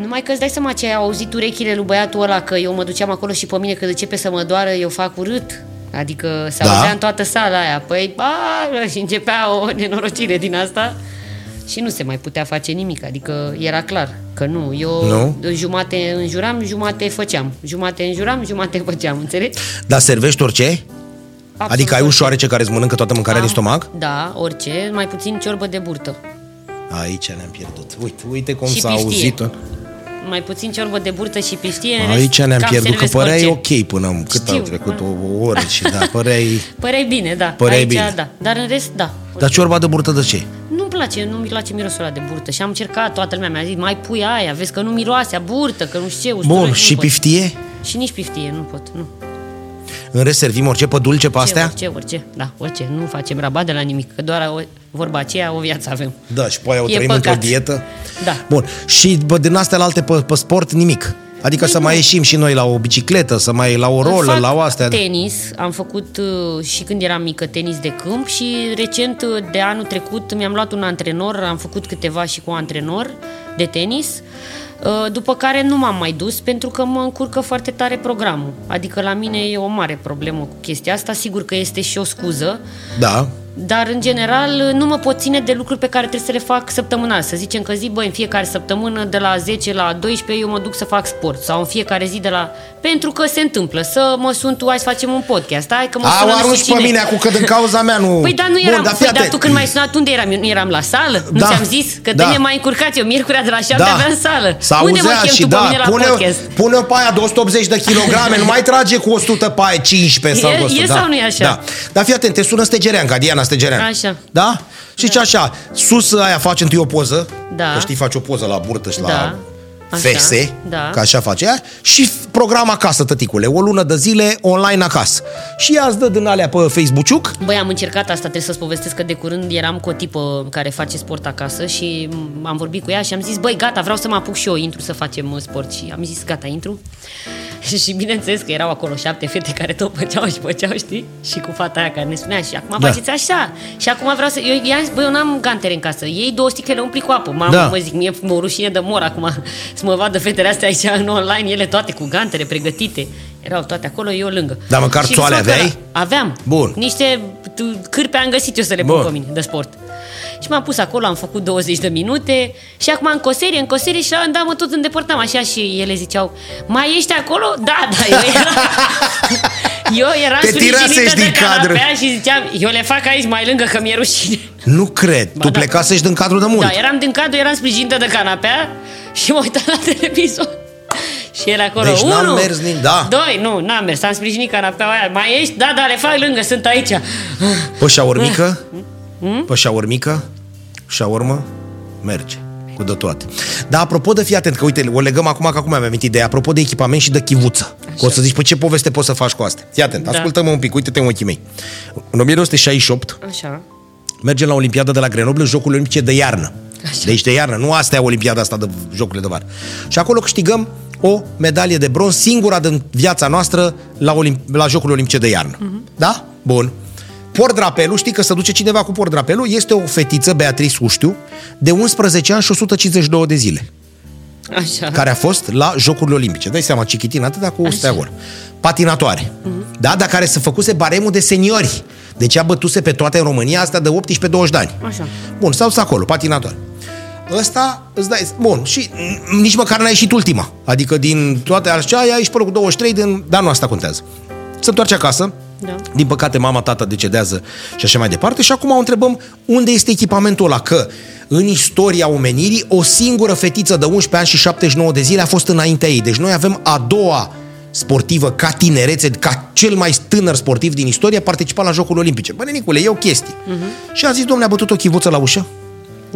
Speaker 2: Numai că îți dai seama ce ai auzit urechile lui băiatul ăla că eu mă duceam acolo și pe mine când începe să mă doară, eu fac urât. Adică se
Speaker 1: Da.
Speaker 2: auzea în toată sala aia. Păi, ba, și începea o nenorocire din asta și nu se mai putea face nimic. Adică era clar că nu. Eu
Speaker 1: Nu?
Speaker 2: jumate înjuram, jumate făceam. Jumate înjuram, jumate făceam, înțelegi?
Speaker 1: Dar servești orice?
Speaker 2: Absolut.
Speaker 1: Adică ai un șoarece care îți mănâncă toată mâncarea din
Speaker 2: Am-
Speaker 1: stomac?
Speaker 2: Da, orice, mai puțin ciorbă de burtă.
Speaker 1: Aici ne-am pierdut. Uite, uite cum
Speaker 2: Și
Speaker 1: s-a
Speaker 2: piftie.
Speaker 1: auzit.
Speaker 2: Mai puțin ciorbă de burtă și piftie. în
Speaker 1: Aici
Speaker 2: rest,
Speaker 1: ne-am
Speaker 2: cam
Speaker 1: pierdut, că
Speaker 2: servesc
Speaker 1: păreai
Speaker 2: orice.
Speaker 1: ok până am- cât
Speaker 2: Știu.
Speaker 1: au trecut o, o oră și da,
Speaker 2: [LAUGHS]
Speaker 1: păreai...
Speaker 2: Păreai bine, da.
Speaker 1: Păreai
Speaker 2: Aici,
Speaker 1: bine.
Speaker 2: da. Dar în rest, da.
Speaker 1: Dar ciorba de burtă de ce?
Speaker 2: Nu-mi place, nu-mi place mirosul ăla de burtă și am încercat, toată lumea mi-a zis, mai pui aia, vezi că nu miroase a burtă, că nu știu ce, usturoi,
Speaker 1: Bun,
Speaker 2: nu
Speaker 1: și
Speaker 2: pot.
Speaker 1: piftie?
Speaker 2: Și nici piftie, nu pot, nu.
Speaker 1: În rest servim orice, pe dulce, pe
Speaker 2: Ce,
Speaker 1: astea?
Speaker 2: orice, orice, da, orice, nu facem rabat de la nimic, că doar o, vorba aceea o viață avem.
Speaker 1: Da, și pe aia o
Speaker 2: E
Speaker 1: trăim
Speaker 2: păcat.
Speaker 1: într-o dietă.
Speaker 2: Da.
Speaker 1: Bun, și bă, din astea la alte pe, pe sport nimic. Adică să mai ieșim și noi la o bicicletă, să mai la o rolă,
Speaker 2: Fac
Speaker 1: la o astea.
Speaker 2: tenis, am făcut uh, și când eram mică tenis de câmp și recent uh, de anul trecut mi-am luat un antrenor, am făcut câteva și cu antrenor de tenis, uh, după care nu m-am mai dus pentru că mă încurcă foarte tare programul. Adică la mine e o mare problemă cu chestia asta, sigur că este și o scuză,
Speaker 1: Da.
Speaker 2: dar în general nu mă pot ține de lucruri pe care trebuie să le fac săptămânal. Să zicem că zi, băi, în fiecare săptămână de la 10 la 12 eu mă duc să fac sport sau în fiecare zi de la... Pentru că se întâmplă să mă sun tu, hai să facem un podcast, hai că mă
Speaker 1: A,
Speaker 2: sună
Speaker 1: o
Speaker 2: nu
Speaker 1: arunci
Speaker 2: știu
Speaker 1: pe
Speaker 2: cine.
Speaker 1: mine acum că din cauza mea nu...
Speaker 2: Păi dar nu eram,
Speaker 1: Bun, dar fii
Speaker 2: păi, dar
Speaker 1: atent.
Speaker 2: tu când m-ai sunat, unde eram? Eu nu eram la sală?
Speaker 1: Da.
Speaker 2: Nu ți-am zis? Că
Speaker 1: Da.
Speaker 2: da. te mai încurcați, eu miercurea de la 7 aveam sală. unde mă
Speaker 1: auzea
Speaker 2: chem
Speaker 1: și
Speaker 2: tu
Speaker 1: da,
Speaker 2: pe mine la
Speaker 1: pune,
Speaker 2: podcast?
Speaker 1: pune-o pe aia de 180 de
Speaker 2: [LAUGHS]
Speaker 1: kilograme, nu mai trage cu 100 pe aia, 15 sau
Speaker 2: E-
Speaker 1: 200.
Speaker 2: e
Speaker 1: da.
Speaker 2: sau nu e așa?
Speaker 1: Da. Dar fii atent, te sună Stegereanca, Diana Stegereanca.
Speaker 2: Așa.
Speaker 1: Da? Și zice așa, sus aia faci întâi o poză,
Speaker 2: Da.
Speaker 1: că știi, faci o poză la burtă și la
Speaker 2: Da. Așa.
Speaker 1: fese,
Speaker 2: Da.
Speaker 1: că așa face ea, și program acasă, tăticule, o lună de zile online acasă. Și ea îți dă din alea pe Facebook-uc,
Speaker 2: Băi, am încercat asta, trebuie să-ți povestesc că de curând eram cu o tipă care face sport acasă și m, am vorbit cu ea și am zis, băi, gata, vreau să mă apuc și eu, intru să facem uh, sport și am zis, gata, intru. [LAUGHS] și bineînțeles că erau acolo șapte fete care tot făceau și făceau, știi? Și cu fata aia care ne spunea și acum
Speaker 1: Da.
Speaker 2: faceți așa. Și acum vreau să... Eu i-am zis, băi, eu n-am gantere în casă. Ei două sticle le umpli cu apă. Mamă,
Speaker 1: Da.
Speaker 2: mă zic, mie mă rușine de mor acum [LAUGHS] să mă vadă fetele astea aici în online, ele toate cu gantere pregătite. Erau toate acolo, eu lângă.
Speaker 1: Dar măcar
Speaker 2: Și
Speaker 1: țoale
Speaker 2: zicea că
Speaker 1: aveai?
Speaker 2: la- Aveam.
Speaker 1: Bun.
Speaker 2: Niște t- cârpe am găsit eu să le
Speaker 1: Bun.
Speaker 2: pun pe mine de sport. Și m-am pus acolo, am făcut 20 de minute și acum în coserie, în coserie și la un dat mă tot îndepărtam așa și ele ziceau Mai ești acolo? Da, da, eu
Speaker 1: [LAUGHS]
Speaker 2: eram, eu eram
Speaker 1: Te
Speaker 2: sprijinită
Speaker 1: tirasești
Speaker 2: de
Speaker 1: din cadru.
Speaker 2: canapea și ziceam Eu le fac aici mai lângă că mi-e rușine.
Speaker 1: nu cred, tu
Speaker 2: da.
Speaker 1: plecasești din cadrul de mult.
Speaker 2: Da, eram din cadru, eram sprijinită de canapea și mă uitam la televizor. [LAUGHS] Și el acolo,
Speaker 1: Deci n-am
Speaker 2: unu,
Speaker 1: mers nici- da.
Speaker 2: doi, nu, n-am mers, am sprijinit canapeaua aia, mai ești? Da, da, le fac lângă, sunt aici.
Speaker 1: Pe șaormică? Pe șaormică? Șaormă? Merge cu de toate. Dar apropo de fii atent, că uite, o legăm acum, că acum mi-am amintit de apropo de echipament și de chivuță. Că o să zici, pe ce poveste poți să faci cu astea? Fii atent,
Speaker 2: Da.
Speaker 1: ascultă-mă un pic, uite-te în ochii mei. În 1968
Speaker 2: Așa.
Speaker 1: mergem la Olimpiada de la Grenoble, Jocurile Olimpice de iarnă.
Speaker 2: Așa.
Speaker 1: Deci de iarnă, nu asta e Olimpiada asta de Jocurile de vară. Și acolo câștigăm o medalie de bronz, singura din viața noastră la, Olim- la Jocurile Olimpice de iarnă.
Speaker 2: Mhm.
Speaker 1: Da? Bun. Pordrapelul, știi că se duce cineva cu pordrapelul, este o fetiță, Beatrice Uștiu, de 11 ani și 152 de zile
Speaker 2: Așa.
Speaker 1: care a fost la Jocurile Olimpice. Dai seama, Cichitin atâta cu
Speaker 2: Așa. Mhm.
Speaker 1: steagul. Patinatoare. Da? Dar care se făcuse baremul de seniori. Deci a bătuse pe toate în România asta de 18-20 de ani.
Speaker 2: Așa.
Speaker 1: Bun, s-au dus acolo, patinatoare. Ăsta îți dai... Bun, și mm, nici măcar n-a ieșit ultima. Adică din toate așa, ea ești pe locul 23, din... dar nu asta contează. Se întoarce acasă,
Speaker 2: Da.
Speaker 1: din păcate, mama, tata decedează și așa mai departe. Și acum o întrebăm unde este echipamentul ăla, că în istoria omenirii o singură fetiță de 11 ani și 79 de zile a fost înaintea ei. Deci noi avem a doua sportivă ca tinerețe, ca cel mai tânăr sportiv din istorie, a participat la Jocurile Olimpice. Bă, Nenicule, e o chestie. Uh-huh. Și a zis, domnule, a bătut o chivuță la ușă?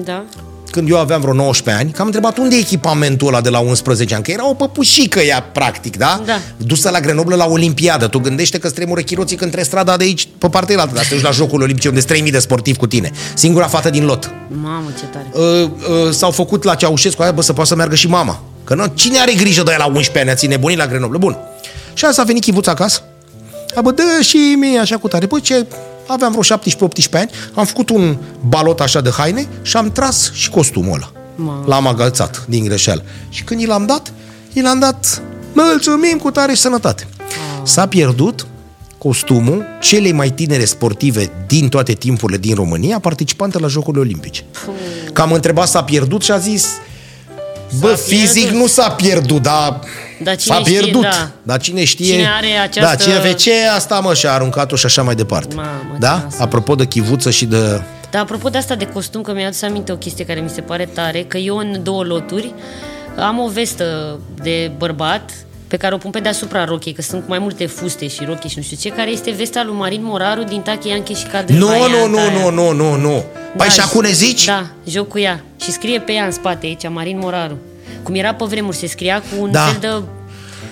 Speaker 2: Da.
Speaker 1: când eu aveam vreo 19 ani, că am întrebat unde e echipamentul ăla de la 11 ani, că era o păpușică ea, practic, da?
Speaker 2: Da.
Speaker 1: Dusă la Grenoble la Olimpiadă. Tu gândește că stremură chiroții când între strada de aici pe partea altă, dar te duci la Jocul Olimpice unde sunt 3000 de sportivi cu tine. Singura fată din lot.
Speaker 2: Mamă, ce tare.
Speaker 1: Uh, uh, s-au făcut la Ceaușescu aia, bă, să poată să meargă și mama. Că nu, cine are grijă de ea la 11 ani, ați nebunit la Grenoble? Bun. Și azi a venit chivuța acasă. A, bă, dă și mie așa cu tare. Bă, ce aveam vreo 17-18 ani, am făcut un balot așa de haine și am tras și costumul ăla.
Speaker 2: Mamă.
Speaker 1: L-am agățat din greșeală. Și când i l-am dat, i l-am dat mulțumim cu tare și sănătate. S-a pierdut costumul celei mai tinere sportive din toate timpurile din România, participantă la Jocurile Olimpice. Că am întrebat s-a pierdut și a zis Bă,
Speaker 2: S-a
Speaker 1: fizic
Speaker 2: pierdut."
Speaker 1: nu s-a pierdut, dar,
Speaker 2: Dar cine
Speaker 1: s-a
Speaker 2: știe,
Speaker 1: pierdut.
Speaker 2: da.
Speaker 1: Dar cine știe...
Speaker 2: Cine are această-
Speaker 1: Da, cine vece asta, mă, și-a aruncat-o și așa mai departe.
Speaker 2: Mamă, ce
Speaker 1: da?
Speaker 2: nasol.
Speaker 1: Apropo de chivuță și de...
Speaker 2: Dar apropo de asta de costum, că mi-a adus aminte o chestie care mi se pare tare, că eu în două loturi am o vestă de bărbat pe care o pun pe deasupra rochei, că sunt mai multe fuste și rochii și nu știu ce, care este vesta lui Marin Moraru din Tache Ianche și Cadre.
Speaker 1: Nu,
Speaker 2: Varianta
Speaker 1: nu, nu,
Speaker 2: aia.
Speaker 1: nu, nu, nu, nu. Păi și acum ne zici?
Speaker 2: Da, joc cu ea. Și scrie pe ea în spate aici, Marin Moraru. Cum era pe vremuri, se scria cu un
Speaker 1: Da.
Speaker 2: fel de...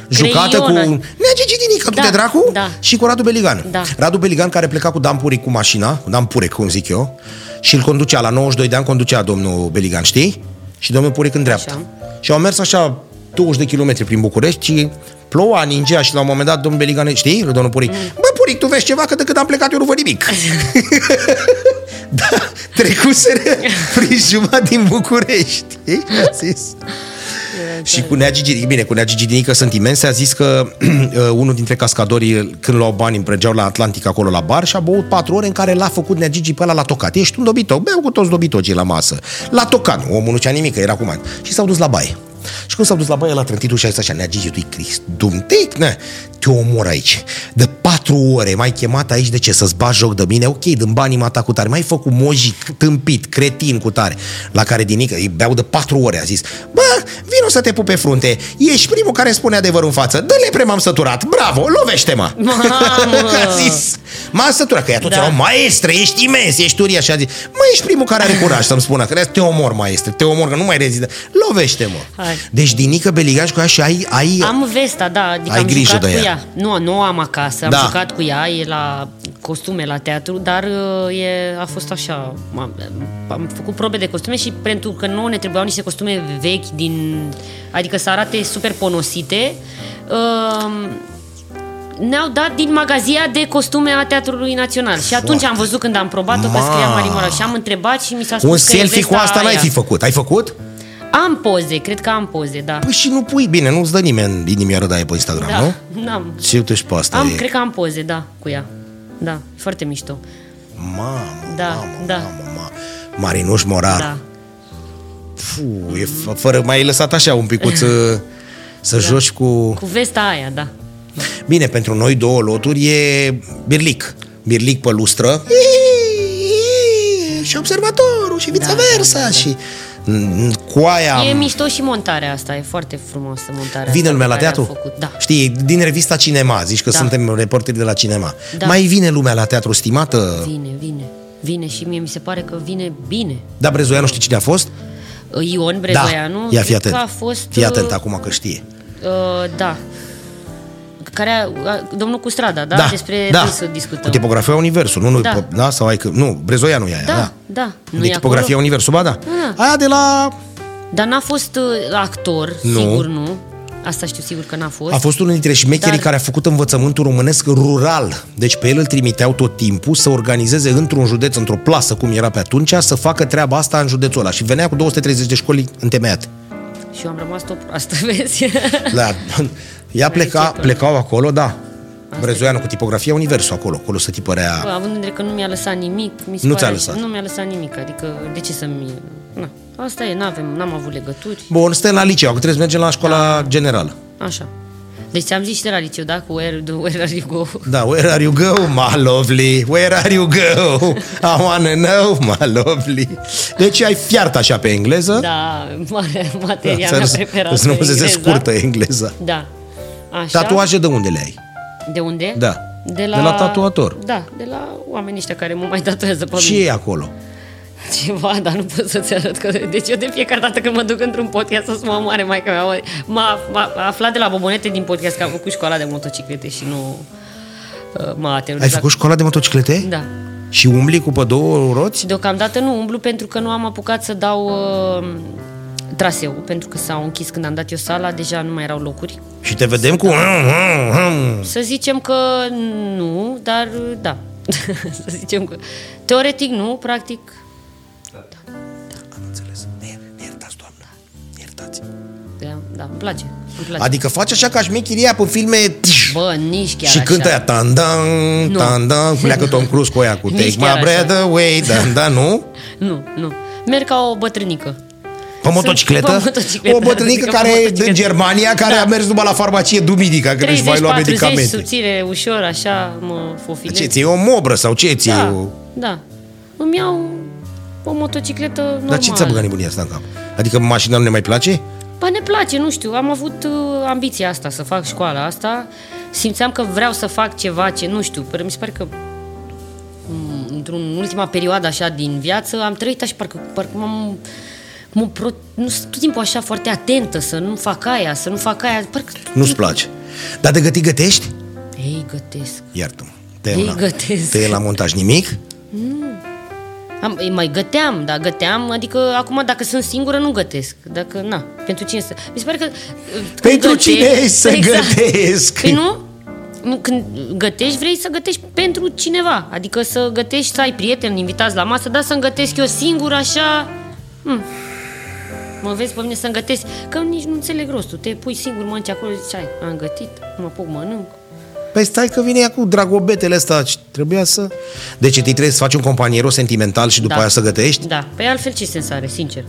Speaker 1: Jucată cu
Speaker 2: creionă.
Speaker 1: Nea Giginică, da,
Speaker 2: Da,
Speaker 1: de dracu
Speaker 2: da.
Speaker 1: și cu Radu Beligan.
Speaker 2: Da.
Speaker 1: Radu Beligan care pleca cu Dan Puric cu mașina, cu Dan Purec, cum zic eu, și îl conducea, la 92 de ani conducea domnul Beligan, știi? Și domnul Puric în dreapta.
Speaker 2: Așa.
Speaker 1: Și au mers așa 20 de kilometri prin București și ploua, ningea și la un moment dat domnul Beligane, știi, domnul Puric,
Speaker 2: Mm.
Speaker 1: bă, Puric, tu vezi ceva, că de când am plecat eu nu văd
Speaker 2: [LAUGHS]
Speaker 1: nimic. [LAUGHS] da, trecuseră prin jumătate din București. Ei, a zis. Și cu Nea Gigi, bine, cu Nea Gigi Dinică sunt imense, a zis că [CLEARS THROAT] uh, unul dintre cascadorii, uh, când luau bani, îmi prângeau la Atlantic acolo la bar și a băut patru ore în care l-a făcut Nea Gigi pe ăla la tocat. Ești un dobitoc, beau cu toți dobitocii la masă. La tocat, omul nu cea nimic, că era cu mani. Și s-au dus la baie. Și când s-au dus la baie, la trântit și a zis așa, Nea Gigi, tu-i Crist, dumtic, ne? Te omor aici. De patru ore m-ai chemat aici de ce? Să-ți bagi joc de mine? Ok, din banii mata cu tare. M-ai făcut moji, tâmpit, cretin cu tare. La care Dinică îi beau de patru ore, a zis. Bă, vino să te pup pe frunte. Ești primul care spune adevărul în față. Dă-le pre, m-am săturat. Bravo, lovește-mă.
Speaker 2: Mamă!
Speaker 1: [LAUGHS] a zis. M-am săturat, că ea toți
Speaker 2: Da.
Speaker 1: erau, maestre, ești imens, ești uriaș. Și a zis, mă, ești primul care are curaj să-mi spună. Că te omor, maestre, te omor, că nu mai rezidă. Lovește-mă.
Speaker 2: Hai.
Speaker 1: Deci dinică beligaș cu ea și ai, ai Am...
Speaker 2: Am vesta, da, adică
Speaker 1: Ai
Speaker 2: am
Speaker 1: grijă
Speaker 2: jucat
Speaker 1: de
Speaker 2: cu
Speaker 1: ea.
Speaker 2: ea. Nu, nu o am acasă, am
Speaker 1: Da.
Speaker 2: jucat cu ea, e la costume la teatru, dar uh, e, a fost așa, am, am făcut probe de costume și pentru că nouă ne trebuiau niște costume vechi, din, adică să arate super ponosite, uh, ne-au dat din magazia de costume a Teatrului Național. Și atunci am văzut când am probat-o că
Speaker 1: Ma.
Speaker 2: scria Mari Morav și am întrebat și mi s-a spus
Speaker 1: un
Speaker 2: că e
Speaker 1: selfie cu
Speaker 2: vesta
Speaker 1: asta n-ai
Speaker 2: aia.
Speaker 1: fi făcut. Ai făcut?
Speaker 2: Am poze, cred că am poze, da.
Speaker 1: Păi și nu pui bine, nu-ți dă nimeni inimioară de aia pe Instagram,
Speaker 2: Da,
Speaker 1: nu?
Speaker 2: n-am.
Speaker 1: Și uite și pe asta
Speaker 2: Am,
Speaker 1: e.
Speaker 2: cred că am poze, da, cu ea. Da, foarte mișto.
Speaker 1: Mamă,
Speaker 2: Da,
Speaker 1: mamă,
Speaker 2: da.
Speaker 1: mamă, mamă. Marinuș Morar.
Speaker 2: Da.
Speaker 1: Fu, e f- fără, mai ai lăsat așa un
Speaker 2: [LAUGHS]
Speaker 1: picuț să, să
Speaker 2: Da.
Speaker 1: joci cu...
Speaker 2: Cu vesta aia, da.
Speaker 1: Bine, pentru noi două loturi e birlic. Birlic pe lustră. Și observatorul și viceversa da, da, da. și Mm, cu aia
Speaker 2: E mișto și montarea asta, e foarte frumoasă montarea
Speaker 1: Vine
Speaker 2: asta
Speaker 1: lumea
Speaker 2: pe
Speaker 1: la
Speaker 2: care
Speaker 1: teatru?
Speaker 2: am Făcut. Da.
Speaker 1: Știi, din revista Cinema, zici că da.
Speaker 2: Da.
Speaker 1: suntem reporteri de la Cinema. Da.
Speaker 2: Da.
Speaker 1: Mai vine lumea la teatru, stimată?
Speaker 2: Vine, vine. Vine și mie mi se pare că vine bine. Ă,
Speaker 1: Da, Brezoianu, știi cine a fost?
Speaker 2: Ion Brezoianu,
Speaker 1: da, ia fi
Speaker 2: cred
Speaker 1: atent.
Speaker 2: că a fost...
Speaker 1: Fii atent
Speaker 2: uh,
Speaker 1: acum că știe.
Speaker 2: Uh, da. Care a, a, domnul Custrada, da? Despre râsul discutăm.
Speaker 1: Cu tipografia Universul, nu, nu,
Speaker 2: Da.
Speaker 1: da. da sau ai că, nu, Brezoianu e aia, da.
Speaker 2: da, da. Nu
Speaker 1: de
Speaker 2: e
Speaker 1: tipografia
Speaker 2: acolo?
Speaker 1: Universul, ba da.
Speaker 2: Ah.
Speaker 1: Aia de la...
Speaker 2: Dar n-a fost uh, actor,
Speaker 1: Nu.
Speaker 2: sigur nu. Asta știu sigur că n-a fost.
Speaker 1: A fost unul dintre șmecherii
Speaker 2: Dar-
Speaker 1: care a făcut învățământul românesc rural. Deci pe el îl trimiteau tot timpul să organizeze într-un județ, într-o plasă, cum era pe atunci, să facă treaba asta în județul ăla. Și venea cu 230 de școli întemeiate.
Speaker 2: Și eu am rămas tot proastă, [LAUGHS] vezi? [LAUGHS]
Speaker 1: La, ea pleca,
Speaker 2: început.
Speaker 1: plecau acolo, da. Brezoianu cu tipografia Universul acolo, acolo să tipărea.
Speaker 2: Bă, având în vedere că nu mi-a lăsat nimic, mi se
Speaker 1: Nu
Speaker 2: pare
Speaker 1: ți-a lăsat.
Speaker 2: Nu mi-a lăsat nimic, adică de ce să-mi... Na, asta e, n-avem, n-am avut legături,
Speaker 1: Bun, suntem la liceu, acum trebuie să mergem la școala generală.
Speaker 2: așa. Deci ți-am zis și de la liceu, da, cu where, do, where are you go?
Speaker 1: Da, where are you go, my lovely? Where are you go? I wanna know, my lovely. Deci ai fiart așa pe engleză.
Speaker 2: Da, mare
Speaker 1: Da,
Speaker 2: materia
Speaker 1: să,
Speaker 2: mea
Speaker 1: nu-
Speaker 2: preferată.
Speaker 1: să nu se
Speaker 2: engleza.
Speaker 1: scurtă engleza.
Speaker 2: Da. Așa.
Speaker 1: Tatuaje de unde le ai?
Speaker 2: De unde?
Speaker 1: Da.
Speaker 2: De la,
Speaker 1: De la tatuator.
Speaker 2: Da, de la oamenii ăștia care mă mai tatuează pe
Speaker 1: Ce
Speaker 2: mine.
Speaker 1: e acolo?
Speaker 2: Ceva, dar nu pot să-ți arăt că... Deci eu de fiecare dată când mă duc într-un podcast să mă omoare maica mea. M-a, m-a aflat de la Bobonete din podcast că am făcut școala de motociclete și nu uh, m-a
Speaker 1: Ai
Speaker 2: aterorizat.
Speaker 1: făcut școala de motociclete?
Speaker 2: Da.
Speaker 1: Și umbli cu pe două roți?
Speaker 2: Și deocamdată nu umblu pentru că nu am apucat să dau uh, traseu, pentru că s-au închis când am dat eu sala, deja nu mai erau locuri.
Speaker 1: Și te vedem cu...
Speaker 2: Exact. Să zicem că nu, dar uh, da. [LAUGHS] să zicem că... Teoretic nu, practic...
Speaker 1: Am înțeles. Ne, ne iertați, doamnă. Ne iertați.
Speaker 2: Da, da îmi place. Îmi place.
Speaker 1: Adică faci așa ca șmecheria pe filme tș,
Speaker 2: Bă, nici chiar
Speaker 1: și
Speaker 2: așa.
Speaker 1: cântă aia tandan,
Speaker 2: Nu.
Speaker 1: tandan, cum leacă Tom Cruise cu aia cu
Speaker 2: Nici
Speaker 1: Take
Speaker 2: chiar
Speaker 1: my
Speaker 2: așa.
Speaker 1: breath away, dan, dan, nu?
Speaker 2: Nu, nu. Merg ca o bătrânică.
Speaker 1: Pe motocicletă?
Speaker 2: pe motocicletă,
Speaker 1: o bătrânică
Speaker 2: adică pe
Speaker 1: care
Speaker 2: motocicletă. Da.
Speaker 1: din Germania, care a mers numai la farmacie duminică când își mai lua
Speaker 2: 30-40,
Speaker 1: medicamente.
Speaker 2: subțire, ușor, așa, mă fofile.
Speaker 1: Ce ți o mobră sau ce ți
Speaker 2: da,
Speaker 1: o...
Speaker 2: da. Îmi iau o motocicletă normală.
Speaker 1: Dar ce ți-a băgat nebunia asta în cap? Adică mașina nu ne mai place?
Speaker 2: Ba, ne place, nu știu, am avut uh, ambiția asta, să fac școala asta. Simțeam că vreau să fac ceva ce, nu știu, pe- mi se pare că m, într-un ultima perioadă așa din viață am trăit așa, parcă, parcă m-am mă pro, nu, sunt tot timpul așa foarte atentă să nu fac aia, să nu fac aia, parcă
Speaker 1: Nu-ți place. Dar de gătit gătești?
Speaker 2: ei gătesc.
Speaker 1: Iartă-mă. Te
Speaker 2: Ei,
Speaker 1: la,
Speaker 2: gătesc. Păi
Speaker 1: te la montaj nimic?
Speaker 2: Am, îi mai găteam, da, găteam, adică acum dacă sunt singură nu gătesc, dacă, na, pentru cine să... Mi se pare că... uh, când Exact.
Speaker 1: Pentru cine să gătesc?
Speaker 2: Păi nu? Nu, Când gătești, vrei să gătești pentru cineva, adică să gătești, să ai prieteni invitați la masă, dar să-mi gătesc eu singur așa... Hmm. Mă vezi pe mine să-mi gătesc, că nici nu înțeleg rostul, te pui singur, mănânci acolo, zici, ai, am gătit, mă apuc, mănânc,
Speaker 1: Păi stai că vine ea cu dragobetele astea și trebuia să... Deci întâi trebuie să faci un companiero sentimental și după
Speaker 2: Da.
Speaker 1: aia să gătești?
Speaker 2: Da, pe altfel ce sens are, sincer?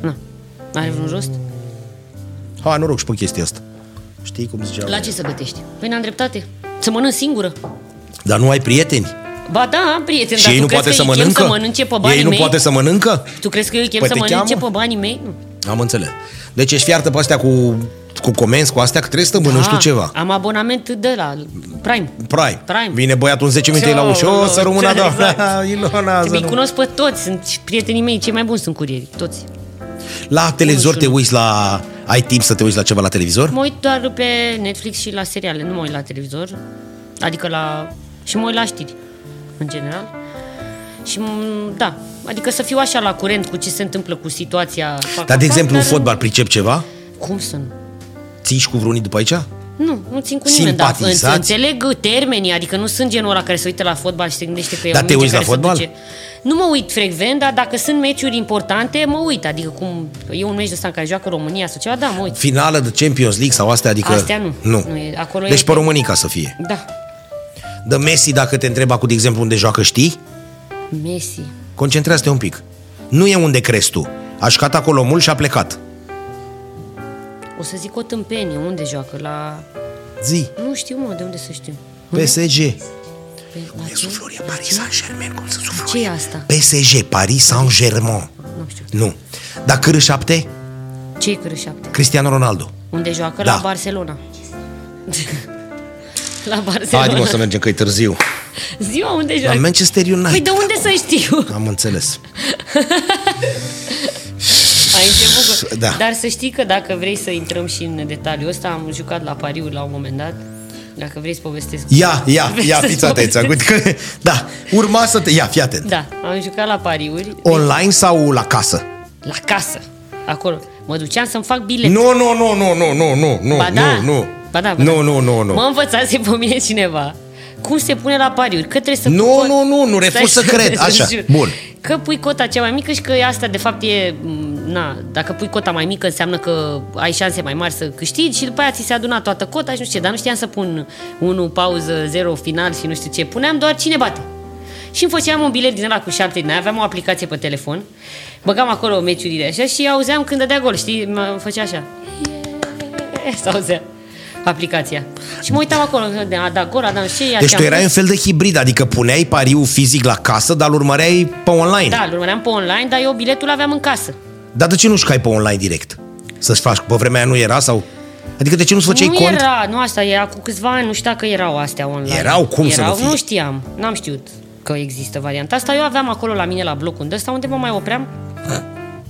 Speaker 2: Na, are vreun rost?
Speaker 1: Ha, noroc și pe chestia asta. Știi cum zicea?
Speaker 2: La ce să gătești? Păi n-am dreptate. Să mănânc singură.
Speaker 1: Dar nu ai prieteni?
Speaker 2: Ba da, am prieten,
Speaker 1: și
Speaker 2: dar
Speaker 1: ei
Speaker 2: tu
Speaker 1: nu
Speaker 2: crezi
Speaker 1: poate
Speaker 2: că
Speaker 1: să
Speaker 2: îi chem
Speaker 1: mănâncă?
Speaker 2: să mănânce pe banii
Speaker 1: ei nu
Speaker 2: mei?
Speaker 1: poate să mănâncă?
Speaker 2: Tu crezi că eu îi chem
Speaker 1: Păi
Speaker 2: să
Speaker 1: te
Speaker 2: mănânce
Speaker 1: cheamă?
Speaker 2: pe banii mei? Nu.
Speaker 1: Am înțeles. Deci ești fiartă pe astea cu, cu comenzi, cu astea, că trebuie să mănânci tu
Speaker 2: Ah,
Speaker 1: ceva.
Speaker 2: Am abonament de la Prime.
Speaker 1: Prime.
Speaker 2: Prime.
Speaker 1: Vine băiatul în 10 minute la ușă, o, să rămână da.
Speaker 2: Exact.
Speaker 1: [LAUGHS] Ilona, să
Speaker 2: Îi
Speaker 1: nu-
Speaker 2: cunosc pe toți, sunt și prietenii mei, cei mai buni sunt curierii, toți.
Speaker 1: La televizor
Speaker 2: Unul
Speaker 1: te
Speaker 2: și unul.
Speaker 1: uiți la... Ai timp să te uiți la ceva la televizor?
Speaker 2: Mă uit doar pe Netflix și la seriale, nu mă uit la televizor, adică la... și mă uit la știri, în general. Și, m- da, adică să fiu așa la curent cu ce se întâmplă cu situația. fac
Speaker 1: Dar, de
Speaker 2: fac,
Speaker 1: exemplu, în
Speaker 2: da, dar-
Speaker 1: fotbal pricep ceva?
Speaker 2: Cum să nu?
Speaker 1: Ții și cu vreunii după aici?
Speaker 2: Nu, nu țin cu nimeni, dar
Speaker 1: Simpatizați?
Speaker 2: înțe- înțeleg termenii, adică nu sunt genul ăla care se uită la fotbal și se gândește că e
Speaker 1: Dar
Speaker 2: o
Speaker 1: te
Speaker 2: minge
Speaker 1: uiți la
Speaker 2: care se
Speaker 1: fotbal?
Speaker 2: duce. Nu mă uit frecvent, dar dacă sunt meciuri importante, mă uit, adică cum e un meci de ăsta în care joacă România sau ceva, da, mă uit.
Speaker 1: Finală de Champions League sau astea? Adică...
Speaker 2: Astea nu.
Speaker 1: Nu.
Speaker 2: Nu e- acolo
Speaker 1: deci
Speaker 2: e-
Speaker 1: pe românii ca să fie.
Speaker 2: Da,
Speaker 1: De Messi, dacă te întreba cu, de exemplu, unde joacă, știi?
Speaker 2: Messi.
Speaker 1: Concentrează-te un pic. Nu e unde crezi tu. A jucat acolo mult și a plecat.
Speaker 2: O să zic o tâmpenie, unde joacă, la...
Speaker 1: Zi.
Speaker 2: Nu știu, mă, de unde să știu.
Speaker 1: PSG.
Speaker 2: Pe, la
Speaker 1: E
Speaker 2: Mm-hmm. ce?
Speaker 1: suflorie Paris Saint-Germain, cum se suflorie?
Speaker 2: Ce e asta?
Speaker 1: PSG, Paris Saint-Germain.
Speaker 2: Nu știu.
Speaker 1: Nu. Dar Cârâ 7,
Speaker 2: Ce e Cără 7?
Speaker 1: Cristiano Ronaldo.
Speaker 2: Unde joacă?
Speaker 1: Da.
Speaker 2: La Barcelona. [LAUGHS] la
Speaker 1: Haide
Speaker 2: Barcelona.
Speaker 1: mă să mergem că e târziu.
Speaker 2: Ziua unde
Speaker 1: La
Speaker 2: joacă?
Speaker 1: Manchester
Speaker 2: Păi
Speaker 1: United.
Speaker 2: de unde să știu?
Speaker 1: Am înțeles.
Speaker 2: Ai început cu...
Speaker 1: Da.
Speaker 2: Dar să știi că dacă vrei să intrăm și în detaliul ăsta, am jucat la pariuri la un moment dat. Dacă vrei să povestesc.
Speaker 1: Ia, ia,
Speaker 2: Vrei
Speaker 1: ia,
Speaker 2: să
Speaker 1: fiți atenți.
Speaker 2: povestesc?
Speaker 1: Uite că- Da, urma să te... Ia, fii atent.
Speaker 2: Da, am jucat la pariuri
Speaker 1: Online sau la casă?
Speaker 2: la casă. Acolo. Mă duceam să-mi fac bilet.
Speaker 1: Nu, nu, nu, nu, nu, nu, nu, nu,
Speaker 2: Ba da.
Speaker 1: nu, nu.
Speaker 2: Ba da, ba
Speaker 1: Nu,
Speaker 2: da.
Speaker 1: nu, nu,
Speaker 2: Mă
Speaker 1: nu.
Speaker 2: învățase pe mine cineva cum se pune la pariuri, că trebuie să
Speaker 1: Nu,
Speaker 2: pui cot-
Speaker 1: nu, nu, nu, refuz
Speaker 2: Stai
Speaker 1: să cred.
Speaker 2: te
Speaker 1: Așa,
Speaker 2: jur.
Speaker 1: bun.
Speaker 2: Că pui cota cea mai mică și că asta de fapt e, m, na, dacă pui cota mai mică înseamnă că ai șanse mai mari să câștigi și după aia ți se aduna toată cota și nu știu ce, dar nu știam să pun 1 pauză, 0 final și nu știu ce, puneam doar cine bate. Și îmi făceam un bilet din ăla cu șapte din aia, aveam o aplicație pe telefon, băgam acolo meciurile așa și auzeam când dădea gol, știi, mă făcea așa. [LAUGHS] Sau auzea aplicația. Și mă uitam acolo, "Da, a dat gol, a dat nu știu ce, ia
Speaker 1: Deci
Speaker 2: ce
Speaker 1: tu
Speaker 2: am
Speaker 1: erai
Speaker 2: pus.
Speaker 1: un fel de hibrid, adică puneai pariu fizic la casă, dar îl urmăreai pe online.
Speaker 2: Da, îl urmăream pe online, dar eu biletul aveam în casă.
Speaker 1: Dar de ce nu jucai pe online direct? Să-ți faci, pe vremea aia nu era sau... Adică de ce nu-ți făceai
Speaker 2: nu
Speaker 1: cont?
Speaker 2: era, nu asta era cu câțiva ani, nu știu dacă erau astea online.
Speaker 1: Erau? Cum să
Speaker 2: erau,
Speaker 1: nu fie?
Speaker 2: nu știam, n-am știut că există varianta asta. Eu aveam acolo la mine la blocul de ăsta unde mă mai opream.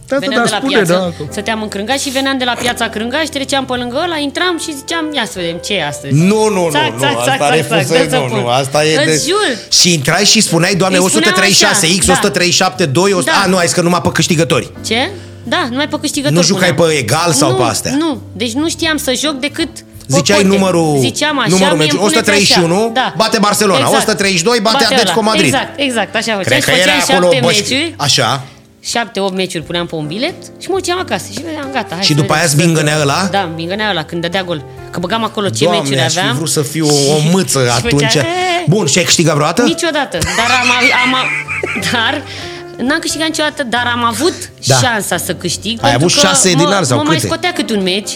Speaker 1: Da,
Speaker 2: Veneam de la piață, stăteam în Crângaș și veneam de la piața Crângaș, treceam pe lângă ăla, intram și ziceam, ia să vedem ce e astăzi.
Speaker 1: Nu, nu, nu,
Speaker 2: Țac,
Speaker 1: nu,
Speaker 2: țac, țac,
Speaker 1: asta
Speaker 2: țac, țac,
Speaker 1: refuzai,
Speaker 2: dă să
Speaker 1: nu,
Speaker 2: pun.
Speaker 1: nu, asta e de...
Speaker 2: Îți jur.
Speaker 1: Și intrai și spuneai, doamne,
Speaker 2: Îi spuneam
Speaker 1: 136, X,
Speaker 2: așa,
Speaker 1: 137, 2, 100...
Speaker 2: Da.
Speaker 1: A, Ah, nu, ai zis că numai pe câștigători.
Speaker 2: Ce? Da, numai pe câștigător.
Speaker 1: Nu jucai
Speaker 2: puneam.
Speaker 1: pe egal sau
Speaker 2: da. nu,
Speaker 1: pe astea?
Speaker 2: Nu, deci nu știam să joc decât pe
Speaker 1: Ziceai
Speaker 2: cote.
Speaker 1: numărul-
Speaker 2: Ziceam așa,
Speaker 1: numărul
Speaker 2: mie îmi
Speaker 1: meciului.
Speaker 2: puneți
Speaker 1: 131
Speaker 2: așa. da.
Speaker 1: bate Barcelona, 132 bate Atletico
Speaker 2: ăla.
Speaker 1: Madrid.
Speaker 2: Exact, exact, așa făceam.
Speaker 1: Cred
Speaker 2: Și
Speaker 1: că era
Speaker 2: făceam
Speaker 1: acolo
Speaker 2: șapte
Speaker 1: băș-
Speaker 2: meciuri,
Speaker 1: Așa.
Speaker 2: șapte, opt meciuri puneam pe un bilet și mă duceam acasă și vedeam, gata. Hai
Speaker 1: Și
Speaker 2: să
Speaker 1: după
Speaker 2: vedem.
Speaker 1: aia zbingănea ăla?
Speaker 2: Da, bingănea ăla când dădea gol. Că băgam acolo ce
Speaker 1: Doamne,
Speaker 2: meciuri
Speaker 1: aș fi
Speaker 2: aveam.
Speaker 1: vrut să fiu o, o
Speaker 2: [LAUGHS] Și-
Speaker 1: mâță
Speaker 2: și
Speaker 1: atunci.
Speaker 2: [LAUGHS] făcea, "E,
Speaker 1: Bun, și ai câștigat vreodată?
Speaker 2: Niciodată, dar am, am, am dar n-am câștigat niciodată, dar am avut
Speaker 1: Da.
Speaker 2: da. șansa să câștig.
Speaker 1: Ai
Speaker 2: pentru
Speaker 1: avut
Speaker 2: că
Speaker 1: șase
Speaker 2: mă,
Speaker 1: dinari sau
Speaker 2: mă mai
Speaker 1: câte?
Speaker 2: scotea cât un meci.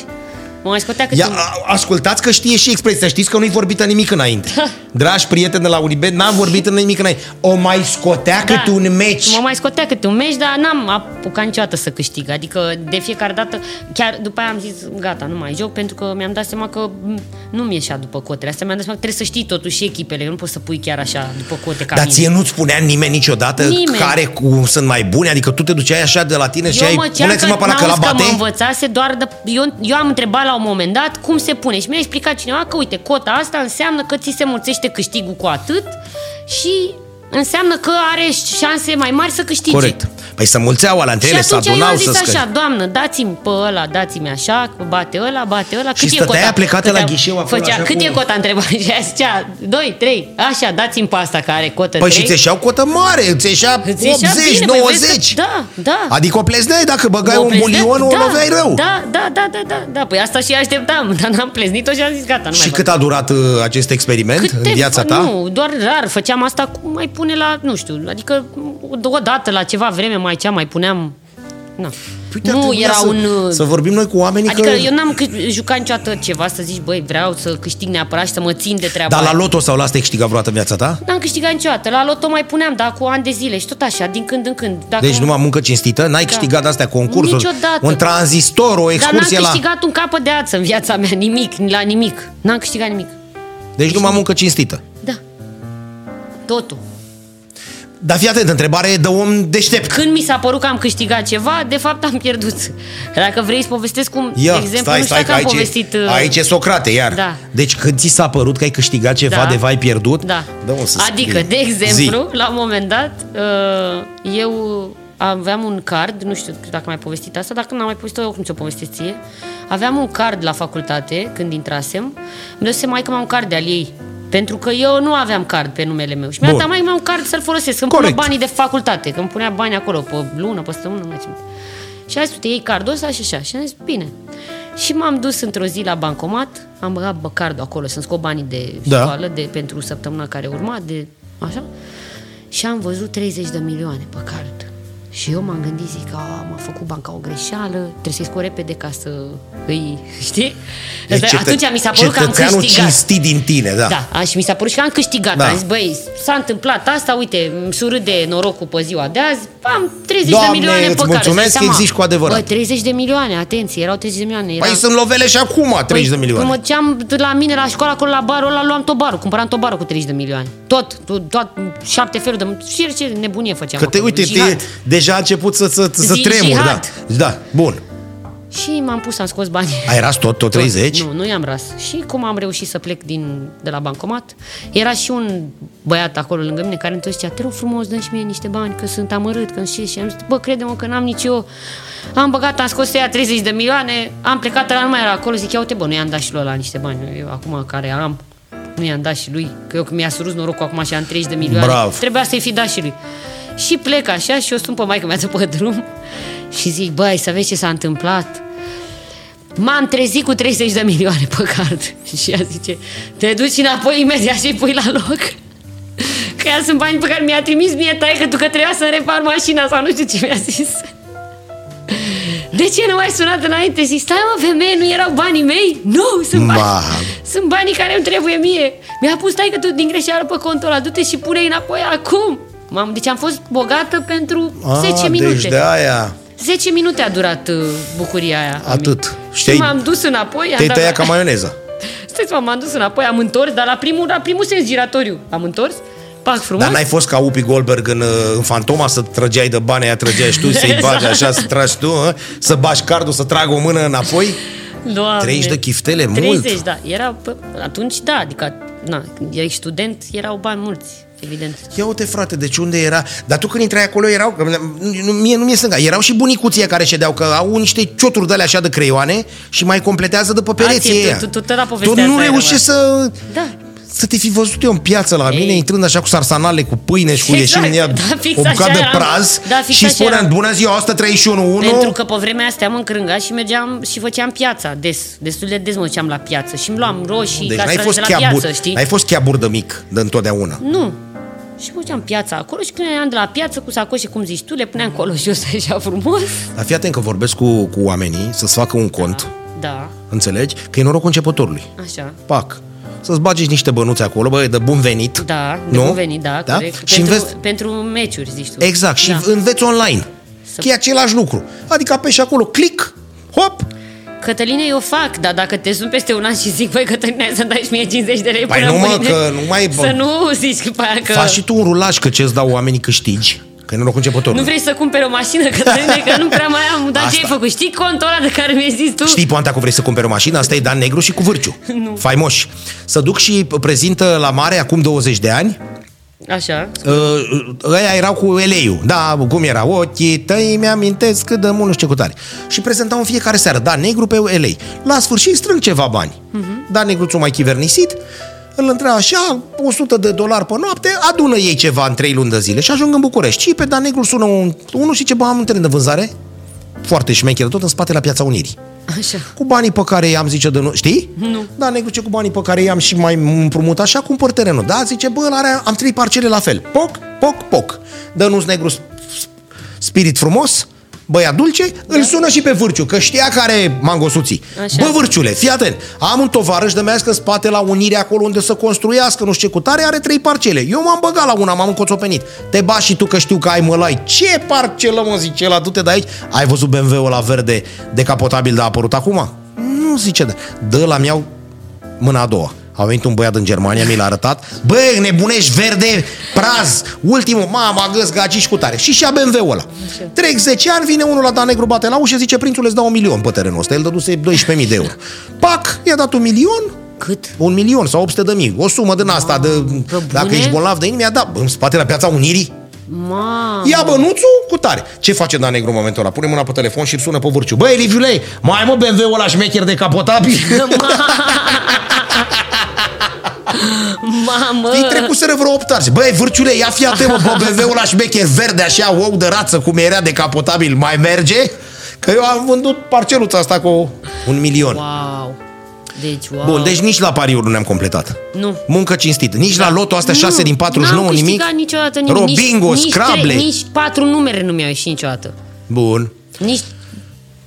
Speaker 2: Mă mai scotea cât
Speaker 1: Ia,
Speaker 2: un...
Speaker 1: a- ascultați că știe și expresia, știți că nu-i vorbită nimic
Speaker 2: [LAUGHS]
Speaker 1: înainte. Dragi prieteni de la Unibet, n-am vorbit nimic înainte. O mai scotea
Speaker 2: Da.
Speaker 1: cât un meci.
Speaker 2: Mă mai scotea câte un meci, dar n-am apucat niciodată să câștig. Adică de fiecare dată, chiar după aia am zis, gata, nu mai joc, pentru că mi-am dat seama că m, nu mi ieșea după cotele. Asta mi-am dat seama că trebuie să știi totuși echipele, nu poți să pui chiar așa după cote ca
Speaker 1: Dar
Speaker 2: mine.
Speaker 1: ție nu-ți spunea nimeni niciodată
Speaker 2: Nimeni.
Speaker 1: care cum sunt mai bune? Adică tu te duceai așa de la tine și ai...
Speaker 2: Eu mă ceam că,
Speaker 1: Puneți-mă pe ăla că la
Speaker 2: n-auzi că mă
Speaker 1: bate?
Speaker 2: învățase doar de, eu, eu am întrebat la un moment dat cum se pune și mi-a explicat cineva că uite, cota asta înseamnă că ți se mulțește câștigul cu atât și înseamnă că are șanse mai mari să câștige.
Speaker 1: Corect. Păi să mulțeau alea între
Speaker 2: Și
Speaker 1: ele, să
Speaker 2: atunci eu
Speaker 1: adunau,
Speaker 2: am zis
Speaker 1: să
Speaker 2: așa,
Speaker 1: scări.
Speaker 2: doamnă, dați-mi pe ăla, dați-mi așa, bate ăla, bate ăla.
Speaker 1: Și
Speaker 2: cât e
Speaker 1: stăteai
Speaker 2: cota?
Speaker 1: aplecată
Speaker 2: Cât
Speaker 1: la
Speaker 2: am-
Speaker 1: ghișeu acolo,
Speaker 2: Făcea,
Speaker 1: așa
Speaker 2: cât
Speaker 1: cu-
Speaker 2: e cota, întreba. [LAUGHS] Și aia zicea, 2, 3, așa, dați-mi pe asta care are cotă
Speaker 1: Păi
Speaker 2: 3.
Speaker 1: și ți-eșeau cotă mare, ți-eșea 80,
Speaker 2: Îți ieșea bine, păi
Speaker 1: 90.
Speaker 2: vezi că- da, da.
Speaker 1: Adică o plezneai, dacă băgai
Speaker 2: O
Speaker 1: un
Speaker 2: pleznea-
Speaker 1: bulion, o loveai rău.
Speaker 2: Da, da, da, da, da, da. Păi asta și așteptam, [LAUGHS] dar n-am pleznit-o și am zis gata, nu mai
Speaker 1: Și
Speaker 2: fac.
Speaker 1: cât a durat uh, acest experiment în viața ta?
Speaker 2: Nu, doar rar făceam asta, cum mai pune la, nu știu, adică o- o dată la ceva vreme mai cea mai puneam... Na.
Speaker 1: Păi, uite, ar
Speaker 2: nu
Speaker 1: trebui
Speaker 2: era
Speaker 1: să,
Speaker 2: un... uh,
Speaker 1: Să vorbim noi cu oamenii
Speaker 2: Adică
Speaker 1: că...
Speaker 2: eu n-am câ- jucat niciodată ceva să zici, băi, vreau să câștig neapărat și să mă țin de treaba
Speaker 1: Dar la
Speaker 2: aia.
Speaker 1: loto sau la asta ai câștigat vreodată în viața ta?
Speaker 2: N-am câștigat niciodată. La loto mai puneam, dar cu ani de zile și tot așa, din când în când. Dacă
Speaker 1: Deci numai muncă cinstită? N-ai câștigat astea concursuri?
Speaker 2: Da. Niciodată.
Speaker 1: Un tranzistor, o
Speaker 2: Dar n-am
Speaker 1: excursie la...
Speaker 2: câștigat un capăt de ață în viața mea, nimic, la nimic. N-am câștigat nimic.
Speaker 1: Deci numai muncă cinstită.
Speaker 2: Da. Totul.
Speaker 1: Dar fii atent, întrebare de om deștept.
Speaker 2: Când mi s-a părut că am câștigat ceva, de fapt am pierdut. Dacă vrei să povestesc cum,
Speaker 1: Ia,
Speaker 2: de exemplu,
Speaker 1: stai,
Speaker 2: nu știu
Speaker 1: stai,
Speaker 2: dacă
Speaker 1: că
Speaker 2: am
Speaker 1: aici,
Speaker 2: povestit...
Speaker 1: e,
Speaker 2: uh,
Speaker 1: aici e Socrate, iar.
Speaker 2: Da.
Speaker 1: Deci când ți s-a părut că ai câștigat ceva,
Speaker 2: Da.
Speaker 1: de vai pierdut,
Speaker 2: Da.
Speaker 1: dă-mă să
Speaker 2: adică,
Speaker 1: scrii.
Speaker 2: de exemplu, Zi. la un moment dat, uh, eu aveam un card, nu știu dacă am mai povestit asta, dacă n-am mai povestit-o, oricum ți-o povestesc ție. Aveam un card la facultate când intrasem, mi-a dat seama că am un card de al ei. Pentru că eu nu aveam card pe numele meu și mi-a
Speaker 1: Bun.
Speaker 2: dat mai un card să-l folosesc, îmi punea
Speaker 1: Corect.
Speaker 2: banii de facultate, că îmi punea bani acolo pe lună, pe săptămână, nu mai țin minte. Și a zis, uite, iei cardul ăsta și așa. Și am zis, bine. Și m-am dus într-o zi la bancomat, am băgat bă, cardul acolo să-mi scot banii de
Speaker 1: Da.
Speaker 2: școală de, pentru săptămâna care urma, de așa. Și am văzut 30 de milioane pe card. Și eu m-am gândit, zic, a, m-a făcut banca o greșeală, trebuie să-i scot repede ca să îi, [LAUGHS] știi?
Speaker 1: Deci cetă-
Speaker 2: Atunci mi s-a părut că am
Speaker 1: cetățeanul
Speaker 2: câștigat.
Speaker 1: cinstit din tine, da.
Speaker 2: Da, a, și mi s-a părut și că am câștigat.
Speaker 1: Da.
Speaker 2: Da. Am zis, băi, s-a întâmplat asta, uite, îmi surât de norocul pe ziua de azi, am 30
Speaker 1: Doamne,
Speaker 2: de milioane pe
Speaker 1: îți
Speaker 2: care.
Speaker 1: mulțumesc
Speaker 2: Îți dai
Speaker 1: că
Speaker 2: seama?
Speaker 1: existi cu adevărat.
Speaker 2: Bă, 30 de milioane, atenție, erau 30 de milioane. Era... Păi,
Speaker 1: Păi sunt lovele și acum 30 de milioane.
Speaker 2: Când mă duceam la mine la școală, acolo la barul ăla, luam tot barul, cumpăram tot barul cu 30 de milioane. Tot, tot, tot șapte feluri de... Și ce nebunie făceam
Speaker 1: Că te,
Speaker 2: acolo,
Speaker 1: uite, te,
Speaker 2: jihad.
Speaker 1: deja a început să, să, să
Speaker 2: Zi-
Speaker 1: tremuri, da.
Speaker 2: jihad.
Speaker 1: Da, bun.
Speaker 2: Și m-am pus, am scos banii.
Speaker 1: Ai ras tot, tot 30?
Speaker 2: Nu, nu i-am ras. Și cum am reușit să plec din, de la bancomat, era și un băiat acolo lângă mine care întotdeauna zicea, te rog frumos, dă și mie niște bani, că sunt amărât, că și Și am zis, bă, crede-mă că n-am nici eu. Am băgat, am scos să ia 30 de milioane, am plecat, ăla nu mai era acolo, zic, ia uite, bă, nu i-am dat și lui ăla niște bani, eu acum care am, nu i-am dat și lui, că eu că mi-a surus norocul acum și am 30 de milioane,
Speaker 1: Bravo.
Speaker 2: trebuia să-i fi dat și lui. Și plec așa și eu sunt pe maică mea pe drum [LAUGHS] și zic, băi, să vezi ce s-a întâmplat. M-am trezit cu 30 de milioane pe card [LAUGHS] și ea zice, te duci înapoi imediat și îi pui la loc. [LAUGHS] Că ea sunt bani pe care mi-a trimis mie tai că tu că trebuia să repar mașina sau nu știu ce mi-a zis. [LAUGHS] De ce nu ai sunat înainte? Zic, stai mă, femeie, nu erau banii mei? [LAUGHS] Nu, sunt bani,
Speaker 1: Ma.
Speaker 2: sunt banii care îmi trebuie mie. Mi-a pus tai că tu din greșeală pe contul ăla, du-te și pune înapoi acum. M-am, deci am fost bogată pentru
Speaker 1: Ah,
Speaker 2: 10 minute.
Speaker 1: Deci de aia,
Speaker 2: 10 minute a durat uh, bucuria aia. a
Speaker 1: atât.
Speaker 2: și m-am
Speaker 1: Știi,
Speaker 2: dus înapoi, am
Speaker 1: te-ai
Speaker 2: dat... da,
Speaker 1: tăiat
Speaker 2: [LAUGHS]
Speaker 1: ca maioneză.
Speaker 2: Stați, m-am dus înapoi, am întors, dar la primul, la primul sens giratoriu am întors, pac frumos.
Speaker 1: Dar n-ai fost ca Upi Goldberg în, uh, în Fantoma să trăgeai de bani, aia trăgeai și tu, să-i
Speaker 2: Exact.
Speaker 1: bagi așa, să tragi tu, hă? să bași cardul, să tragă o mână înapoi?
Speaker 2: Doamne,
Speaker 1: 30 de chiftele, mult.
Speaker 2: 30, da. Era, pă, atunci, da, adică, na, când ești student, erau bani mulți, evident.
Speaker 1: Ia uite frate, deci unde era? Dar tu când intrai acolo erau, că nu- mie nu mi-e sânga, erau și bunicuții care ședeau, că au niște cioturi de alea așa de creioane și mai completează de pe pereții
Speaker 2: Ație,
Speaker 1: aia.
Speaker 2: tu- tu- tu tot la
Speaker 1: tu
Speaker 2: povestea
Speaker 1: nu
Speaker 2: asta ai
Speaker 1: reușești să...
Speaker 2: Da.
Speaker 1: Să te fi văzut eu în piață la mine,
Speaker 2: Ei.
Speaker 1: intrând așa cu sarsanale, cu pâine și cu
Speaker 2: Exact,
Speaker 1: ieșind în ea
Speaker 2: da, fix
Speaker 1: o bucată
Speaker 2: așa
Speaker 1: de
Speaker 2: eram.
Speaker 1: praz
Speaker 2: Da, fix
Speaker 1: și
Speaker 2: așa
Speaker 1: spuneam,
Speaker 2: eram.
Speaker 1: bună ziua, 131, 1.
Speaker 2: Pentru că pe vremea asta am încrângat și mergeam și făceam piața des, destul de des mă duceam la piață și îmi luam roșii,
Speaker 1: Deci n-ai
Speaker 2: castraveți
Speaker 1: fost,
Speaker 2: de la
Speaker 1: chiar
Speaker 2: piață,
Speaker 1: bur,
Speaker 2: știi?
Speaker 1: n-ai fost chiar burdă mic de întotdeauna.
Speaker 2: Nu. Și mă duceam piața acolo și când eram de la piață cu sacoșe, cum zici tu, le puneam colo și jos așa frumos.
Speaker 1: Dar fii atent că vorbesc cu, cu oamenii să-ți facă un cont,
Speaker 2: Da,
Speaker 1: înțelegi? Că e norocul începătorului.
Speaker 2: așa.
Speaker 1: pac, să-ți bagi niște bănuți acolo, bă, de bun venit.
Speaker 2: Da, de nu? bun venit, da, da? corect.
Speaker 1: Și
Speaker 2: pentru,
Speaker 1: înveți,
Speaker 2: pentru meciuri, zici tu.
Speaker 1: exact, și
Speaker 2: da.
Speaker 1: înveți online. Că e același lucru. Adică apeși acolo, click, hop,
Speaker 2: Cătăline, eu fac, dar dacă te sun peste un an și zic, băi, Cătăline, hai să-mi dai și mie 50 de lei
Speaker 1: Păi
Speaker 2: până
Speaker 1: nu, mă,
Speaker 2: mâine,
Speaker 1: că nu mai-
Speaker 2: Să nu zici că,
Speaker 1: că...
Speaker 2: că
Speaker 1: faci și tu un rulaj că ce-ți dau oamenii câștigi. Că nu loc începătorul.
Speaker 2: nu vrei să cumperi o mașină, Cătăline, că nu prea mai am, dar ce ai
Speaker 1: Asta.
Speaker 2: făcut? Știi contul ăla de care mi-ai zis tu?
Speaker 1: Mm. Știi poanta că vrei să cumperi o mașină? Asta e Dan Negru și cu Vârciu. Nu. Faimoși. Să duc și prezintă la mare acum 20 de ani
Speaker 2: Așa.
Speaker 1: Uh, ăia erau cu eleiul. Da, cum era? Ochii tăi mi-amintesc cât de mult nu știu ce cu tare. Și prezentau în fiecare seară, da, negru pe elei. La sfârșit strâng ceva bani. Uh-huh. Da, negru ți mai chivernisit, îl întreba așa, 100 de dolari pe noapte, adună ei ceva în 3 luni de zile și ajung în București. Și pe Dan Negru sună un, unul și ce bă, am un teren de vânzare foarte șmecher, tot în spate la Piața Unirii.
Speaker 2: Așa.
Speaker 1: Cu banii pe care i-am zice de nu... Știi?
Speaker 2: Nu.
Speaker 1: Da, negru ce cu banii pe care i-am și mai împrumut așa, cumpăr terenul. Da, zice, bă, ăla are, am trei parcele la fel. Poc, poc, poc. Dă nu negru sp- sp- spirit frumos, băia dulce, da. îl sună și pe Vârciu, că știa care are mangosuții.
Speaker 2: Așa.
Speaker 1: Bă, Vârciule, fii atent, am un tovarăș de mească în spate la unire acolo unde să construiască, nu știu ce cu tare, are trei parcele. Eu m-am băgat la una, m-am încoțopenit. Te bași și tu că știu că ai mălai. Ce parcelă, mă, zice la du-te de aici. Ai văzut BMW-ul la verde decapotabil de a apărut acum? Nu, zice, da. Dă la miau mâna a doua. A venit un băiat în Germania, mi l-a arătat. Bă, nebunești, verde, praz, ultimul, mama, găs, gagici cu tare. Și și-a BMW-ul ăla. Trec 10 ani, vine unul la Dan Negru, bate la ușă, zice, prințul îți dau un milion pe terenul ăsta. El dăduse 12.000 de euro. Pac, i-a dat un milion,
Speaker 2: Cât?
Speaker 1: un milion sau 800 de mii, o sumă din asta, de,
Speaker 2: pe bune?
Speaker 1: dacă ești bolnav de inimă, i-a dat, în spate la piața Unirii,
Speaker 2: Ma.
Speaker 1: Ia bănuțul cu tare. Ce face Dan Negru în momentul ăla? Pune mâna pe telefon și îl sună pe vârciu. Băi, Liviule, mai ai, mă BMW-ul ăla șmecher de capotabil?
Speaker 2: Da, Mamă.
Speaker 1: Îi trecuseră vreo 8 arzi. Băi, vârciule, ia fi
Speaker 2: [LAUGHS]
Speaker 1: atent, mă, pe BMW-ul la șmecher verde, așa, ou de rață, cum era de capotabil, mai merge? Că eu am vândut parceluța asta cu un milion. Wow.
Speaker 2: Wow. Deci, wow.
Speaker 1: Bun, deci nici la pariuri nu ne-am completat.
Speaker 2: Nu.
Speaker 1: Muncă cinstit. Nici la lotul astea
Speaker 2: Da. Nu,
Speaker 1: 6 din 49,
Speaker 2: n-am câștigat
Speaker 1: nimic.
Speaker 2: niciodată nimic.
Speaker 1: Robingo,
Speaker 2: nici, nici,
Speaker 1: Scrabble.
Speaker 2: tre- nici patru numere nu mi-au ieșit niciodată.
Speaker 1: Bun.
Speaker 2: Nici,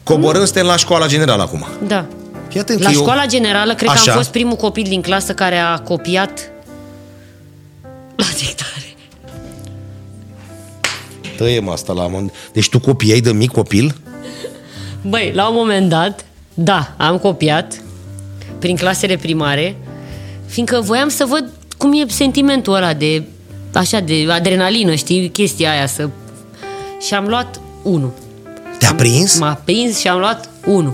Speaker 1: Coborând, suntem la școala generală acum.
Speaker 2: da.
Speaker 1: Fii atent
Speaker 2: La
Speaker 1: că eu-
Speaker 2: școala generală, cred că
Speaker 1: Așa.
Speaker 2: am fost primul copil din clasă care a copiat la dictare.
Speaker 1: Tăiem asta la mânt. Deci tu copiai de mic copil?
Speaker 2: Băi, la un moment dat, da, am copiat prin clasele primare, fiindcă voiam să văd cum e sentimentul ăla de, așa, de adrenalină, știi, chestia aia să... Și am luat unul.
Speaker 1: Te-a prins?
Speaker 2: M-a prins și am luat unul.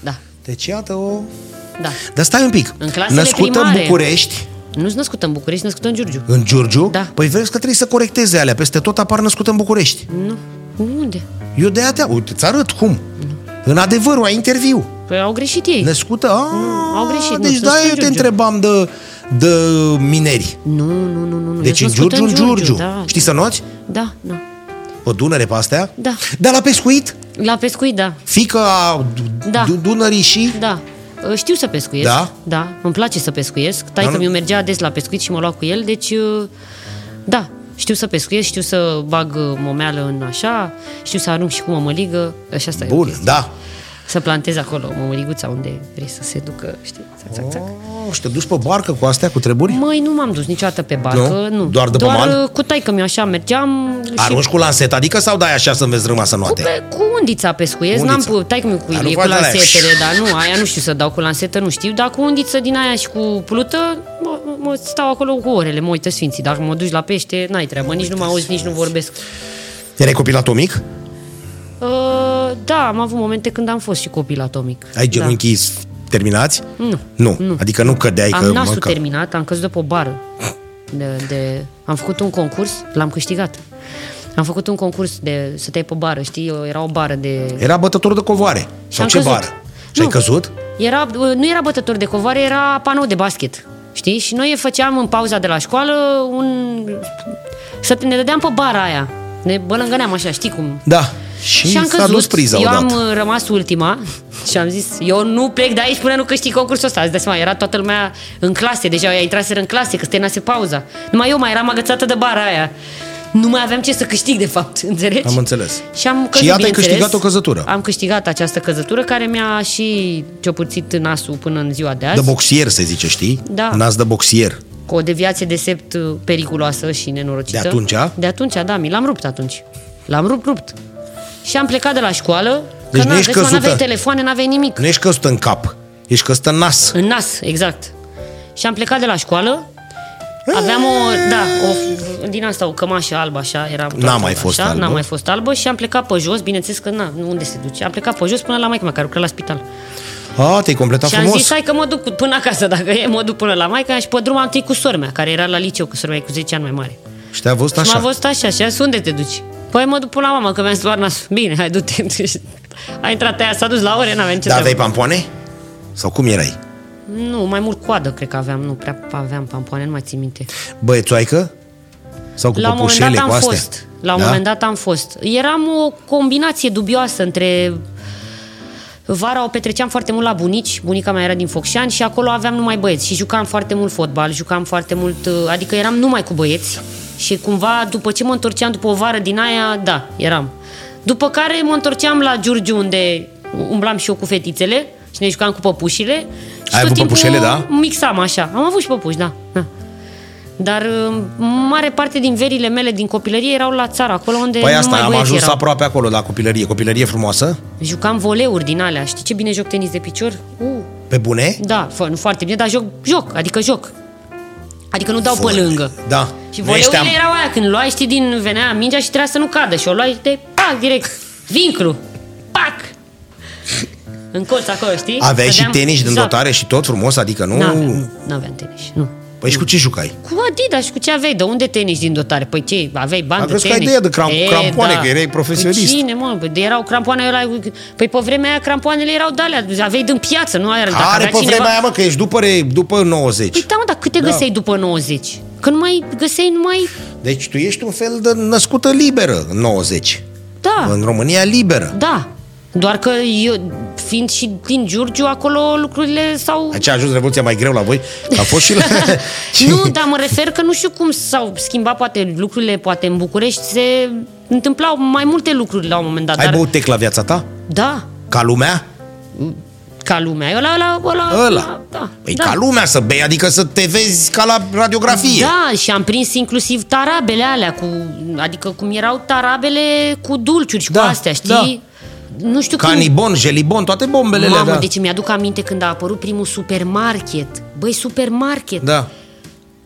Speaker 2: Da,
Speaker 1: Deci iată o...
Speaker 2: da.
Speaker 1: Dar stai un pic.
Speaker 2: În clasele
Speaker 1: Născută în
Speaker 2: primare.
Speaker 1: București,
Speaker 2: Nu-s născut în București, născut în Giurgiu.
Speaker 1: în Giurgiu,
Speaker 2: Da.
Speaker 1: păi vezi că trebuie să corecteze alea. Peste tot apar născută în București.
Speaker 2: Nu. Unde?
Speaker 1: Eu de aia, uite, îți arăt cum. În adevărul, ai interviu.
Speaker 2: Păi au greșit ei.
Speaker 1: Născută? A,
Speaker 2: Mm. au greșit, nu,
Speaker 1: Deci
Speaker 2: sunt
Speaker 1: da,
Speaker 2: în
Speaker 1: eu te
Speaker 2: Giurgiu.
Speaker 1: întrebam de, de mineri.
Speaker 2: Nu, nu, nu, nu. nu.
Speaker 1: Deci
Speaker 2: Eu
Speaker 1: în
Speaker 2: sunt născută
Speaker 1: Giurgiu, în Giurgiu.
Speaker 2: Da,
Speaker 1: Știi să noți?
Speaker 2: da, da.
Speaker 1: Pe Dunăre pe astea?
Speaker 2: Da.
Speaker 1: Dar la pescuit?
Speaker 2: La pescuit, da.
Speaker 1: Fica a
Speaker 2: Da.
Speaker 1: da. Dunării și...
Speaker 2: Da. Știu să pescuiesc.
Speaker 1: Da?
Speaker 2: Da, îmi place să pescuiesc. Taică mi mergea des la pescuit și mă lua cu el, deci uh, da, știu să pescuiesc, știu să bag uh, momeală în așa, știu să arunc și cu mămăligă, așa asta e. o
Speaker 1: Bun,
Speaker 2: chestie.
Speaker 1: da.
Speaker 2: Să plantez acolo mămăliguța unde vrei să se ducă, știi, țac, țac, țac.
Speaker 1: O, Oh, și te duci pe barcă cu astea, cu treburi?
Speaker 2: Măi, nu m-am dus niciodată pe barcă,
Speaker 1: Nu?
Speaker 2: nu.
Speaker 1: Doar de pe
Speaker 2: Doar
Speaker 1: mal?
Speaker 2: uh, cu taică mi așa mergeam și
Speaker 1: Arunci cu lanseta, adică sau dai așa să înveți rămas să
Speaker 2: cu,
Speaker 1: noate?
Speaker 2: pe, cu undița pescuiesc, n-am
Speaker 1: Undița.
Speaker 2: pu- tai cum cu,
Speaker 1: Dar nu
Speaker 2: e, cu
Speaker 1: faci de alea.
Speaker 2: lansetele, dar nu, aia nu știu să dau cu lansetă, nu știu, dar cu undiță din aia și cu plută, mă, mă stau acolo cu orele, mă uită sfinții, dacă mă duci la pește, n-ai treabă, nici nu mă auzi, nici nu vorbesc.
Speaker 1: Erai copil atomic?
Speaker 2: Uh, da, am avut momente când am fost și copil atomic.
Speaker 1: Ai genunchii da. terminați?
Speaker 2: Nu.
Speaker 1: Nu. nu. Adică nu cădeai
Speaker 2: Da. Am
Speaker 1: că...
Speaker 2: nasul
Speaker 1: mă, că-
Speaker 2: terminat, am căzut de pe o bară. De, de, am făcut un concurs, l-am câștigat. Am făcut un concurs de să te iei pe bară, știi, era o bară de
Speaker 1: Era bătător de covoare.
Speaker 2: Și
Speaker 1: Sau
Speaker 2: am
Speaker 1: ce
Speaker 2: căzut.
Speaker 1: bară? Și ai
Speaker 2: Nu.
Speaker 1: căzut?
Speaker 2: Era, nu era bătător de covoare, era panou de basket. Știi? Și noi făceam în pauza de la școală un... Să ne dădeam pe bara aia. Ne bălângăneam așa, știi cum.
Speaker 1: Da. Și,
Speaker 2: și am
Speaker 1: s-a
Speaker 2: căzut,
Speaker 1: dus priza
Speaker 2: eu am
Speaker 1: odată.
Speaker 2: uh, rămas ultima [LAUGHS] și am zis, eu nu plec de aici până nu câștig concursul ăsta. Îți dai seama, era toată lumea în clase, deja ea intraseră în clase, că se terminase pauza. Numai eu mai eram agățată de bara aia. Nu mai aveam ce să câștig, de fapt, [LAUGHS] înțelegi?
Speaker 1: Am înțeles.
Speaker 2: Și am căzut,
Speaker 1: Și iată, ai
Speaker 2: bineînțeles.
Speaker 1: câștigat o căzătură.
Speaker 2: Am câștigat această căzătură care mi-a și ciopurțit nasul până în ziua de azi.
Speaker 1: De boxier, se zice, știi?
Speaker 2: Da.
Speaker 1: Nas de boxier.
Speaker 2: cu o deviație de sept uh, periculoasă și nenorocită.
Speaker 1: De atunci?
Speaker 2: De atunci, da, mi l-am rupt atunci. L-am rupt, rupt. Și am plecat de la școală,
Speaker 1: Deci
Speaker 2: că
Speaker 1: nu
Speaker 2: n-a-
Speaker 1: ești
Speaker 2: vezi, mă, n-aveai
Speaker 1: căzută.
Speaker 2: telefoane, n-aveai nimic.
Speaker 1: Nu ești căzut în cap. Ești căzut în nas.
Speaker 2: În nas, exact. Și am plecat de la școală Aveam o, da, o, din asta, o cămașă albă, așa, era
Speaker 1: N-a mai fost
Speaker 2: așa,
Speaker 1: albă.
Speaker 2: N-a mai fost albă și am plecat pe jos, bineînțeles că, na, nu unde se duce, am plecat pe jos până la maică mea, care lucra la spital.
Speaker 1: A, te-ai completat
Speaker 2: și
Speaker 1: frumos.
Speaker 2: am zis, hai că mă duc cu- până acasă, dacă e, mă duc până la maică mea și pe drum am întâlnit cu sora mea, care era la liceu, că sora mea e cu 10 ani mai mare.
Speaker 1: și te-a văzut
Speaker 2: Și
Speaker 1: așa.
Speaker 2: m-a văzut așa și a zis, unde te duci? Păi mă duc până la mama, că mi-am spus nasul. Bine, hai, du-te. [LAUGHS] a intrat aia, s-a dus la ore, n-aveam ce
Speaker 1: Dar
Speaker 2: treabă.
Speaker 1: aveai pampoane? Sau cum erai?
Speaker 2: Nu, mai mult coadă, cred că aveam, nu prea aveam pampoane, nu mai țin minte.
Speaker 1: Băiețoaică? Sau cu
Speaker 2: La un moment
Speaker 1: păpușele,
Speaker 2: dat am
Speaker 1: cu astea? Da?
Speaker 2: fost. La un moment dat am fost. Eram o combinație dubioasă între... Vara o petreceam foarte mult la bunici, bunica mea era din Focșani și acolo aveam numai băieți și jucam foarte mult fotbal, jucam foarte mult, uh, adică eram numai cu băieți și cumva după ce mă întorceam după o vară din aia, da, eram. După care mă întorceam la Giurgiu unde umblam și eu cu fetițele și ne jucam cu păpușile și
Speaker 1: Ai
Speaker 2: tot
Speaker 1: avut
Speaker 2: timpul
Speaker 1: păpușele, da?
Speaker 2: mixam așa. Am avut și păpuși, da. da. Dar uh, mare parte din verile mele din copilărie erau la țară, acolo unde
Speaker 1: Păi
Speaker 2: numai
Speaker 1: asta, am
Speaker 2: băieți
Speaker 1: ajuns
Speaker 2: erau.
Speaker 1: aproape acolo la copilărie. Copilărie frumoasă?
Speaker 2: Jucam voleuri din alea, știi ce bine joc tenis de picior? Uh,
Speaker 1: Pe bune?
Speaker 2: da, fă, nu foarte bine, dar joc, joc, adică joc. Adică nu dau pe
Speaker 1: Foarte.
Speaker 2: lângă.
Speaker 1: Da.
Speaker 2: Și
Speaker 1: Nu ești
Speaker 2: voleurile
Speaker 1: am-
Speaker 2: erau aia, când luai, știi, din venea mingea și trebuia să nu cadă și o luai de pac, direct, vinclu, pac, în colț acolo, știi?
Speaker 1: Aveai și
Speaker 2: Dădeam-
Speaker 1: tenis din
Speaker 2: Exact. Da.
Speaker 1: dotare și tot frumos? Adică nu...
Speaker 2: N-aveam, n-aveam tenis, nu.
Speaker 1: Păi și cu ce jucai?
Speaker 2: Cu Adidas, și cu ce aveai? De unde tenis din dotare? Păi ce, aveai bani
Speaker 1: Am
Speaker 2: de
Speaker 1: crezut că
Speaker 2: tenis?
Speaker 1: ai de ea de cram- crampoane, că erai profesionist.
Speaker 2: Păi cine, mă? Păi de erau crampoane, era... Păi pe vremea aia crampoanele erau de alea, aveai din piață, nu era...
Speaker 1: Care pe
Speaker 2: avea
Speaker 1: cineva... vremea aia, mă, că ești după, re- după 90.
Speaker 2: Păi da, mă, dar câte găseai după 90? Că nu mai găseai numai...
Speaker 1: Deci tu ești un fel de născută liberă în 90.
Speaker 2: Da,
Speaker 1: În România liberă.
Speaker 2: da. Doar că eu, fiind și din Giurgiu, acolo lucrurile s-au...
Speaker 1: Aici a ajuns revoluția mai greu la voi. A fost și la...
Speaker 2: [LAUGHS]
Speaker 1: [LAUGHS]
Speaker 2: Nu, da, dar mă refer că nu știu cum s-au schimbat poate lucrurile, poate în București se întâmplau mai multe lucruri la un moment dat.
Speaker 1: Ai
Speaker 2: dar...
Speaker 1: băut tec la viața ta?
Speaker 2: Da,
Speaker 1: Ca lumea?
Speaker 2: ca lumea. Ăla, ăla, ăla.
Speaker 1: Ăla.
Speaker 2: Da,
Speaker 1: Păi
Speaker 2: da.
Speaker 1: ca lumea să bei, adică să te vezi ca la radiografie.
Speaker 2: Da, și am prins inclusiv tarabele alea, cu, adică cum erau tarabele cu dulciuri și
Speaker 1: Da,
Speaker 2: cu astea, știi?
Speaker 1: da.
Speaker 2: Nu știu cum...
Speaker 1: Canibon, gelibon, toate bombele
Speaker 2: Mamă,
Speaker 1: da.
Speaker 2: deci mi-aduc aminte când a apărut primul supermarket. Băi, supermarket.
Speaker 1: da.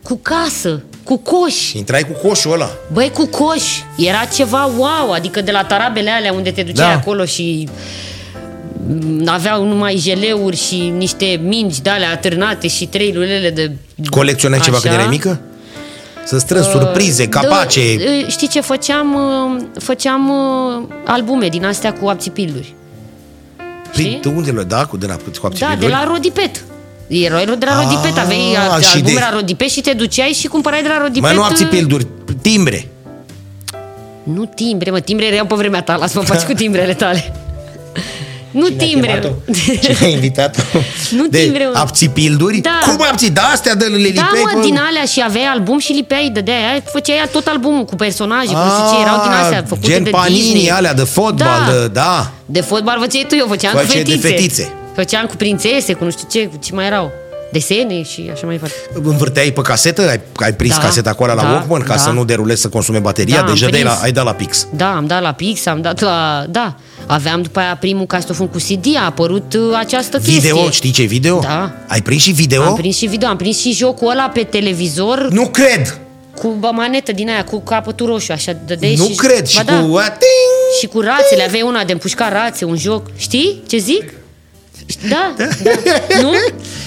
Speaker 2: Cu casă, cu coș.
Speaker 1: Intrai cu coșul ăla.
Speaker 2: Băi, cu coș. Era ceva wow, adică de la tarabele alea unde te duceai
Speaker 1: Da.
Speaker 2: acolo și m, aveau numai jeleuri și niște mingi de alea atârnate și trei lulele de...
Speaker 1: Colecționai ceva
Speaker 2: Așa. Uh,
Speaker 1: când erai mică? Să strângi surprize, capace.
Speaker 2: Da, uh, știi ce făceam? uh, Făceam uh, albume din astea cu apțipilduri.
Speaker 1: Prin-
Speaker 2: știi?
Speaker 1: de unde le da cu, de la, cu
Speaker 2: Da, de
Speaker 1: aptitudini?
Speaker 2: la Rodipet. Eroi de la
Speaker 1: Ah,
Speaker 2: Rodipet, aveai
Speaker 1: și
Speaker 2: al-
Speaker 1: de-
Speaker 2: albume la Rodipet și te duceai și cumpărai de la Rodipet.
Speaker 1: Mă, nu
Speaker 2: uh,
Speaker 1: aptitudini, timbre.
Speaker 2: Nu timbre, mă, timbre erau pe vremea ta, lasă-mă faci cu timbrele tale. Nu timbre.
Speaker 1: Cine a invitat
Speaker 2: [LAUGHS] Nu
Speaker 1: de
Speaker 2: timbre, mă.
Speaker 1: Abțipilduri?
Speaker 2: Da.
Speaker 1: Cum abții? Da, astea de le lipei
Speaker 2: Da, mă,
Speaker 1: pe-
Speaker 2: din alea și aveai album și lipeai, dădeai, făceai tot albumul cu personaje, cu nu știu ce, erau din astea, făcute
Speaker 1: Ah, gen
Speaker 2: de
Speaker 1: panini
Speaker 2: Disney.
Speaker 1: alea de fotbal,
Speaker 2: Da.
Speaker 1: da. De, da.
Speaker 2: De fotbal făceai tu, eu făceam cu
Speaker 1: Făceai de
Speaker 2: fetițe.
Speaker 1: fetițe.
Speaker 2: Făceam cu prințese, cu nu știu ce, cu ce mai erau. Desene și așa mai departe.
Speaker 1: Învârteai pe casetă? Ai, ai prins
Speaker 2: Da,
Speaker 1: caseta cu alea la
Speaker 2: da,
Speaker 1: Walkman ca
Speaker 2: da.
Speaker 1: să nu derulezi să consume bateria?
Speaker 2: Da,
Speaker 1: Deja
Speaker 2: am
Speaker 1: dai la,
Speaker 2: prins.
Speaker 1: ai dat la pix.
Speaker 2: Da, am dat la Pix, am dat la... Da, aveam după aia primul castofon cu CD, a apărut uh, această chestie.
Speaker 1: Video, știi ce e video?
Speaker 2: Da.
Speaker 1: Ai prins și video?
Speaker 2: Am prins și video, am prins și jocul ăla pe televizor
Speaker 1: Nu cred!
Speaker 2: cu o manetă din aia, cu capătul roșu, așa, dădeai
Speaker 1: nu
Speaker 2: și...
Speaker 1: cred! Și
Speaker 2: Ba da,
Speaker 1: cu... Ating!
Speaker 2: Și cu rațele, aveai una de împușcat rațe, un joc, știi ce zic?
Speaker 1: [LAUGHS]
Speaker 2: Da, da, nu?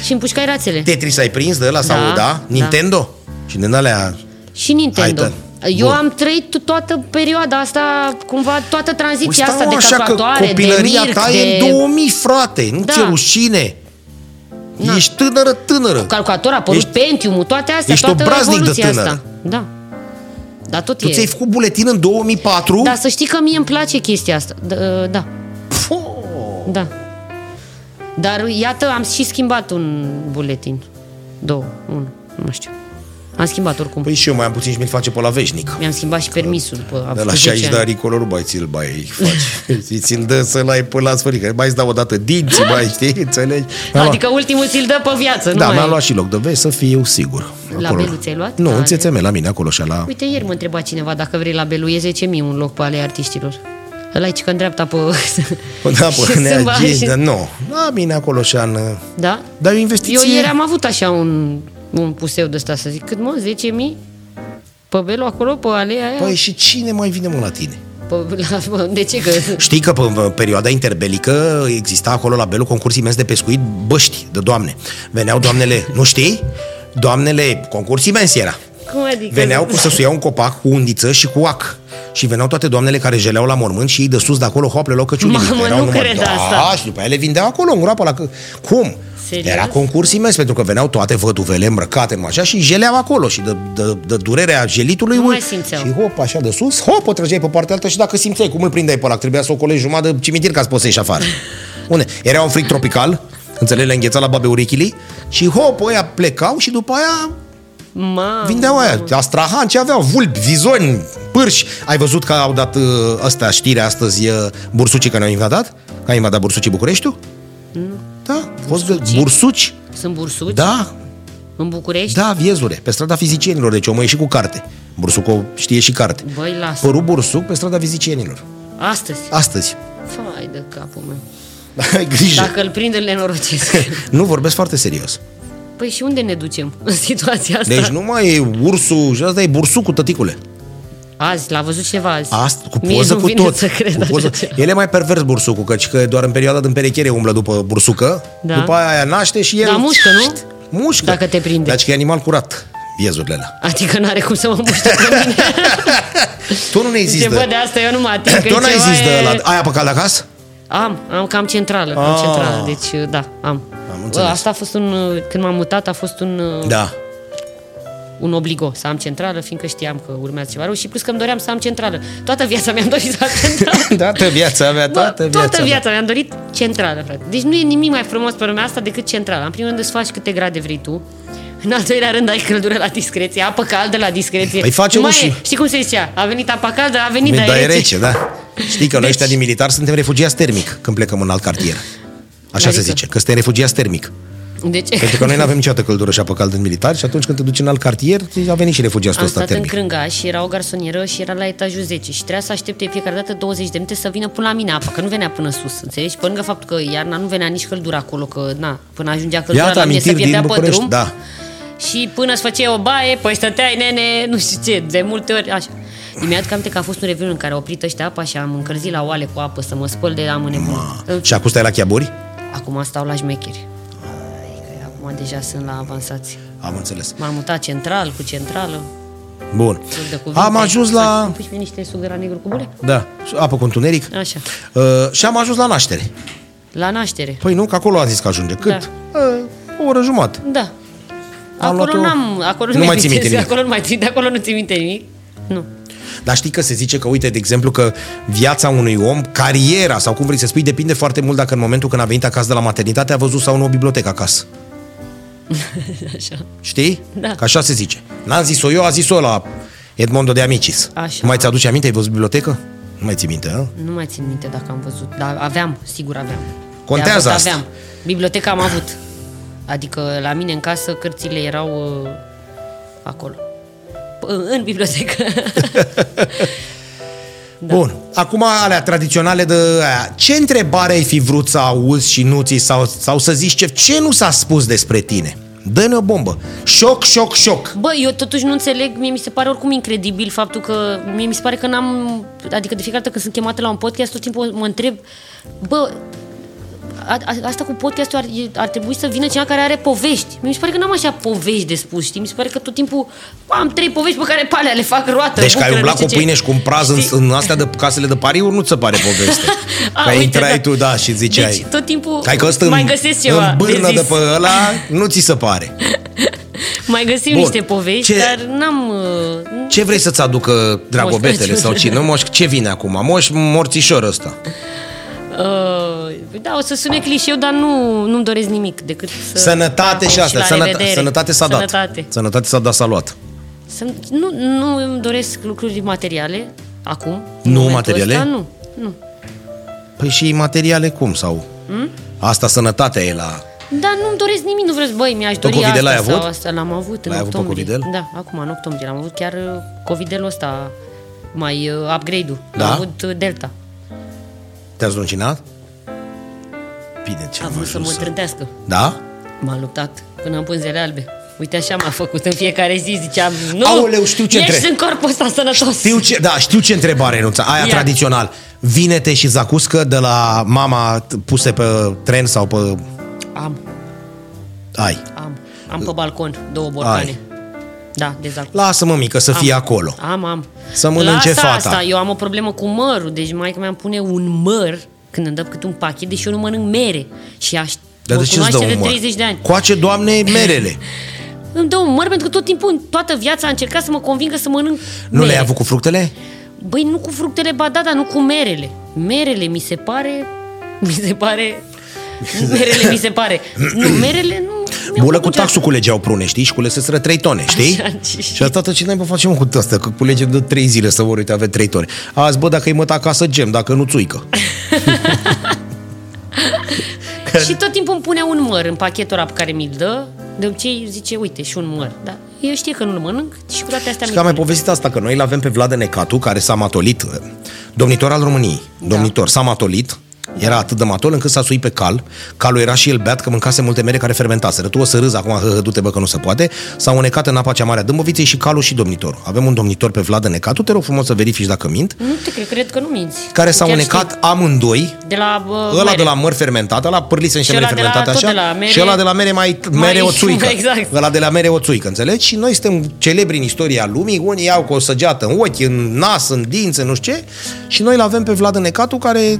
Speaker 2: Și împușcai rațele.
Speaker 1: Tetris ai prins de ăla sau da?
Speaker 2: Da,
Speaker 1: da?
Speaker 2: da. Păi
Speaker 1: Nintendo? Și din alea...
Speaker 2: Și Nintendo.
Speaker 1: Hai, da.
Speaker 2: Eu
Speaker 1: Bun.
Speaker 2: am trăit toată perioada asta, cumva toată tranziția
Speaker 1: Păi stau
Speaker 2: asta de
Speaker 1: așa că
Speaker 2: tatuatoare,
Speaker 1: copilăria
Speaker 2: de mirc,
Speaker 1: ta
Speaker 2: de...
Speaker 1: e în 2000, frate. Nu
Speaker 2: Da.
Speaker 1: ți-e rușine.
Speaker 2: Na.
Speaker 1: Ești tânără, tânără.
Speaker 2: Calculator, a apărut
Speaker 1: Ești-
Speaker 2: Pentium-ul, toate astea,
Speaker 1: ești
Speaker 2: toată
Speaker 1: obraznic de
Speaker 2: revoluția
Speaker 1: tânăr.
Speaker 2: asta. Da. Dar tot
Speaker 1: Tu
Speaker 2: e.
Speaker 1: ți-ai făcut buletin în 2004?
Speaker 2: Dar să știi că mie îmi place chestia asta. Da, da.
Speaker 1: Puh!
Speaker 2: da. Dar iată, am și schimbat un buletin. Două, unul, nu știu. Am schimbat oricum.
Speaker 1: Păi și eu mai am puțin și mi-l face pe la veșnic.
Speaker 2: Mi-am schimbat și permisul după am
Speaker 1: De la
Speaker 2: făcut
Speaker 1: 60
Speaker 2: 10
Speaker 1: de
Speaker 2: ani.
Speaker 1: ani colorul, bai, ți-l bai,
Speaker 2: [LAUGHS]
Speaker 1: faci. Și ți-l dă să-l ai până la sfârșit. că Mai îți dau o dată dinții,
Speaker 2: [LAUGHS]
Speaker 1: mai știi, înțelegi? Mi-am luat-
Speaker 2: Adică ultimul ți-l dă pe viață, nu
Speaker 1: da,
Speaker 2: mai...
Speaker 1: mi-am luat și loc de vest să fiu sigur.
Speaker 2: La
Speaker 1: Acolo.
Speaker 2: Belu ți-ai luat?
Speaker 1: Nu, în
Speaker 2: Ale.
Speaker 1: țețeme, la mine, acolo și la...
Speaker 2: Uite, ieri mă întreba cineva dacă vrei la Belu, e 10.000 un loc pe ale artiștilor. Ăla e că în dreapta pe...
Speaker 1: [LAUGHS] Da,
Speaker 2: [LAUGHS] și
Speaker 1: bă, nea, da.
Speaker 2: sâmba-
Speaker 1: gen, dar nu. La mine, acolo și în...
Speaker 2: Da?
Speaker 1: Dar e o
Speaker 2: Eu
Speaker 1: investiție.
Speaker 2: ieri am avut așa un un puseu de ăsta să zic, cât mă, 10.000? Pe belo acolo, pe alea aia?
Speaker 1: Păi și cine mai vine mă la tine?
Speaker 2: Pe, la, pe, de ce că...
Speaker 1: [LAUGHS] Știi că pe- în perioada interbelică exista acolo la Belu concurs imens de pescuit băști de doamne. Veneau doamnele, nu știi? Doamnele, concurs imens era.
Speaker 2: Cum adică?
Speaker 1: Veneau cu să suiau un copac cu undiță și cu ac. Și veneau toate doamnele care jeleau la mormânt și ei de sus de acolo, hop, le luau căciulii.
Speaker 2: Mamă,
Speaker 1: Erau
Speaker 2: nu
Speaker 1: numai-
Speaker 2: cred
Speaker 1: da,
Speaker 2: asta.
Speaker 1: și după aia le vindeau acolo, în groapa la... c- Cum?
Speaker 2: Serios?
Speaker 1: Era concurs imens, pentru că veneau toate văduvele îmbrăcate în așa și jeleau acolo și de, de, de durerea gelitului.
Speaker 2: Nu
Speaker 1: ui,
Speaker 2: mai simțeau.
Speaker 1: Și hop, așa de sus, hop, o trăgeai pe partea altă și dacă simțeai cum îl prindeai pe ăla, că trebuia să o colegi jumătate de cimitir ca să poți să ieși
Speaker 2: [LAUGHS]
Speaker 1: afară. Unde? Era un fric tropical, înțeleg, le îngheța la babe urichilii și hop, ăia plecau și după aia
Speaker 2: Mamă.
Speaker 1: Vindeau aia, Astrahan, ce aveau, vulpi, vizoni, pârși. Ai văzut că au dat ă, ăsta știrea astăzi, ă, bursucii că ne-au invadat? Că a invadat bursucii Bucureștiul? Da, a fost bursuci. bursuci.
Speaker 2: Sunt bursuci?
Speaker 1: Da,
Speaker 2: În București?
Speaker 1: da, viezure, pe strada fizicienilor, deci omul e și cu carte. Bursucul știe și carte.
Speaker 2: Băi, lasă.
Speaker 1: Păru bursuc pe strada fizicienilor.
Speaker 2: Astăzi?
Speaker 1: Astăzi. [LAUGHS]
Speaker 2: Fai de capul meu.
Speaker 1: Ai grijă.
Speaker 2: Dacă îl prind, îl nenorocesc.
Speaker 1: [LAUGHS] Nu vorbesc foarte serios.
Speaker 2: Păi și unde ne ducem în situația asta?
Speaker 1: Deci nu mai e ursul, și asta e bursucul, tăticule.
Speaker 2: Azi, l-a văzut ceva azi.
Speaker 1: Asta, cu
Speaker 2: Mie
Speaker 1: poză
Speaker 2: nu
Speaker 1: cu
Speaker 2: vine
Speaker 1: tot.
Speaker 2: Să cred
Speaker 1: cu poză.
Speaker 2: așa ceva.
Speaker 1: El e mai pervers bursucul, căci că doar în perioada de împerechiere umblă după bursucă,
Speaker 2: Da.
Speaker 1: după aia aia naște și el...
Speaker 2: Dar mușcă, nu?
Speaker 1: Mușcă.
Speaker 2: Dacă te prinde.
Speaker 1: Deci că e animal curat, viezurile alea.
Speaker 2: Adică n-are cum să mă muște pe mine.
Speaker 1: Tu nu ne-ai zis
Speaker 2: Ce bă, de
Speaker 1: de...
Speaker 2: asta eu nu mă ating. că
Speaker 1: Tu n-ai
Speaker 2: ceva
Speaker 1: zis de
Speaker 2: e-
Speaker 1: ăla. Aia pe cal de acasă?
Speaker 2: Am, am cam centrală, cam
Speaker 1: Ah.
Speaker 2: centrală, deci da, am.
Speaker 1: Am înțeles.
Speaker 2: Bă, Asta a fost un, când m-am mutat, a fost un,
Speaker 1: Da.
Speaker 2: un obligo să am centrală, fiindcă știam că urmează ceva rău și plus că îmi doream să am centrală. Toată viața mi-am dorit să am centrală.
Speaker 1: [LAUGHS] Da, Toată viața mea,
Speaker 2: Bă,
Speaker 1: toată viața
Speaker 2: toată
Speaker 1: mea.
Speaker 2: viața mi-am dorit centrală, frate. Deci nu e nimic mai frumos pe lumea asta decât centrală. În primul rând îți faci câte grade vrei tu. În al doilea rând ai căldură la discreție, apă caldă la discreție.
Speaker 1: Păi face
Speaker 2: Nu mai
Speaker 1: ușii.
Speaker 2: e. Știi cum se zicea? A venit apa caldă, a venit
Speaker 1: Mi-
Speaker 2: dar
Speaker 1: Da,
Speaker 2: e
Speaker 1: e
Speaker 2: rece.
Speaker 1: rece, da. Știi că noi
Speaker 2: Deci-
Speaker 1: ăștia din militar suntem refugiați termic când plecăm în alt cartier. Așa se
Speaker 2: Adică?
Speaker 1: zice, că suntem refugiați termic.
Speaker 2: Deci,
Speaker 1: Pentru că noi nu avem niciodată căldură și apă caldă în militar și atunci când te duci în alt cartier, a venit și refugiatul
Speaker 2: [LAUGHS] Am
Speaker 1: ăsta
Speaker 2: stat în
Speaker 1: termic.
Speaker 2: Crângaș, și era o garsonieră și era la etajul 10 și trebuia să aștepte fiecare dată 20 de minute să vină până la mine apa, că nu venea până sus, înțelegi? Pe lângă faptul că iarna nu venea nici căldura acolo, că na, până ajungea căldura
Speaker 1: Iată
Speaker 2: la mine se
Speaker 1: amintiri din
Speaker 2: pierdea pe
Speaker 1: București,
Speaker 2: drum.
Speaker 1: da.
Speaker 2: Și până îți făceai o baie, păi stăteai nene, nu știu ce, de multe ori, așa. Mi-aduc aminte că a fost un review în care au oprit ăștia apa și am încălzit la oale cu apă să mă spăl de am înnebunit.
Speaker 1: Și acum stai la chiaburi?
Speaker 2: Acum stau la șmecheri. Adică Acum deja sunt la avansați.
Speaker 1: Am înțeles.
Speaker 2: M-am mutat central, cu centrală.
Speaker 1: Bun.
Speaker 2: Tot de cuvinte.
Speaker 1: Am ajuns
Speaker 2: Să-mi
Speaker 1: la...
Speaker 2: Pui și mie niște suc de la negru cu bule?
Speaker 1: Da, apă cu întuneric.
Speaker 2: Așa.
Speaker 1: Uh, și am ajuns la naștere.
Speaker 2: La naștere.
Speaker 1: Păi nu, că acolo a zis că ajunge. Cât? Uh, o oră jumătate.
Speaker 2: Da.
Speaker 1: Am
Speaker 2: Acolo
Speaker 1: luat-o-
Speaker 2: n-am... Acolo
Speaker 1: Nu
Speaker 2: mi-e
Speaker 1: mai ții
Speaker 2: amintesc,
Speaker 1: minte nimic.
Speaker 2: Acolo nu mai țin, de acolo nu țin minte nimic. Nu.
Speaker 1: Dar știi că se zice că, uite, de exemplu, că viața unui om, cariera sau cum vrei să spui, depinde foarte mult dacă în momentul când a venit acasă de la maternitate a văzut sau nu o bibliotecă acasă.
Speaker 2: [LAUGHS] Așa.
Speaker 1: Știi?
Speaker 2: Da.
Speaker 1: Că așa se zice. N-am zis-o eu, a zis-o la Edmondo de Amicis.
Speaker 2: Așa.
Speaker 1: Mai ți-aduce aminte? Ai văzut bibliotecă? Nu mai ții minte, a?
Speaker 2: Nu mai țin minte dacă am văzut. Dar aveam, sigur aveam.
Speaker 1: Contează
Speaker 2: De avut
Speaker 1: asta.
Speaker 2: Aveam. Biblioteca am avut. Adică la mine în casă cărțile erau uh, acolo. P- în- în bibliotecă.
Speaker 1: Da. Bun. Acum alea tradiționale de aia. Ce întrebare ai fi vrut să auzi și nu ți sau, sau să zici ce, ce nu s-a spus despre tine? Dă-ne o bombă. Șoc, șoc, șoc.
Speaker 2: Bă, eu totuși nu înțeleg, mie mi se pare oricum incredibil faptul că mie mi se pare că n-am, adică de fiecare dată când sunt chemată la un podcast, tot timpul mă întreb, bă, a, a, asta cu podcastul ar, e- ar trebui să vină cineva care are povești. Mie mi se pare că n-am așa povești de spus, știi? Mi se pare că tot timpul am trei povești pe care palea le fac roată.
Speaker 1: Deci că ai
Speaker 2: bucură,
Speaker 1: umblat
Speaker 2: nu
Speaker 1: cu
Speaker 2: știu ce.
Speaker 1: pâine și cu un praz în,
Speaker 2: Știi?
Speaker 1: în astea de casele de pariuri, nu ți se pare
Speaker 2: [LAUGHS]
Speaker 1: poveste.
Speaker 2: A,
Speaker 1: că
Speaker 2: uite,
Speaker 1: intrai
Speaker 2: da.
Speaker 1: tu, da, și ziceai...
Speaker 2: Deci tot timpul
Speaker 1: Hai că ăsta
Speaker 2: mai
Speaker 1: în,
Speaker 2: găsesc ceva
Speaker 1: în bârnă
Speaker 2: de
Speaker 1: de,
Speaker 2: zis.
Speaker 1: pe ăla, nu ți se pare.
Speaker 2: Mai găsim
Speaker 1: Bun.
Speaker 2: niște povești,
Speaker 1: Ce-
Speaker 2: dar n-am... uh,
Speaker 1: Ce vrei să-ți aducă dragobetele
Speaker 2: Crăciun.
Speaker 1: sau cine? Moș, ce vine acum? Moș morțișor ăsta.
Speaker 2: Uh, da, o să sune clișeu, dar nu, nu-mi doresc nimic decât să...
Speaker 1: Sănătate
Speaker 2: da,
Speaker 1: și asta.
Speaker 2: la
Speaker 1: Sănătate,
Speaker 2: revedere.
Speaker 1: sănătate s-a dat.
Speaker 2: Sănătate.
Speaker 1: Sănătate s-a dat, s-a luat.
Speaker 2: Să, nu, nu îmi doresc lucruri materiale acum. în
Speaker 1: Nu
Speaker 2: momentul
Speaker 1: materiale?
Speaker 2: Ăsta, nu, nu.
Speaker 1: Păi și materiale cum? Sau... Hmm? Asta sănătatea e la...
Speaker 2: Dar nu-mi doresc nimic, nu vreți, băi, mi-aș dori
Speaker 1: Covidel
Speaker 2: asta
Speaker 1: l-ai
Speaker 2: sau
Speaker 1: avut?
Speaker 2: asta. L-am avut
Speaker 1: L-ai
Speaker 2: în
Speaker 1: avut pe
Speaker 2: octombrie.
Speaker 1: Covidel?
Speaker 2: Da, acum în octombrie. L-am avut chiar uh, covidelul ăsta, mai uh, upgrade-ul.
Speaker 1: Da?
Speaker 2: Am avut uh, Delta.
Speaker 1: Te-ați luncinat? Bine, ce
Speaker 2: A
Speaker 1: am
Speaker 2: vrut să
Speaker 1: ajuns
Speaker 2: mă
Speaker 1: să-
Speaker 2: trântească.
Speaker 1: Da?
Speaker 2: M-am luptat până am pânzele albe. Uite așa m-a făcut în fiecare zi, ziceam, nu,
Speaker 1: Aoleu, știu ce
Speaker 2: ești
Speaker 1: trebuie."
Speaker 2: în corpul ăsta sănătos.
Speaker 1: Știu ce, da, știu ce întrebare, Nuța, aia
Speaker 2: Ia.
Speaker 1: tradițional. Vinete și zacuscă de la mama t- puse pe tren sau pe...
Speaker 2: Am,
Speaker 1: Ai.
Speaker 2: am, am pe balcon două borcane. Da, de zac.
Speaker 1: Lasă-mă, mică, să fie acolo.
Speaker 2: Am, am.
Speaker 1: Să mănânce
Speaker 2: Lasă
Speaker 1: fata.
Speaker 2: asta, eu am o problemă cu mărul, deci mai mea îmi pune un măr când îmi dă cât un pachet, deși eu nu mănânc mere. Și aș
Speaker 1: Dar
Speaker 2: mă
Speaker 1: de ce îți dă
Speaker 2: cunoaște
Speaker 1: un
Speaker 2: de
Speaker 1: măr?
Speaker 2: 30 de ani.
Speaker 1: Coace, doamne,
Speaker 2: [LAUGHS]
Speaker 1: merele.
Speaker 2: Îmi dă un măr pentru că tot timpul, în toată viața a încercat să mă convingă să mănânc
Speaker 1: Nu
Speaker 2: mere.
Speaker 1: le-ai avut cu fructele?
Speaker 2: Băi, nu cu fructele, ba da, dar nu cu merele. Merele mi se pare... Mi se pare... Merele mi se pare. Nu, merele nu...
Speaker 1: [CLEARS THROAT]
Speaker 2: mi-au
Speaker 1: Bulă
Speaker 2: plăcut
Speaker 1: cu taxul culegeau prune, știi? Și culeseseră 3 tone, știi?
Speaker 2: Așa, și-
Speaker 1: Și asta ce n-ai facem mă, cu asta, că culege de 3 zile să vor uite, avea 3 tone. Azi, bă, dacă îi măt acasă, gem, dacă nu țuică.
Speaker 2: niciodată. Și tot timpul îmi pune un măr în pachetul ăla pe care mi-l dă. De obicei zice, uite, și un măr. Da. Eu știu că nu-l mănânc și cu toate astea
Speaker 1: Și
Speaker 2: mi
Speaker 1: că am mai povestit asta, că noi îl avem pe Vlad Necatu, care s-a matolit, eh, domnitor al României,
Speaker 2: Da.
Speaker 1: domnitor, s-a matolit, era atât de matol încât s-a suit pe cal. Calul era și el beat că mâncase multe mere care fermentaseră. Tu o să râzi acum, hă, hă, du-te bă că nu se poate. S-a unecat în apa cea mare a Dâmboviței și calul și domnitorul. Avem un domnitor pe Vlad Necatu, te rog frumos să verifici dacă mint,
Speaker 2: Nu te cred, cred că nu minți.
Speaker 1: care s-a
Speaker 2: Chiar
Speaker 1: unecat
Speaker 2: știu.
Speaker 1: amândoi
Speaker 2: De la... Uh,
Speaker 1: Ăla
Speaker 2: mere.
Speaker 1: de la măr fermentat, ăla pârliță niște
Speaker 2: Și
Speaker 1: mere
Speaker 2: ăla de la-
Speaker 1: fermentate
Speaker 2: tot
Speaker 1: așa.
Speaker 2: de la mere-
Speaker 1: și ăla de la mere mai mere
Speaker 2: [LAUGHS] Mai-
Speaker 1: o țuică.
Speaker 2: exact.
Speaker 1: Ăla de la mere o țuică, înțelegi? Și noi suntem celebri în istoria lumii, unii iau cu o săgeată în ochi, în nas, în dinți, în nu știu ce. Și noi îl avem pe Vlad Necatu care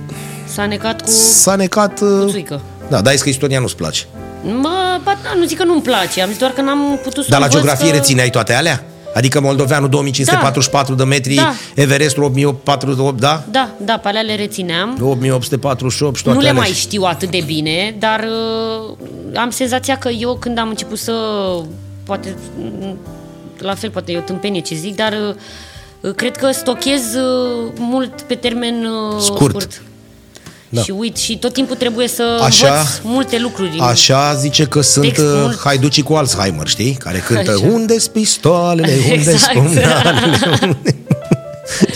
Speaker 2: S-a necat cu...
Speaker 1: s-a necat... uh,
Speaker 2: țuică.
Speaker 1: Da, dar că istoria nu-ți place.
Speaker 2: Mă, ba, da, nu zic că nu-mi place, am uh, zis doar că n-am putut să
Speaker 1: Dar la
Speaker 2: învăț
Speaker 1: geografie
Speaker 2: că...
Speaker 1: rețineai toate alea? Adică moldoveanul 2544 de metri,
Speaker 2: Da.
Speaker 1: Everestul 8848, da?
Speaker 2: Da, da, pe alea le rețineam.
Speaker 1: 8848 și toate
Speaker 2: Nu le
Speaker 1: alea.
Speaker 2: mai știu atât de bine, dar uh, am senzația că eu când am început să, poate, m, la fel, poate e o tâmpenie ce zic, dar uh, cred că stochez uh, mult pe termen uh,
Speaker 1: Scurt.
Speaker 2: scurt. scurt.
Speaker 1: Da.
Speaker 2: Da. Și uit și tot timpul trebuie să
Speaker 1: Așa-
Speaker 2: Așa... învăț multe lucruri.
Speaker 1: Așa zice că sunt
Speaker 2: Textul-
Speaker 1: uh, haiducii cu Alzheimer, știi? Care cântă
Speaker 2: Așa.
Speaker 1: unde pistoalele, unde
Speaker 2: [LAUGHS] Exact.
Speaker 1: spumnalele,
Speaker 2: [LAUGHS]
Speaker 1: unde...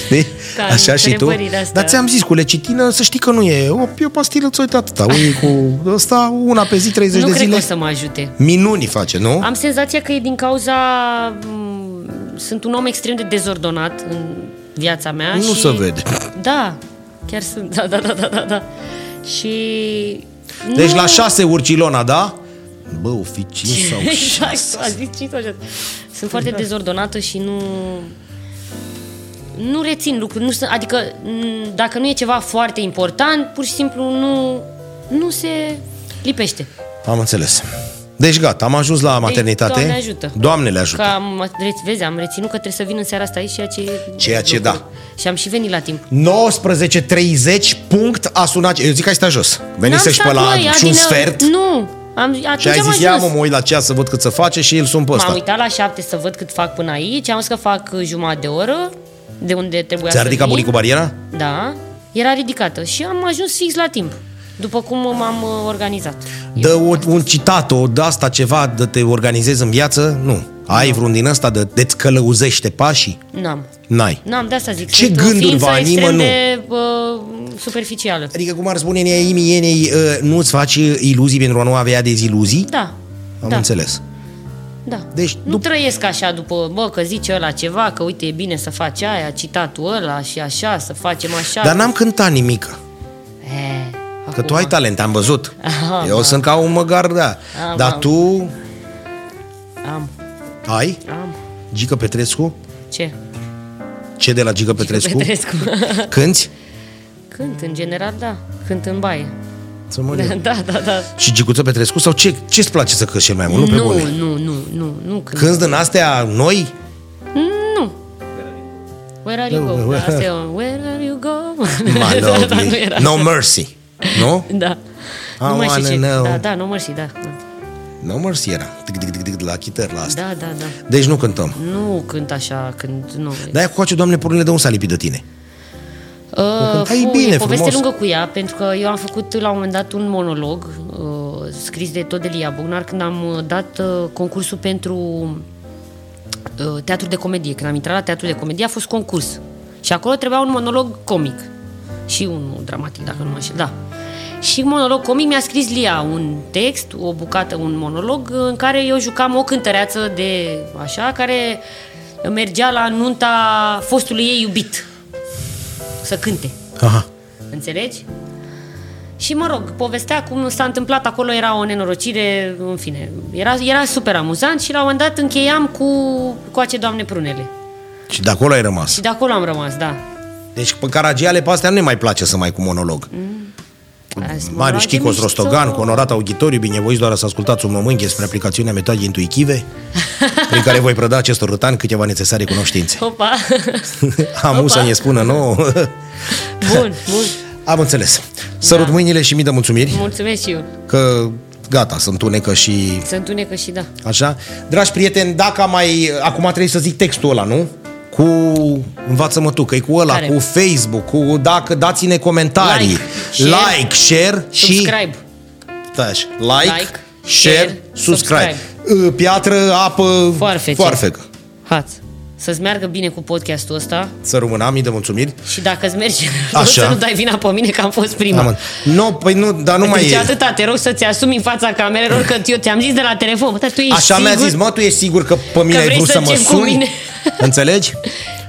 Speaker 1: Știi?
Speaker 2: Da,
Speaker 1: Așa și tu.
Speaker 2: întrebările astea.
Speaker 1: Dar ți-am zis, cu lecitină, să știi că nu e. O, e o pastilă ți-o atâta. Unii cu ăsta, una pe zi, 30
Speaker 2: nu
Speaker 1: de
Speaker 2: cred
Speaker 1: zile.
Speaker 2: că o să mă ajute.
Speaker 1: Minuni face, nu?
Speaker 2: Am senzația că e din cauza... m, Sunt un om extrem de dezordonat în viața mea
Speaker 1: Nu
Speaker 2: și...
Speaker 1: se vede.
Speaker 2: Da, chiar sunt, da, da, da, da, da, da. Și...
Speaker 1: Deci
Speaker 2: nu-
Speaker 1: la
Speaker 2: [LAUGHS]
Speaker 1: șase urcilona, da? Bă, o fi cinci sau
Speaker 2: Exact,
Speaker 1: șase.
Speaker 2: a zis cinci sau șase. Sunt foarte dezordonată și nu... Nu rețin lucruri, nu, sunt- adică m, dacă nu e ceva foarte important, pur și simplu nu, nu se lipește.
Speaker 1: Am înțeles. Deci gata, am ajuns la maternitate.
Speaker 2: Doamne ajută.
Speaker 1: Doamne le
Speaker 2: Că
Speaker 1: ajută.
Speaker 2: am, reț- vezi, am reținut că trebuie să vin în seara asta aici, ceea ce... e
Speaker 1: Ceea ce,
Speaker 2: lucru.
Speaker 1: da.
Speaker 2: Și am și venit la timp.
Speaker 1: 19.30 punct a sunat. Eu zic că ai stai jos. Veni
Speaker 2: N-am
Speaker 1: să-și
Speaker 2: stat,
Speaker 1: spăla
Speaker 2: băi,
Speaker 1: și un
Speaker 2: Adină,
Speaker 1: sfert.
Speaker 2: Nu, am, atunci
Speaker 1: Și ai
Speaker 2: am
Speaker 1: zis, ia mă,
Speaker 2: ajuns.
Speaker 1: mă uit la ceas să văd cât să face și îl sun pe
Speaker 2: M-am
Speaker 1: ăsta.
Speaker 2: uitat la șapte să văd cât fac până aici, am zis că fac uh, jumătate de oră, de unde trebuia
Speaker 1: Ți-a
Speaker 2: să
Speaker 1: ridicat
Speaker 2: vin.
Speaker 1: bunicul bariera?
Speaker 2: Da, era ridicată și am ajuns fix la timp, după cum m-am uh, organizat.
Speaker 1: Dă o, un citat, o de asta ceva, de te organizezi în viață? Nu. Ai vreun din ăsta de de-ți călăuzește pașii?
Speaker 2: N-am.
Speaker 1: N-ai.
Speaker 2: N-am, de asta zic.
Speaker 1: Ce
Speaker 2: sunt o
Speaker 1: gânduri
Speaker 2: ființă
Speaker 1: vă animă,
Speaker 2: extrem
Speaker 1: nu?
Speaker 2: de uh, superficială.
Speaker 1: Adică cum ar spune neiemienei, ă, nu-ți faci iluzii pentru a nu avea deziluzii?
Speaker 2: Da,
Speaker 1: Am
Speaker 2: da,
Speaker 1: înțeles.
Speaker 2: da.
Speaker 1: Deci,
Speaker 2: nu
Speaker 1: dup-
Speaker 2: trăiesc așa după, bă, că zice ăla ceva, că uite, e bine să faci aia, citatul ăla și așa, să facem așa. Eh,
Speaker 1: Dar n-am cântat nimic.
Speaker 2: E,
Speaker 1: Că
Speaker 2: acum.
Speaker 1: tu ai talent, am văzut.
Speaker 2: Aha,
Speaker 1: Eu sunt ca un măgar, da.
Speaker 2: Aha.
Speaker 1: Dar tu
Speaker 2: Am,
Speaker 1: ai?
Speaker 2: am.
Speaker 1: Gică Petrescu?
Speaker 2: Ce?
Speaker 1: Ce de la Gică
Speaker 2: [LAUGHS]
Speaker 1: Petrescu?
Speaker 2: Petrescu.
Speaker 1: Cânti?
Speaker 2: Cânt, în general, da. Cânt în baie. [LAUGHS]
Speaker 1: Să mor eu.
Speaker 2: Da, da, da.
Speaker 1: Și Gicuță Petrescu? Sau ce, ce-ți place să cânti cel mai mult? Nu, pe
Speaker 2: nu,
Speaker 1: bune.
Speaker 2: nu, nu, nu, nu cânt.
Speaker 1: Cânti din astea noi?
Speaker 2: Nu. Where are you
Speaker 1: Nu,
Speaker 2: go? Da,
Speaker 1: where-
Speaker 2: Asta e un Where are you go?
Speaker 1: Ma,
Speaker 2: [LAUGHS] Da,
Speaker 1: love
Speaker 2: da, nu
Speaker 1: me.
Speaker 2: era.
Speaker 1: No mercy. Nu?
Speaker 2: Da.
Speaker 1: I
Speaker 2: Nu mai știu
Speaker 1: wanna
Speaker 2: ce.
Speaker 1: know.
Speaker 2: Da, da, no mercy, da. da.
Speaker 1: No mercy era. Tic, tic, tic, tic, La chitar, la asta.
Speaker 2: Da, da, da.
Speaker 1: Deci nu cântăm.
Speaker 2: Nu cânt așa când nu.
Speaker 1: Dar aia cu coace, doamne, pornile de un s-a lipit de tine.
Speaker 2: Uh,
Speaker 1: cântai bine,
Speaker 2: e poveste
Speaker 1: frumos.
Speaker 2: lungă cu ea, pentru că eu am făcut la un moment dat un monolog uh, scris de tot de Lia Bognar când am uh, dat uh, concursul pentru uh, teatru de comedie. Când am intrat la teatru de comedie a fost concurs. Și acolo trebuia un monolog comic și unul dramatic, dacă nu mă înșel. Da. Și monolog comic mi-a scris Lia un text, o bucată, un monolog, în care eu jucam o cântăreață de așa, care mergea la nunta fostului ei iubit să cânte.
Speaker 1: Aha.
Speaker 2: Înțelegi? Și mă rog, povestea cum s-a întâmplat acolo, era o nenorocire, în fine. Era, era super amuzant și la un moment dat încheiam cu Coace Doamne Prunele.
Speaker 1: Și de acolo ai rămas.
Speaker 2: Și de acolo am rămas, da.
Speaker 1: Deci pe caragiale pe astea nu ne mai place să mai cu monolog.
Speaker 2: Azi,
Speaker 1: Marius
Speaker 2: monologe
Speaker 1: Chicos
Speaker 2: mișto.
Speaker 1: Rostogan, cu onorat auditoriu, binevoiți doar să ascultați un moment despre aplicațiunea metode intuitive, prin care voi preda acestor rutan câteva necesare cunoștințe. [LAUGHS]
Speaker 2: Opa!
Speaker 1: Amu să
Speaker 2: Opa.
Speaker 1: ne spună nouă. [LAUGHS]
Speaker 2: Bun, bun.
Speaker 1: Am înțeles. Sărut
Speaker 2: Da.
Speaker 1: mâinile și mii de mulțumiri
Speaker 2: Mulțumesc și eu.
Speaker 1: că gata, sunt unecă și
Speaker 2: Să întunecă și da.
Speaker 1: Așa? Dragi prieteni, dacă am mai... Acum trebuie să zic textul ăla, nu? Cu... Învață-mă tu, că e cu ăla,
Speaker 2: Care?
Speaker 1: cu Facebook, cu... Dacă dați-ne comentarii.
Speaker 2: Like, share,
Speaker 1: like, share și...
Speaker 2: Subscribe.
Speaker 1: Stai așa. Like,
Speaker 2: Like,
Speaker 1: share,
Speaker 2: share,
Speaker 1: subscribe. subscribe. Piatră, apă...
Speaker 2: Foarfece.
Speaker 1: Foarfecă.
Speaker 2: Hați. Să-ți meargă bine cu podcastul ăsta
Speaker 1: Să rămână, mii de mulțumiri.
Speaker 2: și dacă îți merge,
Speaker 1: Așa.
Speaker 2: rău, [LAUGHS] să nu dai vina pe mine că am fost prima.
Speaker 1: Am- Nu, păi nu, dar nu
Speaker 2: Nu
Speaker 1: mai
Speaker 2: deci
Speaker 1: e.
Speaker 2: atâta, te rog să-ți asumi în fața camerelor că eu ți-am zis de la telefon. Bă, dar tu ești
Speaker 1: Așa
Speaker 2: singur?
Speaker 1: mi-a zis, mă, tu ești sigur că pe mine ai
Speaker 2: vrei
Speaker 1: vrut
Speaker 2: să
Speaker 1: să mă
Speaker 2: încep cu
Speaker 1: suni?
Speaker 2: mine.
Speaker 1: [LAUGHS] Înțelegi?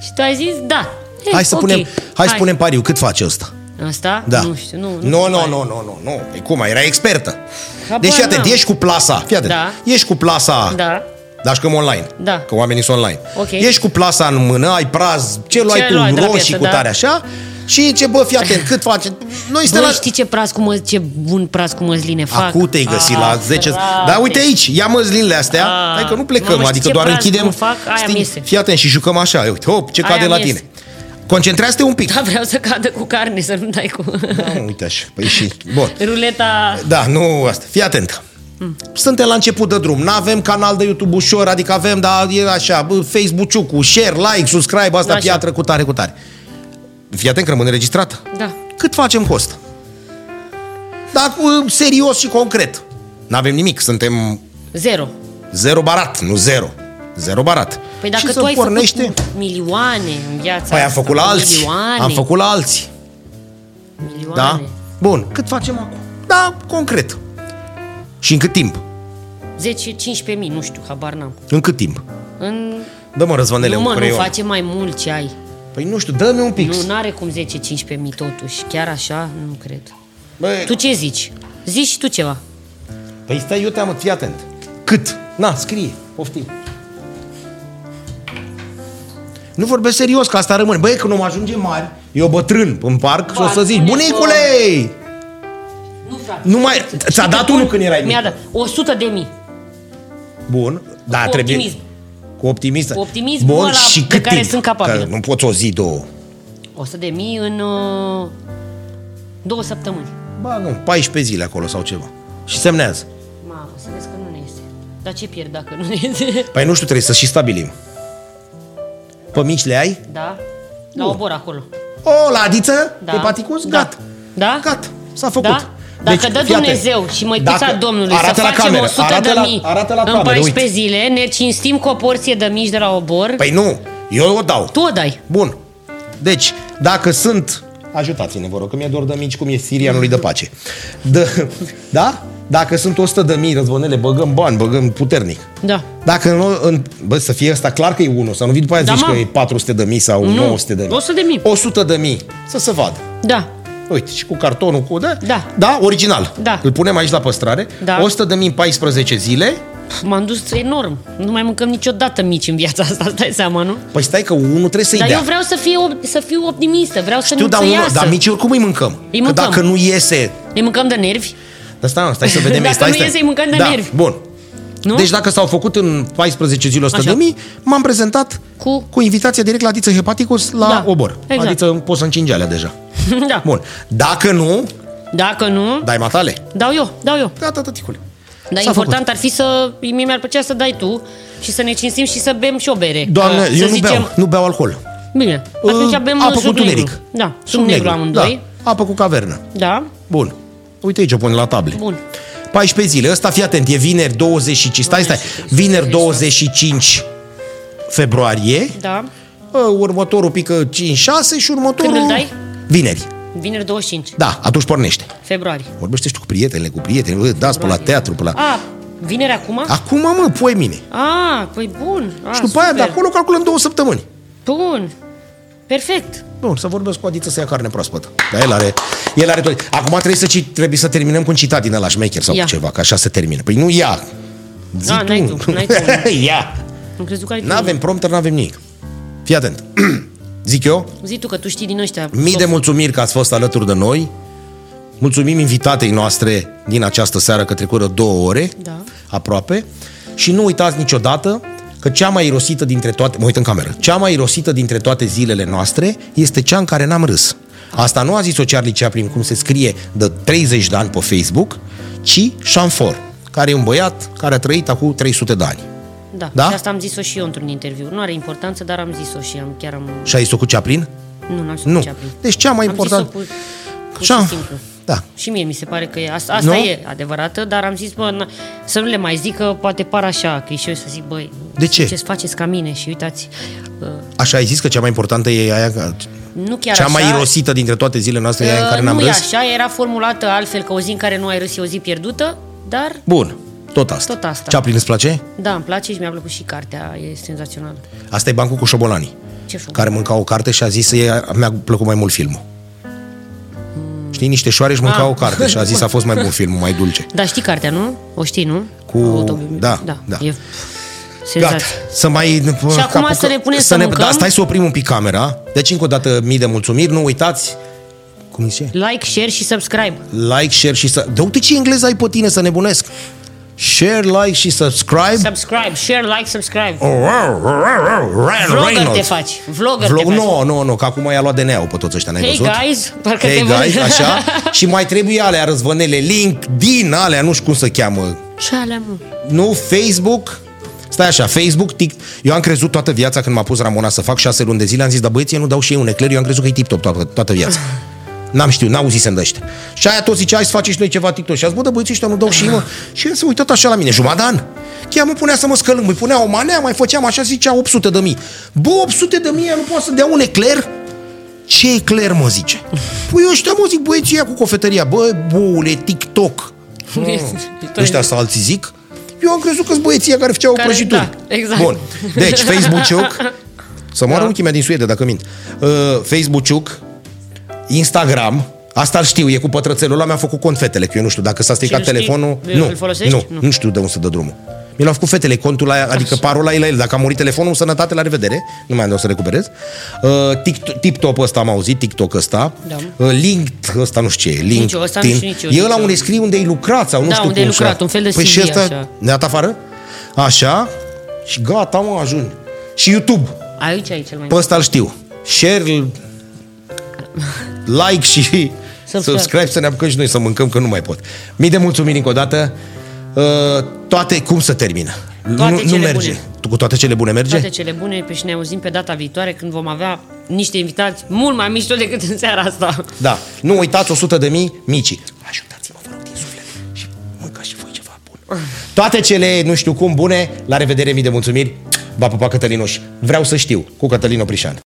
Speaker 2: Și tu ai zis, da. E,
Speaker 1: Hai să
Speaker 2: ok.
Speaker 1: punem, hai să punem pariu, cât face ăsta?
Speaker 2: Asta?
Speaker 1: Da.
Speaker 2: Nu știu, nu.
Speaker 1: Nu, nu,
Speaker 2: pare.
Speaker 1: nu, nu, nu, nu. Păi cum, era expertă.
Speaker 2: Habar
Speaker 1: deci, fii atent,
Speaker 2: n-am.
Speaker 1: ești cu plasa. Fii atent,
Speaker 2: Da.
Speaker 1: Ești cu plasa.
Speaker 2: Da.
Speaker 1: Dar și că online.
Speaker 2: Da.
Speaker 1: Că oamenii sunt online.
Speaker 2: Ok.
Speaker 1: Ești cu plasa în mână, ai praz, ce luai
Speaker 2: Ce luai
Speaker 1: tu,
Speaker 2: de la
Speaker 1: roșii
Speaker 2: piață,
Speaker 1: cu
Speaker 2: da.
Speaker 1: tare așa, și ce bă, fii atent, cât face? Noi
Speaker 2: Bă,
Speaker 1: suntem la...
Speaker 2: știi ce praz cu măz, ce bun praz cu măsline fac?
Speaker 1: Acu te-ai găsit
Speaker 2: Ah,
Speaker 1: la 10...
Speaker 2: frate.
Speaker 1: Da, uite aici, ia măzlinile astea,
Speaker 2: Ah.
Speaker 1: hai că nu plecăm,
Speaker 2: Mamă, știi
Speaker 1: adică
Speaker 2: ce
Speaker 1: doar
Speaker 2: praz
Speaker 1: închidem.
Speaker 2: cum fac? Aia
Speaker 1: Știi,
Speaker 2: mi iese.
Speaker 1: Fii atent și jucăm așa, uite, hop, ce
Speaker 2: Aia
Speaker 1: cade la
Speaker 2: mi
Speaker 1: tine.
Speaker 2: iese.
Speaker 1: Concentrează-te un pic.
Speaker 2: Da, [LAUGHS] vreau să cadă cu carne, să nu dai cu... [LAUGHS]
Speaker 1: Da, uite așa, păi și... Bun.
Speaker 2: Ruleta...
Speaker 1: Da, nu asta. Fii atent. Suntem la început de drum, nu avem canal de YouTube ușor, adică avem, dar e așa, bă, Facebook-ul, share, like, subscribe, asta
Speaker 2: Așa.
Speaker 1: piatră cu tare, cu tare. Fii atent că rămâne înregistrat.
Speaker 2: Da.
Speaker 1: Cât facem cost? Dar bă, serios și concret. Nu avem nimic, suntem
Speaker 2: Zero.
Speaker 1: zero barat, nu zero. Zero barat.
Speaker 2: Păi dacă
Speaker 1: și să
Speaker 2: tu ai
Speaker 1: pornește...
Speaker 2: făcut milioane în viața
Speaker 1: Păi am
Speaker 2: asta,
Speaker 1: făcut la alții,
Speaker 2: Milioane.
Speaker 1: am făcut Da. la alții, da?
Speaker 2: milioane.
Speaker 1: Bun, cât facem acum? Da, concret. Și în cât timp?
Speaker 2: 10-15 mii, nu știu, habar n-am.
Speaker 1: În cât timp?
Speaker 2: În...
Speaker 1: Dă-mă răzvanele
Speaker 2: Nu
Speaker 1: un
Speaker 2: mă, nu
Speaker 1: creion.
Speaker 2: face mai mult ce ai.
Speaker 1: Păi nu știu, dă-mi un pix.
Speaker 2: Nu, n-are cum 10-15 mii totuși. Chiar așa? Nu cred.
Speaker 1: Băi,
Speaker 2: Tu ce zici? Zici și tu ceva.
Speaker 1: Păi stai, eu te-am, fii atent. Cât? Na, scrie, poftim. Nu vorbesc serios, că asta rămâne. Băi, când o mă ajunge mari, eu bătrân în parc și o să zici,
Speaker 2: spune-mi,
Speaker 1: bunicule!
Speaker 2: Nu, frate.
Speaker 1: Nu mai... Ți-a dat unul când erai
Speaker 2: Mi-a
Speaker 1: mic.
Speaker 2: dat 100 de mii.
Speaker 1: Bun, da,
Speaker 2: Cu
Speaker 1: trebuie...
Speaker 2: optimism.
Speaker 1: Cu optimism.
Speaker 2: Cu optimismul ăla de care sunt capabil.
Speaker 1: Că nu poți o zi, două.
Speaker 2: 100 de mii în uh, două săptămâni.
Speaker 1: Ba, nu, 14 zile acolo sau ceva. Și semnează.
Speaker 2: Mamă, să vezi că nu ne iese. Dar ce pierd dacă nu ne iese?
Speaker 1: Păi nu știu, trebuie să și stabilim. Pe mici le ai?
Speaker 2: Da? La
Speaker 1: Bun.
Speaker 2: obor acolo.
Speaker 1: O ladiță da.
Speaker 2: Da.
Speaker 1: pe paticus,
Speaker 2: Da.
Speaker 1: gata.
Speaker 2: Da?
Speaker 1: Gata, s-a făcut.
Speaker 2: Da? Dacă deci, dă
Speaker 1: fii atent.
Speaker 2: Dumnezeu și măicuța
Speaker 1: Dacă-
Speaker 2: Domnului
Speaker 1: arată
Speaker 2: să
Speaker 1: la
Speaker 2: facem
Speaker 1: cameră,
Speaker 2: 100
Speaker 1: arată
Speaker 2: de
Speaker 1: la,
Speaker 2: mii
Speaker 1: Arată la
Speaker 2: în
Speaker 1: cameră,
Speaker 2: 14
Speaker 1: uite.
Speaker 2: zile, ne cinstim cu o porție de mici de la obor.
Speaker 1: Păi nu, eu o dau.
Speaker 2: Tu o dai.
Speaker 1: Bun. Deci, dacă sunt... Ajutați-ne, vă rog, că mi-e dor de mici cum e sirianului de pace. De, da? Dacă sunt 100 de mii răzvonele, băgăm bani, băgăm puternic.
Speaker 2: Da.
Speaker 1: Dacă în, în, bă, să fie asta clar că e 1, să nu vii după aia
Speaker 2: Da,
Speaker 1: zici
Speaker 2: mă.
Speaker 1: că e 400 de mii sau
Speaker 2: Nu,
Speaker 1: 900 de mii.
Speaker 2: 100 de mii.
Speaker 1: 100 de mii, să se vadă.
Speaker 2: Da.
Speaker 1: Uite, și cu cartonul cu... Da?
Speaker 2: Da.
Speaker 1: da original.
Speaker 2: Da.
Speaker 1: Îl punem aici la păstrare.
Speaker 2: Da.
Speaker 1: 100 de mii în 14 zile.
Speaker 2: Pf, M-am dus enorm. Nu mai mâncăm niciodată mici în viața asta, [LAUGHS] îți dai seama, nu?
Speaker 1: Păi stai că unul trebuie să-i
Speaker 2: Dar
Speaker 1: dea.
Speaker 2: eu vreau să fiu, să fiu optimistă, vreau să
Speaker 1: da. Știu,
Speaker 2: nu
Speaker 1: dar,
Speaker 2: să
Speaker 1: unul,
Speaker 2: iasă.
Speaker 1: dar mici oricum îi mâncăm.
Speaker 2: Îi
Speaker 1: Că
Speaker 2: mâncăm.
Speaker 1: dacă nu iese...
Speaker 2: Ne mâncăm de nervi,
Speaker 1: Dar stai, mă, stai
Speaker 2: [LAUGHS]
Speaker 1: să vedem.
Speaker 2: Dacă
Speaker 1: stai,
Speaker 2: nu
Speaker 1: stai.
Speaker 2: iese, îi mâncăm de
Speaker 1: da,
Speaker 2: nervi.
Speaker 1: Bun.
Speaker 2: nu?
Speaker 1: Deci dacă s-au făcut în 14 zile 100
Speaker 2: Așa.
Speaker 1: de mii, m-am prezentat
Speaker 2: Cu-
Speaker 1: cu invitația direct la Diță Hepaticus la
Speaker 2: Da,
Speaker 1: Obor.
Speaker 2: exact.
Speaker 1: Adică poți să încingi alea deja.
Speaker 2: [LAUGHS] da.
Speaker 1: Bun. Dacă nu,
Speaker 2: Dacă nu,
Speaker 1: dai matale.
Speaker 2: dau eu, dau eu.
Speaker 1: Gata, tăticule.
Speaker 2: Dar
Speaker 1: Da. S-a
Speaker 2: important ar fi să, mie mi-ar plăcea să dai tu și să ne cinstim și să bem și o bere.
Speaker 1: Doamne,
Speaker 2: Că,
Speaker 1: eu
Speaker 2: uh, să
Speaker 1: nu beau, nu beau alcool.
Speaker 2: Bine, atunci
Speaker 1: Uh,
Speaker 2: bem
Speaker 1: apă cu
Speaker 2: sub negru.
Speaker 1: tuneric.
Speaker 2: Da, sub, negru, amândoi.
Speaker 1: Da, apă cu cavernă.
Speaker 2: Da.
Speaker 1: Bun. Uite aici o pun la table.
Speaker 2: Bun.
Speaker 1: 14 zile. Ăsta, fii atent, e vineri 25. Stai, stai.
Speaker 2: 25,
Speaker 1: Vineri 25 februarie.
Speaker 2: da,
Speaker 1: Următorul pică 5-6 și următorul...
Speaker 2: Când îl dai?
Speaker 1: Vineri.
Speaker 2: Vineri 25,
Speaker 1: Da, atunci pornește.
Speaker 2: februarie.
Speaker 1: Vorbește și tu cu prietenele, cu prieteni, bă, dați pe la teatru, pe la...
Speaker 2: A, vineri acum? A,
Speaker 1: Acum, mă, poi mine.
Speaker 2: păi bun. A,
Speaker 1: Și după aia, de
Speaker 2: super.
Speaker 1: acolo, calculăm două săptămâni.
Speaker 2: Bun. Perfect.
Speaker 1: Bun, să vorbesc cu Adiță să ia carne proaspătă. Dar el are, el are tot. Acum trebuie să, ci- trebuie să terminăm cu un citat din ăla șmecher sau
Speaker 2: Ia.
Speaker 1: cu ceva, că așa se termină. Păi nu ia. Zi
Speaker 2: Da, n-ai tu,
Speaker 1: [LAUGHS]
Speaker 2: n-ai tu.
Speaker 1: ia.
Speaker 2: Am crezut că ai tu-
Speaker 1: N-avem prompter, n-avem nimic. Fii atent. [CLEARS THROAT] Zic eu,
Speaker 2: Zi tu că tu știi din ăștia.
Speaker 1: mii de mulțumiri că ați fost alături de noi. Mulțumim invitatei noastre din această seară că trecură două ore
Speaker 2: Da.
Speaker 1: aproape. Și nu uitați niciodată că cea mai irosită dintre toate, mă uit în cameră, cea mai irosită dintre toate zilele noastre este cea în care n-am râs. Asta nu a zis-o Charlie Chaplin, cum se scrie, de 30 de ani pe Facebook, ci Chamfor, care e un băiat care a trăit acum 300 de ani.
Speaker 2: Da.
Speaker 1: Da?
Speaker 2: da? Și asta am zis-o și eu într-un interviu. Nu are importanță, dar am zis-o și am chiar am...
Speaker 1: Și a zis-o cu Chaplin?
Speaker 2: Nu, n-am zis
Speaker 1: Nu.
Speaker 2: cu Chaplin.
Speaker 1: Deci cea mai
Speaker 2: Am
Speaker 1: importantă...
Speaker 2: zis-o cu, cu
Speaker 1: Cea-
Speaker 2: și simplu.
Speaker 1: Da.
Speaker 2: Și mie mi se pare că e, asta, asta
Speaker 1: Nu?
Speaker 2: e adevărată, dar am zis, bă, na, să nu le mai zic, că poate par așa, că și eu să zic, băi,
Speaker 1: De ce?
Speaker 2: ce faceți ca mine și uitați, uh,
Speaker 1: Așa ai zis că cea mai importantă e aia ca-
Speaker 2: nu chiar
Speaker 1: cea
Speaker 2: așa,
Speaker 1: mai irosită dintre toate zilele noastre e aia în
Speaker 2: uh,
Speaker 1: care n-am
Speaker 2: nu e
Speaker 1: râs?
Speaker 2: așa, era formulată altfel, că o zi în care nu ai râs e o zi pierdută, dar
Speaker 1: Bun, tot asta.
Speaker 2: Tot asta.
Speaker 1: Chaplin îți place?
Speaker 2: da, îmi place și mi-a plăcut și cartea, e senzațională.
Speaker 1: Asta e bancul cu șobolanii,
Speaker 2: Ce frumos.
Speaker 1: care mânca o carte și a zis e, mi-a plăcut mai mult filmul. Știi, niște șoareci mâncau
Speaker 2: Ah.
Speaker 1: o carte și a zis a fost mai bun filmul, mai dulce.
Speaker 2: Dar știi cartea, nu? O știi, nu?
Speaker 1: Cu-
Speaker 2: Autobiografi-
Speaker 1: da, da.
Speaker 2: E
Speaker 1: Gata,
Speaker 2: senzație.
Speaker 1: să mai... Și
Speaker 2: Exact. acum să ne punem să mâncăm?
Speaker 1: Da, stai să oprim un pic camera. Deci încă o dată mii de mulțumiri, nu uitați... Cum zice?
Speaker 2: Like, share și subscribe.
Speaker 1: Like, share și să... Dă uite ce engleză ai pe tine să nebunesc! Share, like și subscribe.
Speaker 2: Subscribe, share, like, subscribe.
Speaker 1: Ryan
Speaker 2: Vlogger te
Speaker 1: Oh, Reynolds.
Speaker 2: faci. Vlogger
Speaker 1: Vlog,
Speaker 2: te faci.
Speaker 1: nu, nu, nu, că acum i-a luat DNA-ul pe toți ăștia, n-ai
Speaker 2: Hey
Speaker 1: văzut?
Speaker 2: guys, parcă
Speaker 1: hey
Speaker 2: te văd.
Speaker 1: guys,
Speaker 2: [LAUGHS]
Speaker 1: așa. Și mai trebuie alea, răzvănele, LinkedIn, alea, nu știu cum se cheamă.
Speaker 2: Ce alea, mă?
Speaker 1: Nu, Facebook, Stai așa, Facebook, tic... Eu am crezut toată viața când m-a pus Ramona să fac șase luni de zile, am zis, dar băieții nu dau și ei un ecler, eu am crezut că e tip-top toată, toată viața. N-am știut, n-au zis de ăștia. Și aia toți zicea, hai să faci și noi ceva TikTok. Și a zis, bă, dar băieții ăștia nu dau și ei, mă. Și el s-a uitat așa la mine, jumătate de an. Chiar mă punea să mă scălâng, îi punea o manea, mai făceam așa, zicea 800 de mii. Bă, 800 de mii, ea nu poate să dea un ecler? Ce ecler, mă zice? Păi eu ăștia, mă zic, băieții ăia cu cofetăria, bă, boule, TikTok.
Speaker 2: Victoria.
Speaker 1: Ăștia să alții zic? Eu am crezut că sunt băieții ăia care făceau
Speaker 2: Păi- Care-
Speaker 1: prăjituri.
Speaker 2: da, exact.
Speaker 1: Bun.
Speaker 2: [LAUGHS]
Speaker 1: Deci, Facebook, să moară da. mea din Suedia, dacă mint. Uh, Facebook, Instagram, Asta îl știu, e cu pătrățelul ăla, mi-a făcut cont fetele, că eu nu știu dacă s-a stricat
Speaker 2: îl știi?
Speaker 1: telefonul.
Speaker 2: Îl
Speaker 1: nu,
Speaker 2: folosești?
Speaker 1: nu,
Speaker 2: Nu.
Speaker 1: nu, știu de unde să dă drumul. Mi l-au făcut fetele, contul aia, adică parola e la el. Dacă a murit telefonul, sănătate, la revedere. Nu mai am de unde să recuperez. Uh, TikTok ăsta am auzit, TikTok ăsta.
Speaker 2: Da.
Speaker 1: Uh, link, ăsta nu știu ce e, link.
Speaker 2: Nici eu, ăsta nu
Speaker 1: Tin.
Speaker 2: știu nici eu,
Speaker 1: E ăla
Speaker 2: nici eu.
Speaker 1: unde scrii unde ai lucrat sau nu
Speaker 2: Da,
Speaker 1: știu
Speaker 2: unde
Speaker 1: cum
Speaker 2: ai lucrat,
Speaker 1: și-a-
Speaker 2: un fel de
Speaker 1: păi și
Speaker 2: CV
Speaker 1: ăsta
Speaker 2: așa.
Speaker 1: ne-a dat afară? Așa. Și gata, mă, ajung. Și YouTube.
Speaker 2: Aici e cel mai
Speaker 1: Pe ăsta îl știu. Share, like și subscribe să ne apucăm și noi să mâncăm, că nu mai pot. Mii de mulțumiri încă o dată. Uh, Toate, cum să termină?
Speaker 2: Toate
Speaker 1: nu, nu
Speaker 2: cele
Speaker 1: merge.
Speaker 2: bune.
Speaker 1: Tu Cu toate cele bune merge?
Speaker 2: Toate cele bune pe și ne auzim pe data viitoare când vom avea niște invitați mult mai mișto decât în seara asta.
Speaker 1: Da. Nu uitați 100 de mii mici. Ajutați-mă, vă rog, din suflet. Și mâncați și voi ceva bun. Toate cele, nu știu cum, bune. La revedere, mii de mulțumiri. Va pupa Cătălinuș. Vreau să știu cu Cătălin Oprișan.